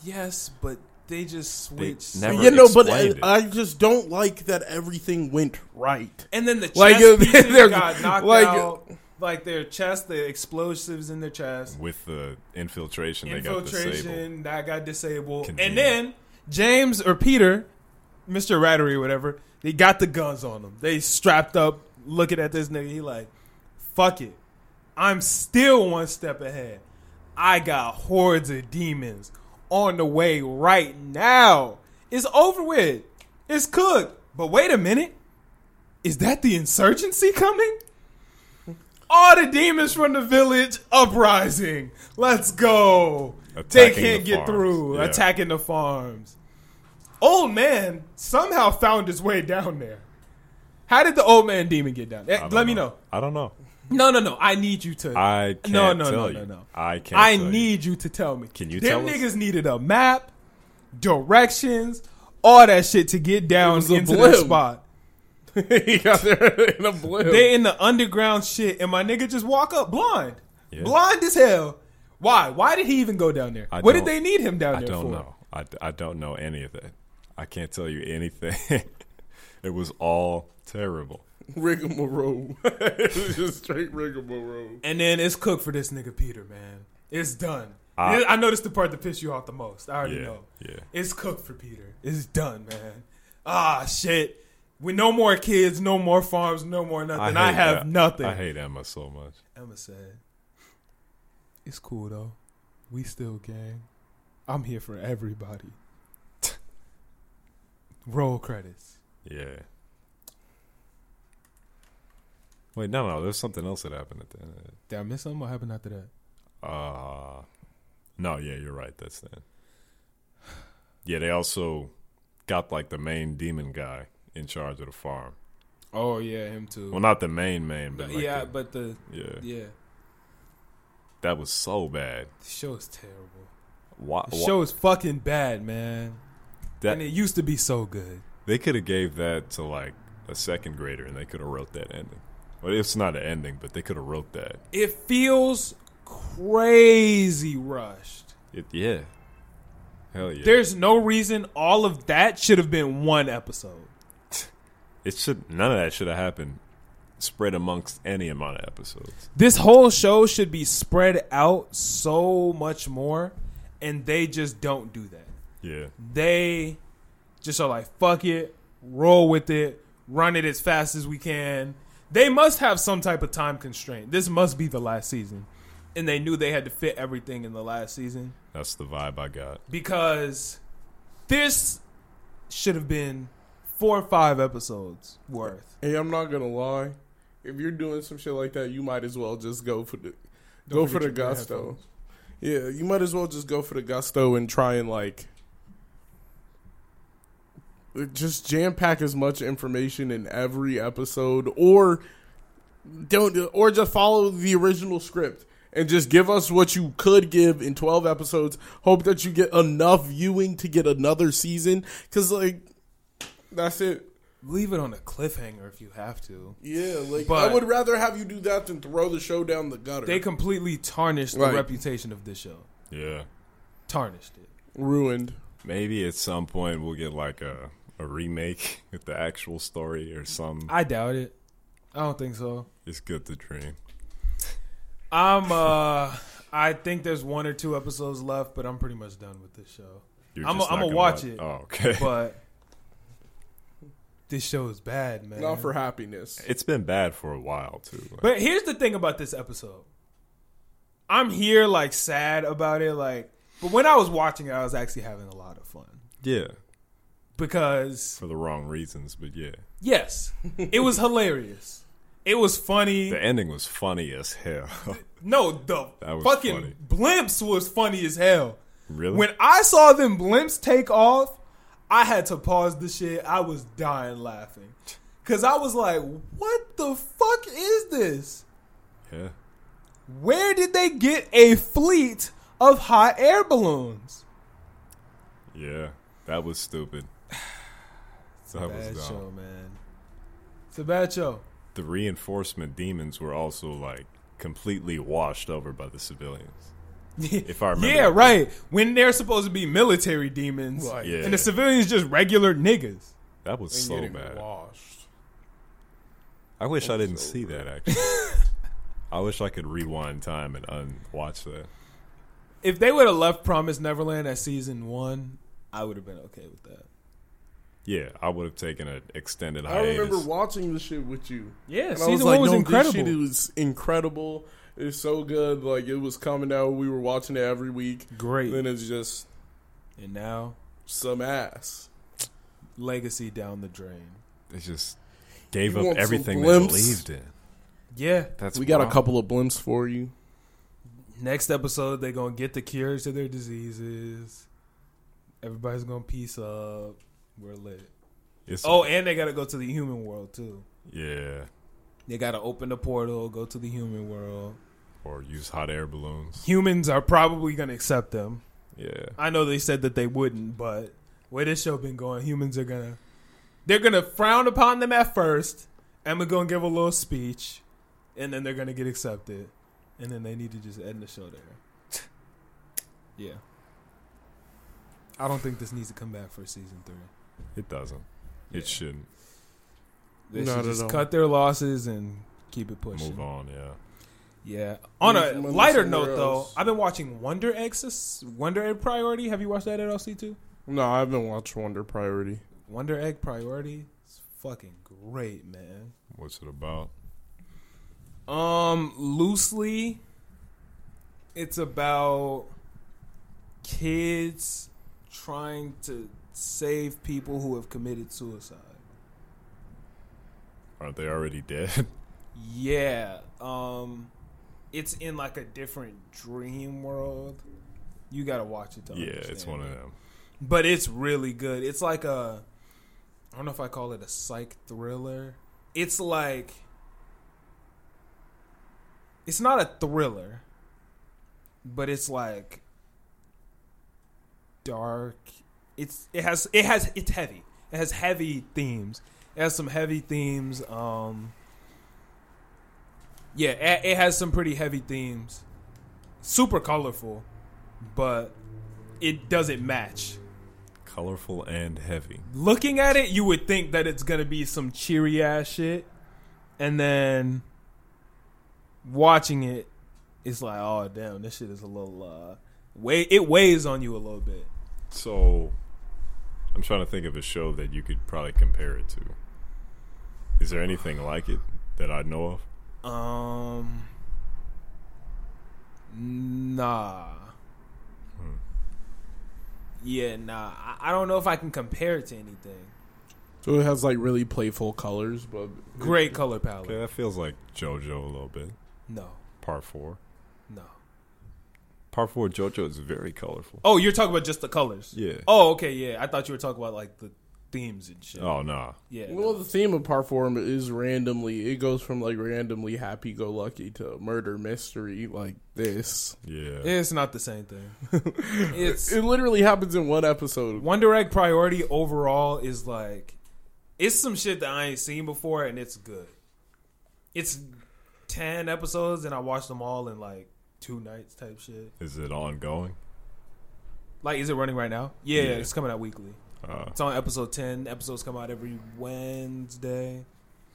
Yes, but they just
They
switched.
never
you know, but I,
explained it.
I just don't like that everything went right.
And then the chess
Like, uh,
pieces
there's-
got knocked
like-
out. Like their chest, the explosives in their chest.
with the infiltration, they got disabled.
Infiltration that got disabled. And
Convenient.
then James or Peter, Mr. Rattery, whatever, they got the guns on them. They strapped up, looking at this nigga. He like, fuck it. I'm still one step ahead. I got hordes of demons on the way right now. It's over with. It's cooked. But wait a minute. Is that the insurgency coming? All the demons from the village uprising. Let's go. they
Attacking
can't
the
get
farms.
through.
Yeah.
Attacking the farms. Old man somehow found his way down there. How did the old man demon get down? there?
I
Let
don't
me know.
I don't know.
No, no, no. I need you to. I,
I can't
No, no,
tell
no,
you.
no, no.
I can't. tell you.
need you. to tell me.
Can you
Them
tell us?
niggas needed a map, directions, all that shit to get down
was a
into the
blimp.
spot.
he got there in a blip.
They in the underground shit, and my nigga just walk up blind,
Yeah.
blind as hell. Why? Why did he even go down there?
I
what did
don't-
they need him down
I
there
don't
for?
know. I, d- I don't know any of that. I can't tell you anything. it was all terrible.
rigmarole. it was just straight rigmarole.
And then it's cooked for this nigga Peter, man. It's done.
I-
I, noticed the part that pissed you off the most. I already
Ah. Yeah,
know.
yeah.
It's cooked for Peter. It's done, man. Ah, shit. We no more kids, no more farms, no more nothing. I,
hate
have
that.
nothing.
I hate Emma so much.
Emma said, "It's cool though. We still gang. I'm here for everybody." Roll credits.
Yeah. Wait, no, no. There's something else that happened at the end. of it.
Did I miss something? What happened after that?
Uh, no, yeah, you're right. That's that. Yeah, they also got like the main demon guy in charge of the farm.
Oh yeah, him too.
Well, not the main main, but like
yeah,
the-
but the
yeah,
yeah,
that was so bad.
the show is terrible.
Why,
The
why-
show is fucking bad, man.
that-
and it used to be so good.
They could have gave that to like a second grader, and they could have wrote that ending. Well, it's not an ending, but they could have wrote that.
It feels crazy rushed.
It, yeah, hell yeah.
There's no reason all of that should have been one episode.
it should none of that should have happened. Spread amongst any amount of episodes.
this whole show should be spread out so much more and they just don't do that
Yeah,
they just are like fuck it roll with it run it as fast as we can they must have some type of time constraint this must be the last season and they knew they had to fit everything in the last season
that's the vibe I got.
because this should have been four or five episodes worth
Hey, I'm not gonna lie. if you're doing some shit like that, you might as well just go for the go for the
forget your
gusto. Yeah, you might as well just go for the gusto and try and like just jam pack as much information in every episode or don't or just follow the original script and just give us what you could give in 12 episodes hope that you get enough viewing to get another season cuz like that's it
Leave it on a cliffhanger if you have to.
yeah like
But-
i would rather have you do that than throw the show down the gutter
They completely tarnished
Right.
the reputation of this show.
Yeah.
Tarnished it.
ruined
Maybe at some point we'll get like a, a remake with the actual story or something.
I doubt it. I don't think so.
It's good to dream.
I'm uh I think there's one or two episodes left, but I'm pretty much done with this show.
You're
I'ma-
just not
I'ma
gonna
watch it.
Oh, okay.
But this show is bad, man.
not for happiness
it's been bad for a while too. Like,
But here's the thing about this episode. I'm here like sad about it, like but when I was watching it, I was actually having a lot of fun.
yeah,
Because
for the wrong reasons, but yeah.
yes, it was hilarious. It was funny.
The ending was funny as hell.
No, the
That was
fucking
funny.
blimps was funny as hell.
really?
When I saw them blimps take off, I had to pause the shit. I was dying laughing. Cause I was like, what the fuck is this?
yeah.
Where did they get a fleet of hot air balloons?
Yeah. That was stupid. That was
Bad
dumb.
show, man. It's a bad show.
The reinforcement demons were also like completely washed over by the civilians. If I remember
yeah,
that.
right. When they're supposed to be military demons,
Right.
Yeah.
and the civilians just regular niggas.
That was so
getting
bad.
washed
I wish I didn't see that actually. I wish I could rewind time and unwatch that.
If they would have left Promise Neverland at season one, I would have been okay with that.
Yeah, I would have taken an extended
I
hiatus.
remember watching the shit with you.
Yeah,
And I
season one was
"No, this
incredible.
shit was incredible. It was so good. Like it was coming out. We were watching it every week.
Great.
Then it's just
and now
some ass.
legacy down the drain.
they just gave
You
up
want some
everything they
blimps?
believed in.
Yeah.
That's
we got a
wild.
couple of blimps for you.
Next episode, they're gonna get the cures to their diseases. Everybody's gonna peace up. We're lit.
It's-
Oh, and they gotta go to the human world too.
yeah,
They gotta open the portal, go to the human world.
or use hot air balloons.
Humans are probably gonna accept them.
Yeah,
I know they said that they wouldn't, but where this show been going, humans are gonna they're gonna frown upon them at first, and we're gonna give a little speech, and then they're gonna get accepted, and then they need to just end the show there. yeah, I don't think this needs to come back for season three.
it doesn't.
Yeah.
It shouldn't
They
Not
should
at
just
all.
cut their losses and keep it pushing.
move on. Yeah,
Yeah. On a
Move on
lighter
somewhere
note, though,
else.
I've been watching Wonder Egg. Wonder Egg Priority. Have you watched that at all, C two?
No, I haven't watched Wonder Priority.
Wonder Egg Priority is fucking great, man.
what's it about?
Um, loosely, it's about kids trying to save people who have committed suicide.
Aren't they already dead?
Yeah. Um, it's in like a different dream world. You gotta watch it. To
yeah,
understand
it's one of
it.
them.
but it's really good. It's like a I don't know if I call it a psych thriller. It's like it's not a thriller, but it's like dark. It's it has it has it's heavy. It has heavy themes. It has some heavy themes. Um Yeah, it, it has some pretty heavy themes. Super colorful, but it doesn't match
Colorful and heavy.
looking at it, you would think that it's gonna be some cheery ass shit, and then watching it, it's like, oh damn, this shit is a little uh, weigh. It weighs on you a little bit.
So, I'm trying to think of a show that you could probably compare it to. Is there anything like it that I know of?
Um, nah. Yeah, nah. I, I don't know if I can compare it to anything.
So it has like really playful colors, but
Great color palette.
Okay, that feels like JoJo a little bit.
No,
Part four.
no.
Part four JoJo is very colorful.
Oh, you're talking about just the colors.
Yeah.
Oh, okay, yeah. I thought you were talking about like the themes and shit.
Oh no.
Yeah.
well, the theme of part four is randomly. It goes from like randomly happy-go-lucky to murder mystery, like this.
Yeah.
It's not the same thing. it's
It literally happens in one episode.
One Direct priority overall is like it's some shit that I ain't seen before and it's good. It's ten episodes and I watched them all in like two nights type shit.
Is it ongoing?
Like, is it running right now? Yeah,
Yeah.
it's coming out weekly.
Uh,
It's on episode ten. Episodes come out every Wednesday.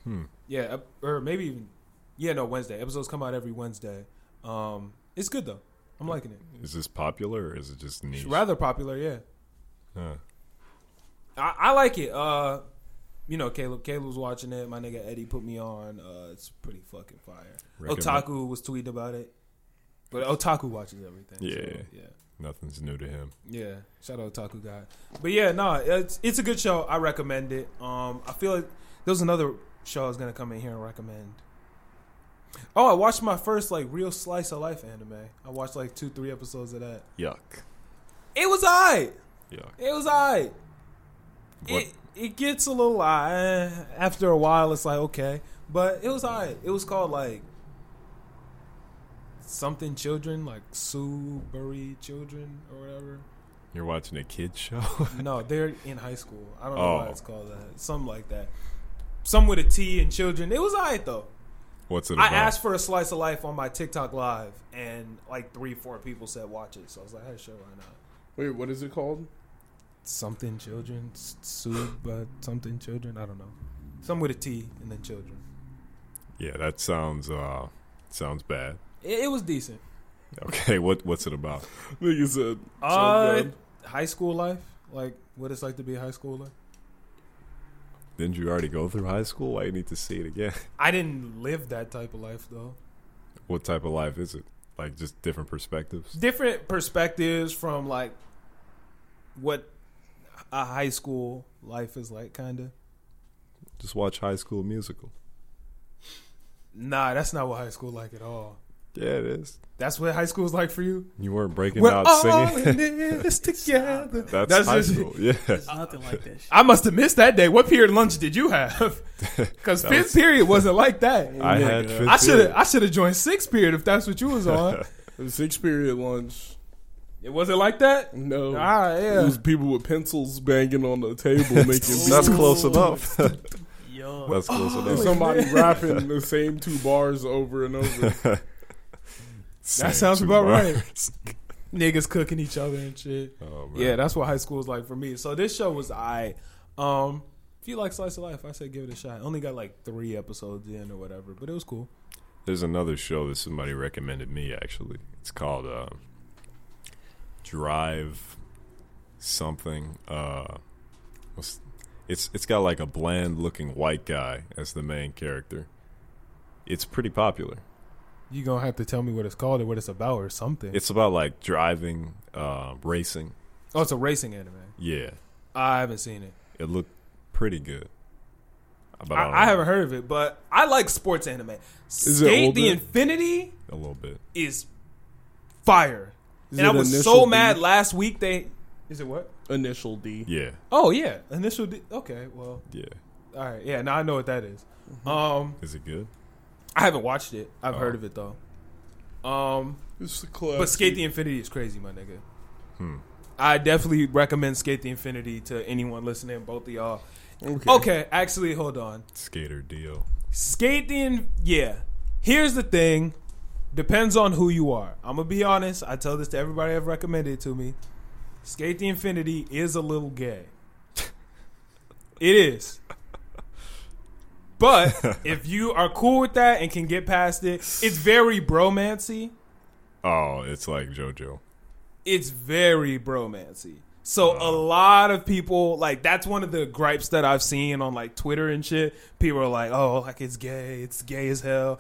Hmm.
Yeah, ep- or maybe even yeah, no Wednesday. Episodes come out every Wednesday. Um, it's good though. I'm liking it.
is this popular or is it just niche?
It's rather popular. Yeah.
Huh.
I, I like it. Uh, you know, Caleb. Caleb's watching it. My nigga Eddie put me on. Uh, it's pretty fucking fire.
Recommend-
Otaku was tweeting about it, but Otaku watches everything. so,
Yeah.
yeah,
Nothing's new to him.
yeah. Shout out Otaku guy. But yeah, no, it's it's a good show. I recommend it. Um, I feel like there was another show I was gonna come in here and recommend. Oh, I watched my first like real slice of life anime. I watched like two, three episodes of that.
Yuck.
It was alright.
Yuck.
It was alright.
What?
It it gets a little uh, after a while. It's like okay, but it was alright. It was called like something children, like Subury children or whatever.
You're watching a kid show?
No, they're in high school. I don't know why
Oh.
it's called that. Something like that. Some with a T and children. It was alright though.
What's it
I
about?
asked for a slice of life on my TikTok live, and like three, four people said watch it. So I was like, hey, sure, why not?
Wait, what is it called?
something children s- sued by something children. I don't know. Some with a T and then children.
yeah, that sounds uh sounds bad.
It, it was decent.
Okay, what what's it about?
I think it's a
Uh, high school life, like what it's like to be a high schooler.
Didn't you already go through high school? Why you need to see it again?
I didn't live that type of life though.
What type of life is it? Like just different perspectives?
Different perspectives from like what a high school life is like, kind of.
Just watch High School Musical.
Nah, that's not what high school like at all.
Yeah, it is.
That's what high school's like for you.
You weren't breaking
We're
out
all
singing.
in this together.
That's,
oh, That's
high
just- Oh
school. Yeah.
It's nothing like that. Shit.
I must have missed that day. What period lunch did you have? Because
That
fifth
was-
period wasn't like that.
I had fifth
I should have
period.
I should have joined sixth period if that's what you was on.
six period lunch.
it wasn't like that.
No.
Ah,
Oh, It
yeah.
was people with pencils banging on the table making beats.
That's close enough.
Yo,
That's close
Oh,
And
enough.
somebody rapping the same two bars over and over.
That sounds about right. Niggas cooking each other and shit.
Oh, man.
Yeah, that's what high school was like for me. So this show was I. Um, if you like slice of life, I say give it a shot. Only got like three episodes in or whatever, but it was cool.
There's another show that somebody recommended me, actually. It's called uh, Drive Something. Uh, what's, it's It's got like a bland looking white guy as the main character. It's pretty popular.
You gonna have to tell me what it's called or what it's about or something.
It's about like driving, uh, racing.
oh, it's a racing anime.
Yeah,
I haven't seen it.
it looked pretty good. But don't
I, I
know,
haven't heard of it, but I like sports anime.
it
Skate the
older?
Infinity
a little bit.
is fire, and I
it
was
Initial
so
D?
mad last week. They is it what?
Initial D.
Yeah,
Oh yeah, initial. D- okay, well,
yeah.
all right, yeah. Now I know what that is. Um,
Is it good?
I haven't watched it. I've
Mm-hmm. Oh.
heard of it though. Um,
It's the class.
but Skate the Infinity is crazy, my nigga.
Hmm.
I definitely recommend Skate the Infinity to anyone listening. Both of y'all.
Okay.
Okay, actually, hold on.
Skater deal.
Skating, yeah. Here's the thing. Depends on who you are. I'm gonna be honest. I tell this to everybody I've recommended to me. Skate the Infinity is a little gay. it is. But if you are cool with that and can get past it, it's very bromancy.
Oh, it's like JoJo.
It's very bromancy. So a lot of people like that's one of the gripes that I've seen on like Twitter and shit. People are like, "Oh, like it's gay. It's gay as hell."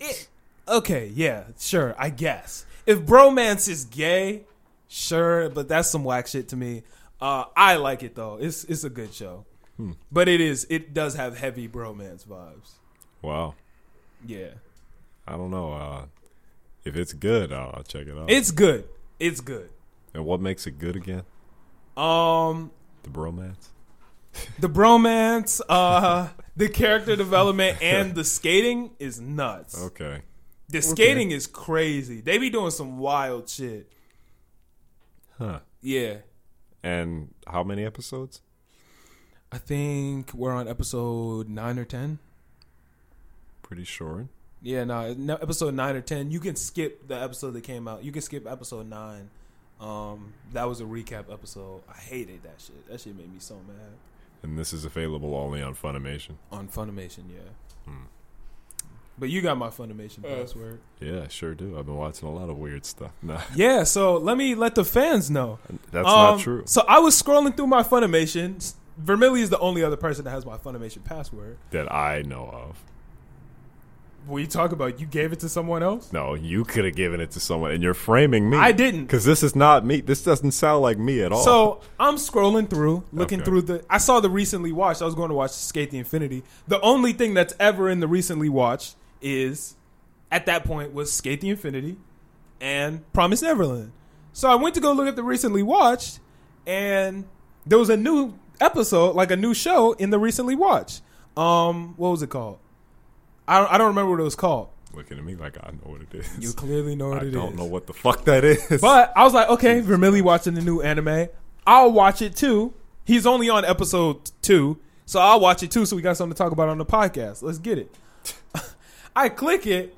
It okay, yeah, sure, I guess. If bromance is gay, sure, but that's some whack shit to me. Uh, I like it though. It's it's a good show. But it is it does have heavy bromance vibes.
Wow.
Yeah.
I don't know. Uh, if it's good, I'll, I'll check it out.
It's good. It's good.
and what makes it good again?
Um
The bromance.
the bromance, uh the character development and the skating is nuts.
Okay.
The skating is crazy. They be doing some wild shit.
Huh.
Yeah.
And how many episodes?
I think we're on episode 9 or 10.
Pretty short.
Yeah, no, no, episode nine or ten. You can skip the episode that came out. You can skip episode nine. Um, that was a recap episode. I hated that shit. That shit made me so mad.
And this is available only on Funimation.
On Funimation, yeah.
Hmm.
But you got my Funimation
Uh.
password.
Yeah, I sure do. I've been watching a lot of weird stuff. Nah,
Yeah, so let me let the fans know.
that's
Um,
not true.
So I was scrolling through my Funimation. Vermilly is the only other person that has my Funimation password.
That I know of.
We talk about you gave it to someone else.
No, you could have given it to someone, and you're framing me.
I didn't.
Because this is not me. This doesn't sound like me at all.
So I'm scrolling through, looking
Okay.
through the. I saw the recently watched. I was going to watch Skate the Infinity. The only thing that's ever in the recently watched is, at that point, was Skate the Infinity, and Promise Neverland. So I went to go look at the recently watched, and there was a new episode, like a new show in the recently watched. Um, what was it called? I don't, I don't remember what it was called.
looking at me like I know what it is.
You clearly know what
I
it is.
don't know what the fuck that is.
But I was like, okay, Vermilly watching the new anime. I'll watch it too. He's only on episode two, so I'll watch it too. So we got something to talk about on the podcast. Let's get it. I click it,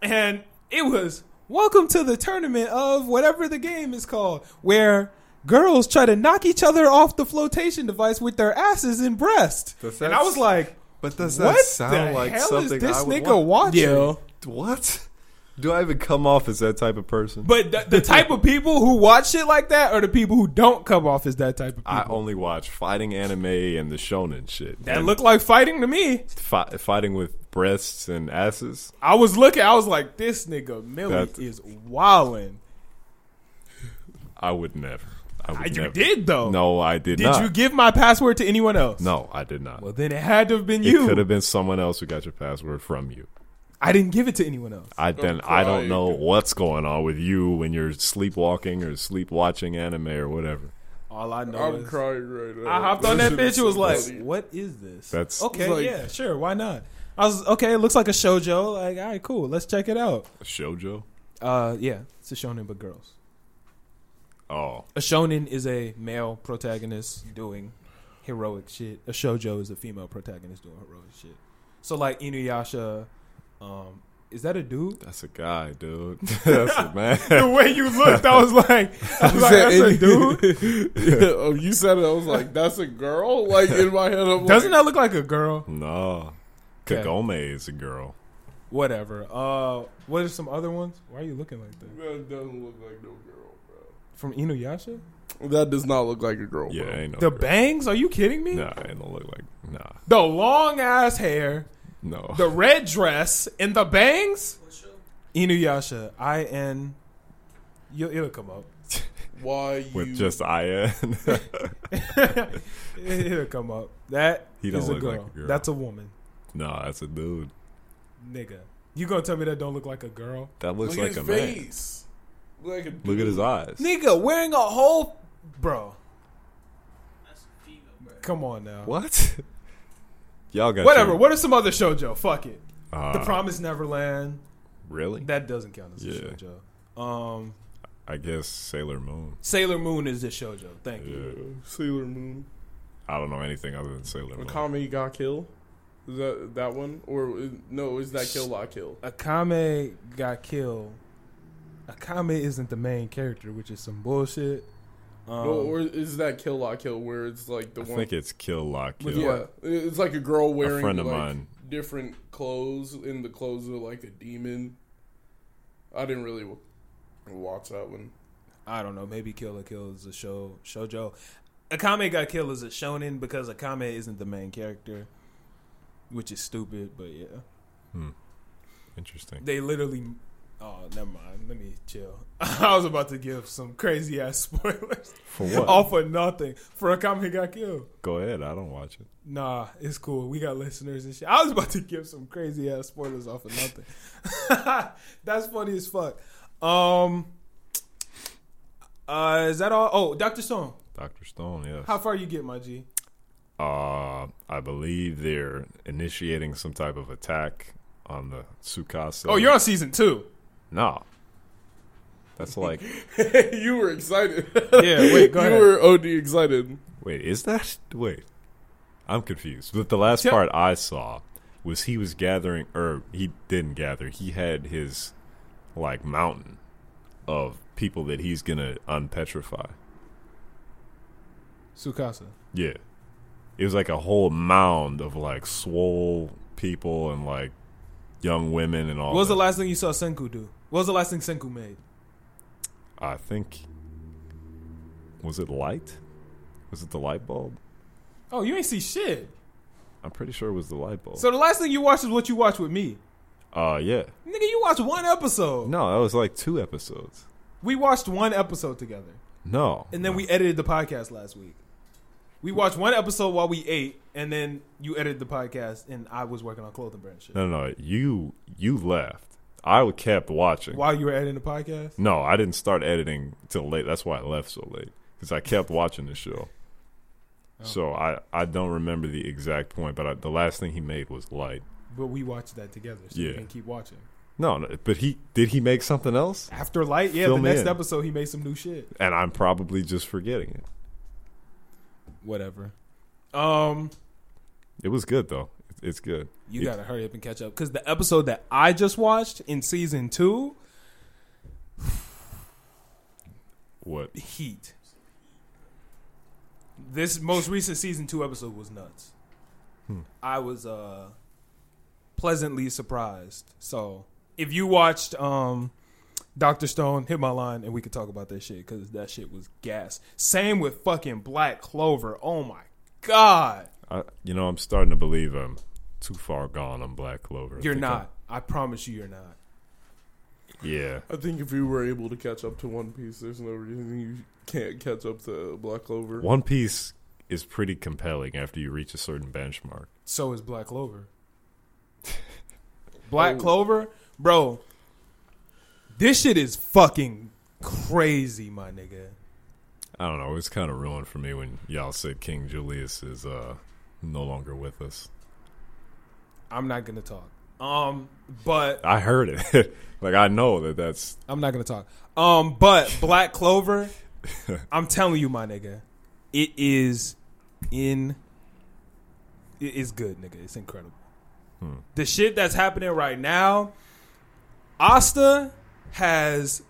and it was welcome to the tournament of whatever the game is called, where girls try to knock each other off the flotation device with their asses and breast.
Does
And
that
I was
s-
like,
But does
what the hell is this nigga watching?
What? Do I even come off as that type of person?
But the, the type of people who watch shit like that are the people who don't come off as that type of people.
I only watch fighting anime and the shonen shit.
That
And
looked like fighting to me.
fi- fighting with breasts and asses.
I was looking. I was like, this nigga Millie
That-
is wildin'.
I would never. I would
You
never.
did though.
No, I did,
Did
not.
you give my password to anyone else?
no, I did not.
Well, then it had to have been
it could
you.
have been someone else who got your password from you.
I didn't give it to anyone else.
I then I don't know what's going on with you when you're sleepwalking or sleep watching anime or whatever.
All I know
I'm
is
crying right now.
I hopped on that
shit
bitch. It
so
was like,
funny.
what is this?
That's-
okay.
It's like-
yeah, sure. Why not? I was okay. It looks like a shojo. Like, all right, cool. Let's check it out.
Shoujo?
Uh, yeah, it's a shonen but girls.
Oh,
A shonen is a male protagonist doing heroic shit. A shojo is a female protagonist doing heroic shit. So like Inuyasha, um, is that a dude?
that's a guy, dude. that's a man.
the way you looked, I was like, I was like,
said
that's a
any-
dude.
oh, you said it. I was like, that's a girl. Like in my head, I'm
Doesn't
like,
that look like a girl?
No.
Okay.
Kagome is a girl.
Whatever. Uh, what are some other ones? Why are you looking like that?
that doesn't look like no girl,
From Inuyasha?
bro. That does not look like a girl,
Yeah,
bro.
ain't no
The
girl.
bangs? Are you kidding me?
Nah, it don't look like nah.
The long ass hair,
No.
the red dress, and the bangs? Inuyasha. I N. You'll, it'll come up.
Why you?
With just IN.
It- It'll come up. That
He don't
is a
look
girl.
like a girl.
That's a woman.
no, that's a dude.
Nigga. You gonna tell me that don't look like a girl?
That looks
look
like
at
a
his
man.
face. Like a
Look at his eyes.
Nigga, wearing a whole. Bro,
That's female, bro.
come on now.
What? Y'all got
Whatever.
your-
What are some other shojo? Fuck it.
Uh,
The Promised Neverland.
Really?
That doesn't count as a
Yeah.
shojo. Um,
I guess Sailor Moon.
Sailor Moon is a shojo. Thank you.
Yeah.
Sailor Moon.
I don't know anything other than Sailor Moon.
Akame got kill. Is that that one or is- no? Is that kill la kill?
Akame got killed. Akame isn't the main character, which is some bullshit. Um,
no, or is that kill la kill where it's like the
I
one?
think it's Kill Lock Kill.
yeah,
uh,
it's like a girl wearing
friend of
like,
mine.
different clothes, and the clothes are like a demon. I didn't really w- watch that one.
I don't know. Maybe Kill la Kill is a show shojo. Akame got killed is a shonen because Akame isn't the main character, which is stupid. But yeah,
Interesting.
they literally Oh, never mind. Let me chill. I was about to give some crazy ass spoilers.
For what?
All for nothing. For a comic he got killed.
Go ahead. I don't watch it.
Nah, it's cool. We got listeners and shit. I was about to give some crazy ass spoilers off of nothing. That's funny as fuck. Um, uh, is that all? Oh, Doctor Stone.
Doctor Stone. Yes.
How far you get, my G?
Uh, I believe they're initiating some type of attack on the Tsukasa.
Oh, you're on season two.
no. That's like,
you were excited.
Yeah, wait, go
you
ahead.
were OD excited.
wait, is that wait? I'm confused. But the last
Yeah.
part I saw was he was gathering, or he didn't gather. He had his like mountain of people that he's gonna unpetrify.
Sukasa.
Yeah. It was like a whole mound of like swole people and like young women and all.
What was
that.
the last thing you saw Senku do? What was the last thing Senku made?
I think was it light? Was it the light bulb?
Oh, you ain't see shit.
I'm pretty sure it was the light bulb.
Oh. So the last thing you watched is what you watched with me.
uh yeah.
Nigga, you watched one episode.
No, that was like two episodes.
We watched one episode together.
No.
And then we edited the podcast last week. We watched one episode while we ate, and then you edited the podcast, and I was working on clothing brand shit.
No, no, no. You you left. I kept watching.
While you were editing the podcast?
No, I didn't start editing till late. That's why I left so late because I kept watching the show.
Oh.
So I I don't remember the exact point, but I, the last thing he made was light.
But we watched that together, so
Yeah.
you can keep watching.
No, no, but he did he make something else,
After Light, yeah,
Fill
the
me
next
in.
episode, he made some new shit.
and I'm probably just forgetting it.
Whatever. Um,
It was good though. It's- It's good.
You
It-
gotta hurry up and catch up because the episode that I just watched in season two,
What?
Heat. This most recent season two episode was nuts. I was uh pleasantly surprised. So if you watched um Doctor Stone, hit my line and we could talk about that shit because that shit was gas. Same with fucking Black Clover. Oh my god,
I, you know, I'm starting to believe I'm too far gone on Black Clover. I
you're
think
not. I promise you, you're not.
I'm- yeah.
I think if you were able to catch up to One Piece, there's no reason you can't catch up to Black Clover.
One Piece is pretty compelling after you reach a certain benchmark.
So is Black Clover. Black
Oh.
Clover, bro. This shit is fucking crazy, my nigga.
I don't know. It was kind of ruined for me when y'all said King Julius is uh no longer with us.
I'm not gonna talk. Um, but
I heard it. like I know that that's
I'm not gonna talk. Um, but Black Clover, I'm telling you, my nigga, it is in. It is good, nigga. It's incredible. The shit that's happening right now, Asta has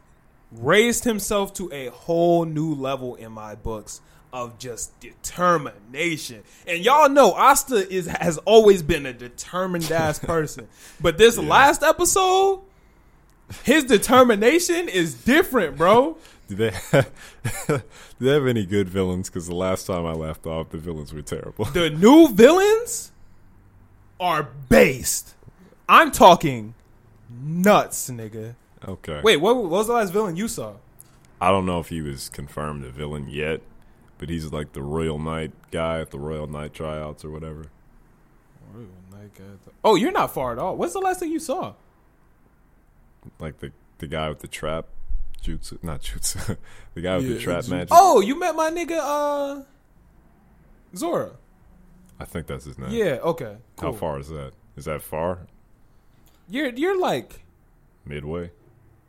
raised himself to a whole new level in my books of just determination. And y'all know Asta is has always been a determined ass person. But this last episode, his determination is different, bro.
do they do they have any good villains? Because the last time I left off, the villains were terrible.
The new villains are based. I'm talking nuts, nigga.
okay.
Wait, what, what was the last villain you saw?
I don't know if he was confirmed a villain yet, but he's like the Royal Knight guy at the Royal Knight tryouts or whatever.
Oh, you're not far at all. What's the last thing you saw?
Like the the guy with the trap jutsu, not jutsu, the guy with
Yeah,
the trap
jutsu.
magic.
Oh, you met my nigga uh Zora.
I think that's his name.
Yeah, okay.
How
cool.
far is that? Is that far?
You're you're like
Midway.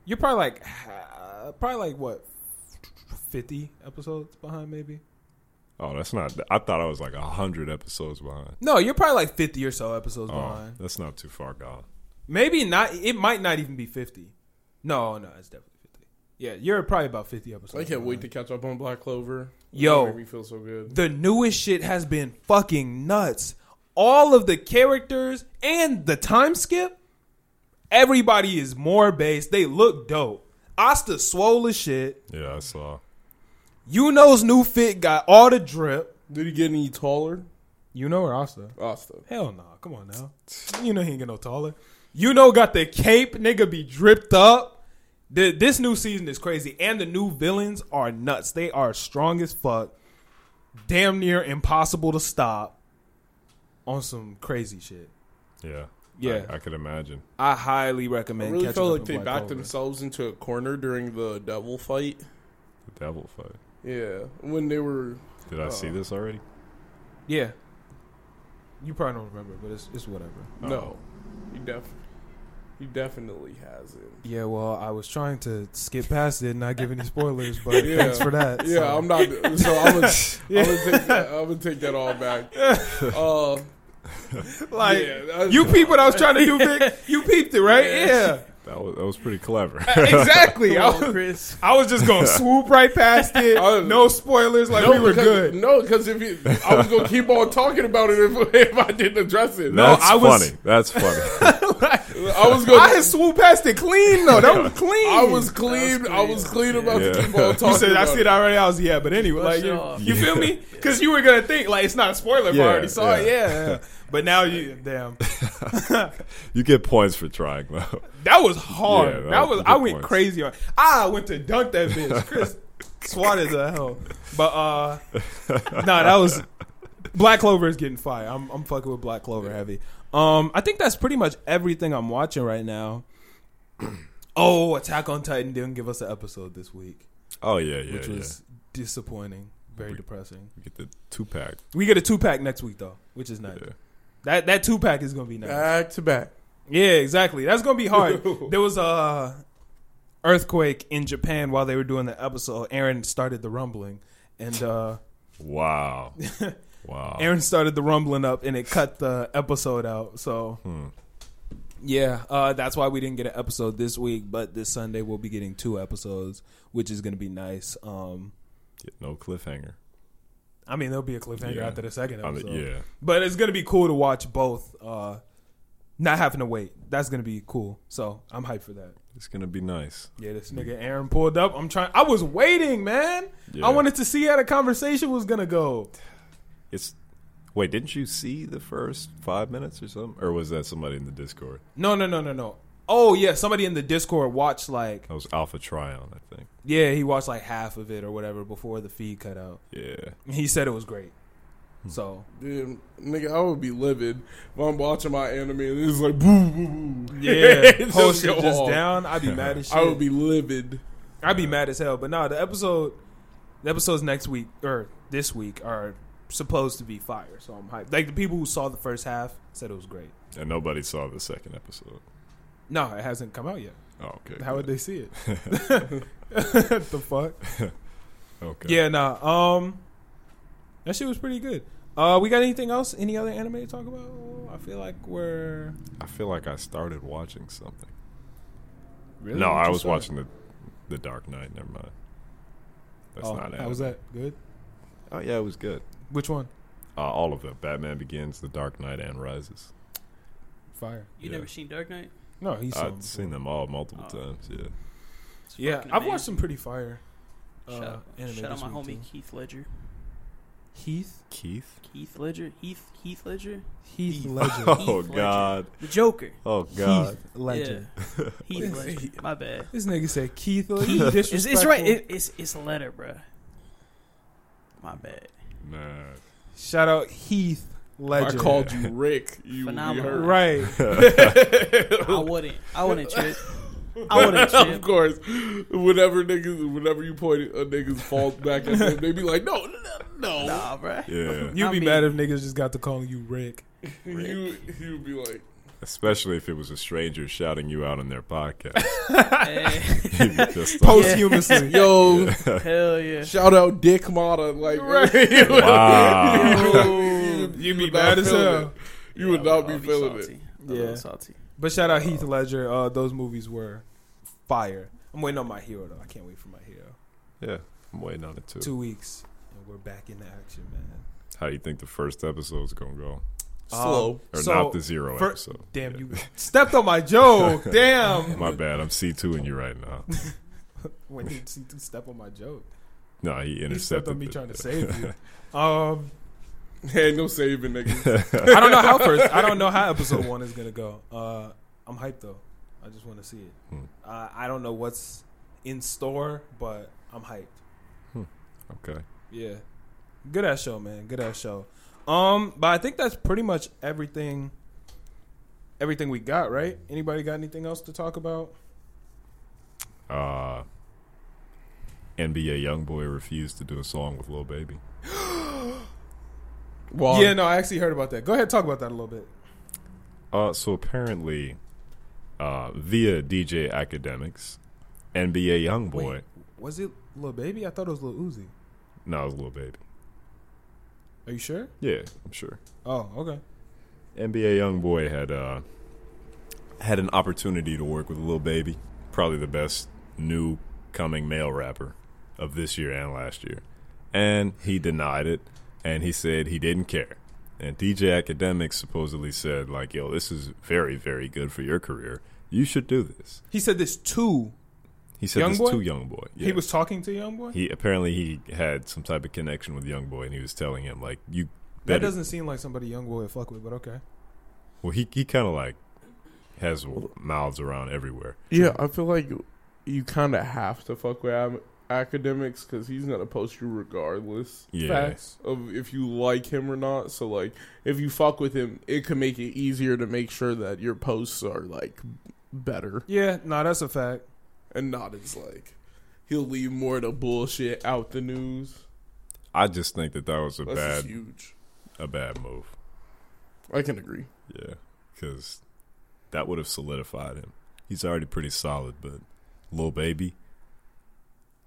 you're probably like uh, probably like what 50 episodes behind maybe?
Oh, that's not. I thought I was like a hundred episodes behind.
No, you're probably like 50 or so episodes
Oh,
behind.
that's not too far gone.
Maybe not it might not even be 50. No, no, it's definitely 50. Yeah, you're probably about 50 episodes.
I can't wait to
behind.
catch up on Black Clover.
Yo.
That made me feel so good.
The newest shit has been fucking nuts. All of the characters and the time skip, everybody is more based. They look dope. Asta swole as shit.
Yeah, I saw.
Yuno's new fit got all the drip.
Did he get any taller?
Yuno or Asta?
Asta.
Hell no. Come on now. You know he ain't get no taller. You know, got the cape, nigga, be dripped up. The, this new season is crazy, and the new villains are nuts. They are strong as fuck, damn near impossible to stop. On some crazy shit.
Yeah.
Yeah.
I, I could imagine.
I highly
I
recommend.
really
catching
felt
up
like
with
they
Black
backed
Clover.
themselves into a corner during the devil fight.
The devil fight.
Yeah, when they were
Did I see
Oh.
this already?
Yeah. You probably don't remember, but it's it's whatever.
no, he def he definitely hasn't.
Yeah, well, I was trying to skip past it and not give any spoilers, but
Yeah.
thanks for that.
Yeah,
so.
I'm not. So I'm gonna, I'm gonna take that, I'm gonna take that all back. Uh,
like
yeah, that's-
you peeped what I was trying to do, Vic. You peeped it, right? Yeah,
That was that was pretty clever.
exactly. I was,
Chris.
I was just gonna swoop right past it.
I was-
No spoilers, like we were
because,
good.
No, because if you, I was gonna keep on talking about it if, if I didn't address it.
That's
I was-
funny. That's funny.
I was
I
gonna.
had swooped past it clean though. That was clean.
I was clean. I was clean about
Yeah.
to keep on talking.
You said I
about
see it already. I was yeah, but anyway, like
it
you,
off.
you feel me? Because you were gonna think like it's not a spoiler. if I
Yeah,
already saw it.
yeah.
Yeah, yeah. but now you damn.
you get points for trying though.
That was hard.
Yeah,
that,
that was
was.
good
I went
points.
crazy on. I went to dunk that bitch. Chris swat as a hell. But uh, no, that was. Black Clover is getting fire. I'm I'm fucking with Black Clover heavy. Um, I think that's pretty much everything I'm watching right now. Oh, Attack on Titan didn't give us an episode this week,
Oh yeah, yeah,
which
yeah.
was disappointing. Very depressing.
You get the two pack.
We get a two pack next week though, which is nice.
Yeah.
That that two pack is gonna be nice.
back to back.
Yeah, exactly. That's gonna be hard. there was a earthquake in Japan while they were doing the episode. Aaron started the rumbling, and uh,
Wow. wow.
Aaron started the rumbling up, and it cut the episode out. So,
Hmm.
yeah, uh, that's why we didn't get an episode this week. But this Sunday we'll be getting two episodes, which is gonna be nice. Um,
Yeah, no cliffhanger.
I mean, there'll be a cliffhanger
Yeah.
after the second
I mean,
episode.
yeah.
But it's gonna be cool to watch both. Uh, not having to wait. That's gonna be cool. So I'm hyped for that.
It's gonna be nice.
Yeah, this nigga Aaron pulled up. I'm trying. I was waiting, man.
Yeah.
I wanted to see how the conversation was gonna go.
It's wait, didn't you see the first five minutes or something? Or was that somebody in the Discord?
No, no, no, no, no. Oh yeah, somebody in the Discord watched like
That was Alpha Trion, I think.
yeah, he watched like half of it or whatever before the feed cut out.
Yeah.
And he said it was great. So
Dude, nigga, I would be livid if I'm watching my anime and it's like boo boo boo.
yeah,
Just
post it
go
just
off.
down. I'd be mad as shit.
I would be livid.
I'd be mad as hell. But no, the episode, the episodes next week or this week are supposed to be fire. So I'm hyped. Like the people who saw the first half said it was great.
And nobody saw the second episode.
No, it hasn't come out yet.
Oh, okay.
How would
good.
they see it? the fuck?
Okay.
Yeah, nah. Um, that shit was pretty good. Uh, we got anything else? Any other anime to talk about? I feel like we're
I feel like I started watching something.
really.
no,
What
I
you
was
saw?
watching the the Dark Knight. Never mind. That's
Oh,
not
how
anime.
was that? Good.
Oh yeah, it was good.
Which one?
Uh, all of them: Batman Begins, The Dark Knight, and Rises.
Fire.
You
Yeah.
never seen Dark Knight?
No, he's.
I've seen them all multiple
Oh.
times. Yeah.
It's
Yeah,
fucking
I've watched
amazing.
some pretty fire. Uh,
Shout, out-
anime
shout out
this
my
week,
homie
too.
Keith Ledger.
Heath.
Keith.
Keith Ledger. Heath Heath Ledger.
Heath
Heath.
Ledger.
Oh
Ledger.
God.
The Joker.
Oh God.
Heath Ledger.
Yeah. Heath Ledger. My bad.
This nigga said Keith Ledger.
Keith. It's,
Disrespectful.
it's right. It, it's it's a letter, bruh. My bad.
Nah.
Shout out Heath
If
Ledger.
I called you Rick. You would be
Phenomenal.
hurt.
Right.
I wouldn't. I wouldn't trip. I wouldn't
of
trip.
course. Whenever niggas, whenever you point a nigga's fault back at them, they be like, no, no, no.
Nah, bruh.
Yeah.
You'd
I
be
mean-
mad if niggas just got to calling you Rick.
You, you'd be like,
Especially if it was a stranger shouting you out on their podcast.
Hey,
You'd be pissed off.
Posthumously.
yo,
hell yeah.
shout out Dick Mata. Like, you would-
Wow.
you would-
You'd
you
be
would
mad
not
as
feel
hell.
it. You would
I'll-
not be
I'll
feeling
salty.
it.
I'll be
Yeah.
salty.
But shout out Heath Ledger. Uh, those movies were fire. I'm waiting on my hero though. I can't wait for my hero.
Yeah. I'm waiting on it too.
Two weeks and we're back in the action, man.
How do you think the first episode's gonna go?
Slow.
Or
So,
not the zero
fir-
episode.
Damn,
Yeah.
you stepped on my joke. Damn.
My bad. I'm C2 in you right now.
When did you step on my joke?
No, he intercepted.
He stepped on me
the-
trying to save you. Um,
Ain't no saving niggas.
I don't know how first. I don't know how episode one is gonna go. Uh, I'm hyped though. I just want to see it.
Hmm.
Uh, I don't know what's in store, but I'm hyped.
Okay.
Yeah. Good ass show, man. Good ass show. Um, but I think that's pretty much everything everything we got, right? Anybody got anything else to talk about?
Uh, NBA YoungBoy refused to do a song with Lil Baby.
Well,
yeah, no, I actually heard about that. Go ahead talk about that a little bit.
Uh, so apparently, uh, via DJ Academics, NBA YoungBoy.
Wait. Was it Lil Baby? I thought it was Lil Uzi.
No, it was Lil Baby.
Are you sure?
Yeah, I'm sure.
Oh, okay.
NBA YoungBoy had uh, had an opportunity to work with Lil Baby, probably the best new coming male rapper of this year and last year, and he denied it, and he said he didn't care. And DJ Academics supposedly said like, "Yo, this is very, very good for your career. You should do this."
He said this too.
He said this
Youngboy?
to YoungBoy. Yeah.
He was talking to YoungBoy.
he apparently he had some type of connection with YoungBoy, and he was telling him like, "You
That
better
doesn't seem like somebody YoungBoy would fuck with, but okay.
Well, he he kind of like has mouths around everywhere.
yeah, I feel like you kind of have to fuck with am- academics because he's gonna post you regardless
Yeah.
Facts.
of if you like him or not. So like, if you fuck with him, it could make it easier to make sure that your posts are like better
Yeah, no, that's a fact.
and not as like he'll leave more of the bullshit out the news.
I just think that that was a
That's just
bad
huge.
a bad move.
I can agree.
Yeah, because that would have solidified him. He's already pretty solid, but Lil Baby,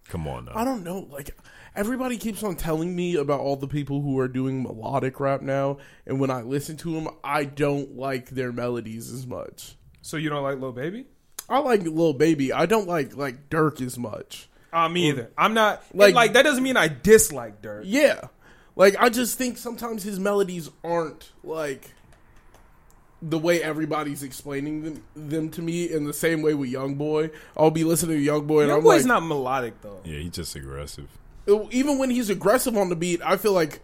come on
I
now.
don't know. Like everybody keeps on telling me about all the people who are doing melodic rap now, and when I listen to them, I don't like their melodies as much.
So you don't like Lil Baby?
I like Lil Baby. I don't like like Dirk as much.
Uh, me either. I'm not like,
Like-
like that doesn't mean I dislike Dirk.
Yeah, like I just think sometimes his melodies aren't like the way everybody's explaining them, them to me. In the same way with Young Boy, I'll be listening to Young Boy, and
Young
I'm
Boy's
like,
not melodic though.
Yeah, he's just aggressive.
even when he's aggressive on the beat, I feel like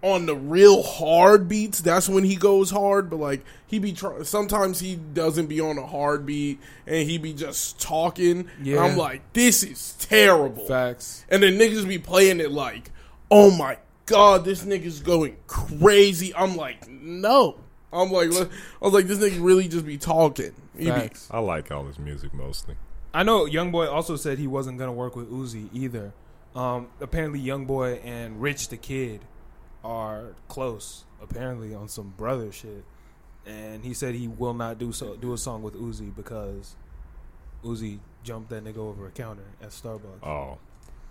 on the real hard beats, that's when he goes hard. But like he be try- sometimes he doesn't be on a hard beat and he be just talking.
Yeah.
I'm like, this is terrible.
Facts.
And then niggas be playing it like, oh my god, this nigga's going crazy. I'm like, no. I'm like, I was like, this nigga really just be talking. He be-
Facts.
I like all his music mostly.
I know Youngboy also said he wasn't gonna work with Uzi either. Um, apparently Youngboy and Rich the Kid are close. Apparently on some brother shit, and he said he will not do so do a song with Uzi because Uzi jumped that nigga over a counter at Starbucks.
Oh,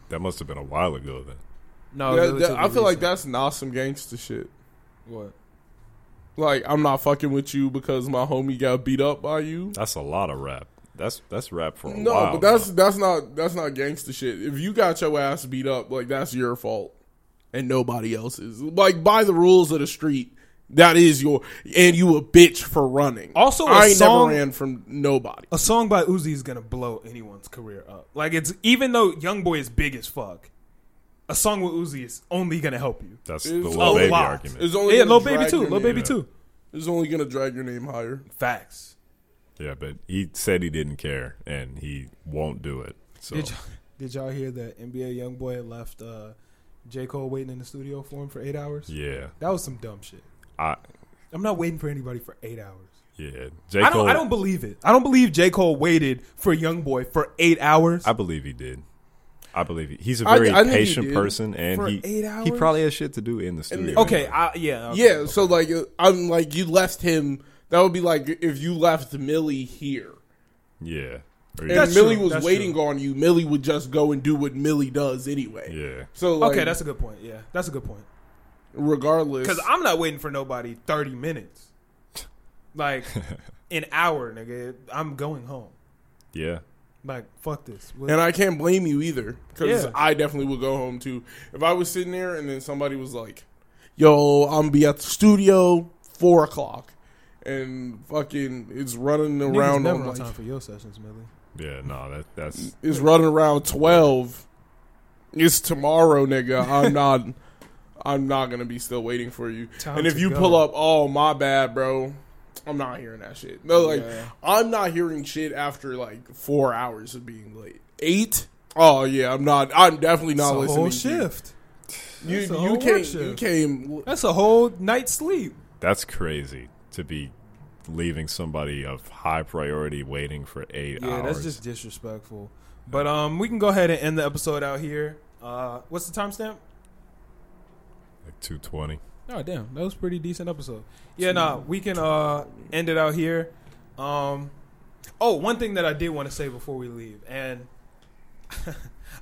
that must have been a while ago then.
Uh, no,
That-
relatively
that- I feel like
recent.
that's not some gangster shit.
what.
Like I'm not fucking with you because my homie got beat up by you.
That's a lot of rap. That's that's rap for a
No,
while.
but that's
now.
that's not that's not gangster shit. If you got your ass beat up, like that's your fault and nobody else's. Like by the rules of the street, that is your and you a bitch for running.
Also, a
I ain't
song-
never ran from nobody.
a song by Uzi is gonna blow anyone's career up. Like it's even though YoungBoy is big as fuck, a song with Uzi is only gonna help you.
that's
it's
a
the Lil Baby
lot.
argument.
It's only
yeah,
gonna
Lil Baby
drag
too.
your
Lil
name-
Baby too.
It's only gonna drag your name higher.
Facts.
Yeah, but he said he didn't care, and he won't do it. So
Did y'all, did y'all hear that NBA YoungBoy left uh, J Cole waiting in the studio for him for eight hours?
yeah,
That was some dumb shit.
I
I'm not waiting for anybody for eight hours.
yeah. J.
I don't.
Cole-
I don't believe it. I don't believe J Cole waited for YoungBoy for eight hours.
I believe he did. I believe he, he's a
I-
very
I think he
patient
did.
person, and
For
he
eight
he
hours?
probably has shit to do in the studio.
okay. I, yeah. okay.
Yeah, so like uh, I'm like you left him. That would be like if you left Millie here.
yeah, Or-
and
That's
Millie
true,
was
that's
waiting on you, Millie would just go and do what Millie does anyway.
yeah.
So like,
Okay. That's a good point. Yeah. That's a good point.
regardless.
Because I'm not waiting for nobody 30 minutes. Like, an hour, nigga. I'm going home.
Yeah,
Like, fuck this. What-
and I can't blame you either because
Yeah.
I definitely would go home too if I was sitting there and then somebody was like, "Yo, I'm gonna be at the studio four o'clock," and fucking it's running
Niggas
around
never
on
on
like
time for your sessions, Millie.
yeah. No, that that's
it's running around twelve. It's tomorrow, nigga. I'm not. I'm not gonna be still waiting for you.
Time
and if
to
you
go.
pull up, oh my bad, bro. I'm not hearing that shit. No, like I'm not hearing shit after like four hours of being late. Eight? Oh yeah, I'm not. I'm definitely not
That's a
listening.
whole
to
shift.
You
That's a
you,
whole
you came
work
you
shift.
came
That's a whole night's sleep.
That's crazy to be leaving somebody of high priority waiting for eight
Yeah,
hours.
that's just disrespectful. But um, we can go ahead and end the episode out here. Uh, what's the timestamp?
like two twenty.
Oh damn, that was a pretty decent episode. Yeah, nah, we can uh end it out here. Um, oh, one thing that I did want to say before we leave, and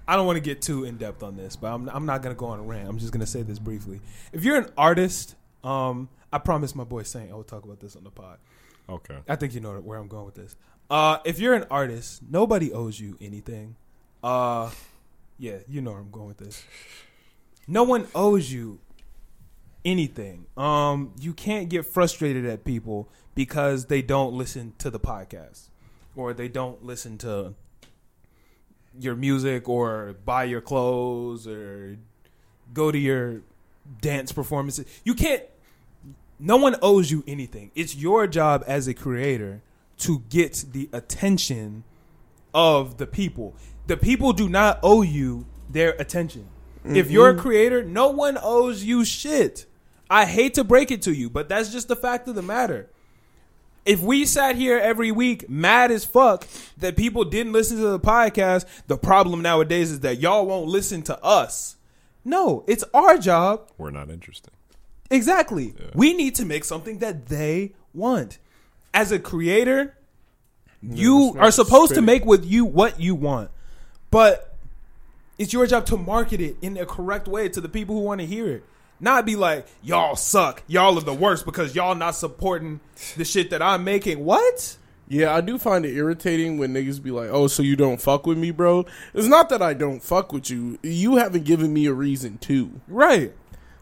I don't want to get too in depth on this, but I'm I'm not gonna go on a rant. I'm just gonna say this briefly. If you're an artist, um, I promise my boy Saint I will talk about this on the pod.
Okay.
I think you know where I'm going with this. Uh, if you're an artist, nobody owes you anything. Uh, yeah, you know where I'm going with this. No one owes you anything. Um, you can't get frustrated at people because they don't listen to the podcast or they don't listen to your music or buy your clothes or go to your dance performances. You can't no one owes you anything. It's your job as a creator to get the attention of the people. The people do not owe you their attention. If you're a creator, no one owes you shit. I hate to break it to you, but that's just the fact of the matter. If we sat here every week mad as fuck that people didn't listen to the podcast, the problem nowadays is that y'all won't listen to us. No, it's our job
We're not interesting.
Exactly. We need to make something that they want. As a creator, you
that's not
are supposed to
spitting.
make with you what you want. But it's your job to market it in a correct way to the people who want to hear it. Not be like, y'all suck. Y'all are the worst because y'all not supporting the shit that I'm making. What?
Yeah, I do find it irritating when niggas be like, "Oh, so you don't fuck with me, bro?" It's not that I don't fuck with you. You haven't given me a reason to.
Right.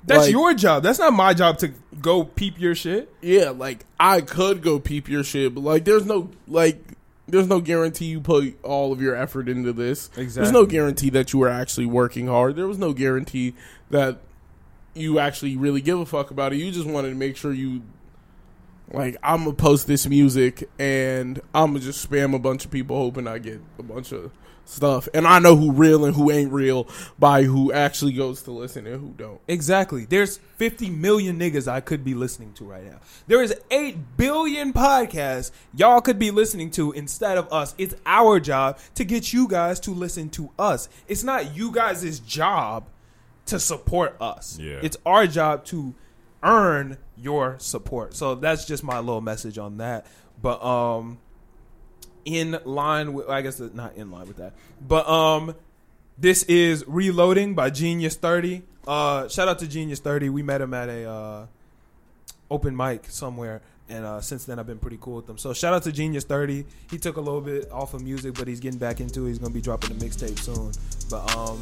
That's
Like-
your job. That's not my job to go peep your shit.
Yeah, like I could go peep your shit, but like there's no like there's no guarantee you put all of your effort into this. There's no
Exactly.
guarantee that you were actually working hard. There was no guarantee that you actually really give a fuck about it. You just wanted to make sure you like I'm gonna post this music and I'm gonna just spam a bunch of people hoping I get a bunch of stuff. And I know who real and who ain't real by who actually goes to listen and who don't.
Exactly. There's 50 million niggas I could be listening to right now. There is 8 billion podcasts y'all could be listening to instead of us. It's our job to get you guys to listen to us. It's not you guys' job to support us.
Yeah.
It's our job to earn your support. So that's just my little message on that. But um in line with I guess it's not in line with that. But um this is Reloading by Genius 30. Uh, shout out to Genius 30. We met him at a uh, open mic somewhere, and uh, since then I've been pretty cool with them. So shout out to Genius 30. He took a little bit off of music, but he's getting back into it. He's gonna be dropping a mixtape soon. But um,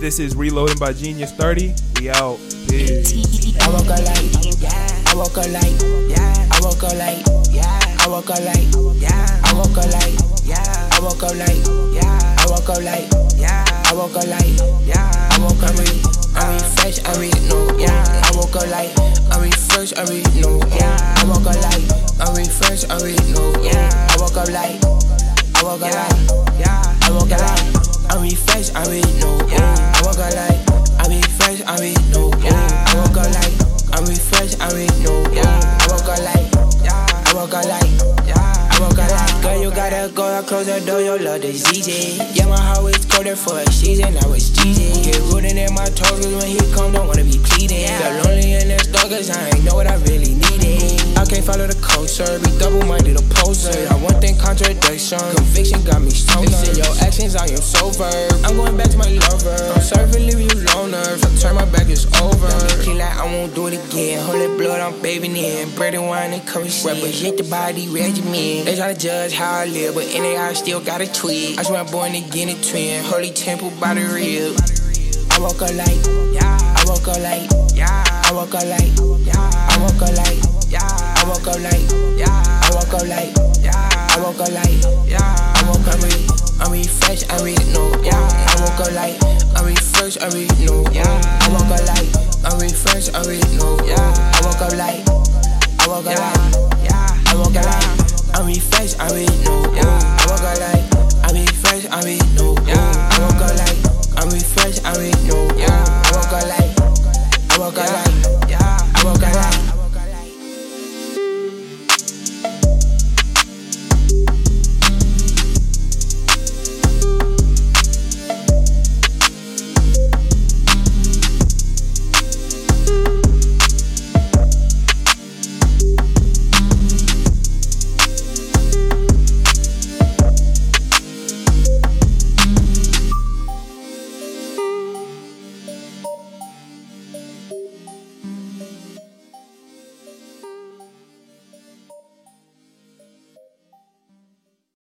this is Reloading by Genius 30. We out. Peace.
I woke up late. I woke up late. I woke up late. I woke up late. I woke up late. I woke up late. I woke up late. I woke up late. I woke up late. I'm refreshed. I'm re no. I woke up late. I'm refreshed. I'm re no. I woke up late. I'm refreshed. I'm re no. I woke up late. I woke up late. I woke up late. I'm refreshed. I'm re no. I woke up late. I'm refreshed. I'm re no. I woke up late. I'm refreshed. I'm re no. I woke up late. I woke up late. I woke up late. Girl, you gotta go out, close the door, your love is easy. Yeah, my heart was colder for a season, I was cheesy. Get rooted in my toes 'cause when he come, don't wanna be pleading. Got lonely in this dark, cause I ain't know what I really needed. I can't follow the code, sir, be double-minded opposer. I want that contradiction, conviction got me stronger. In your actions, I am so verb. I'm going back to my lover. I'm serving, leave you loner. If I turn my back, it's over. Feel like I won't do it again. Holy blood, I'm bathing in. Bread and wine and cover shit. Represent the body regimen. They try to judge how I live, but in it, I still got a tweet. I swear I'm born again a twin. Holy temple by the rib. I woke up late. I woke up late. I woke up late. I woke up late. I woke up late. I woke up late. I woke up late. I woke up late. I'm refreshed. I read no. I woke up late. I'm refreshed. I read no. I woke up late. I'm refreshed. I read no. I woke up late. I woke up late. I I walk a line. I'm refreshed, I read no. Ooh. I walk a line. I'm refreshed, I read no. Ooh. I walk a line. I'm refreshed, I read no. Ooh. I walk a line.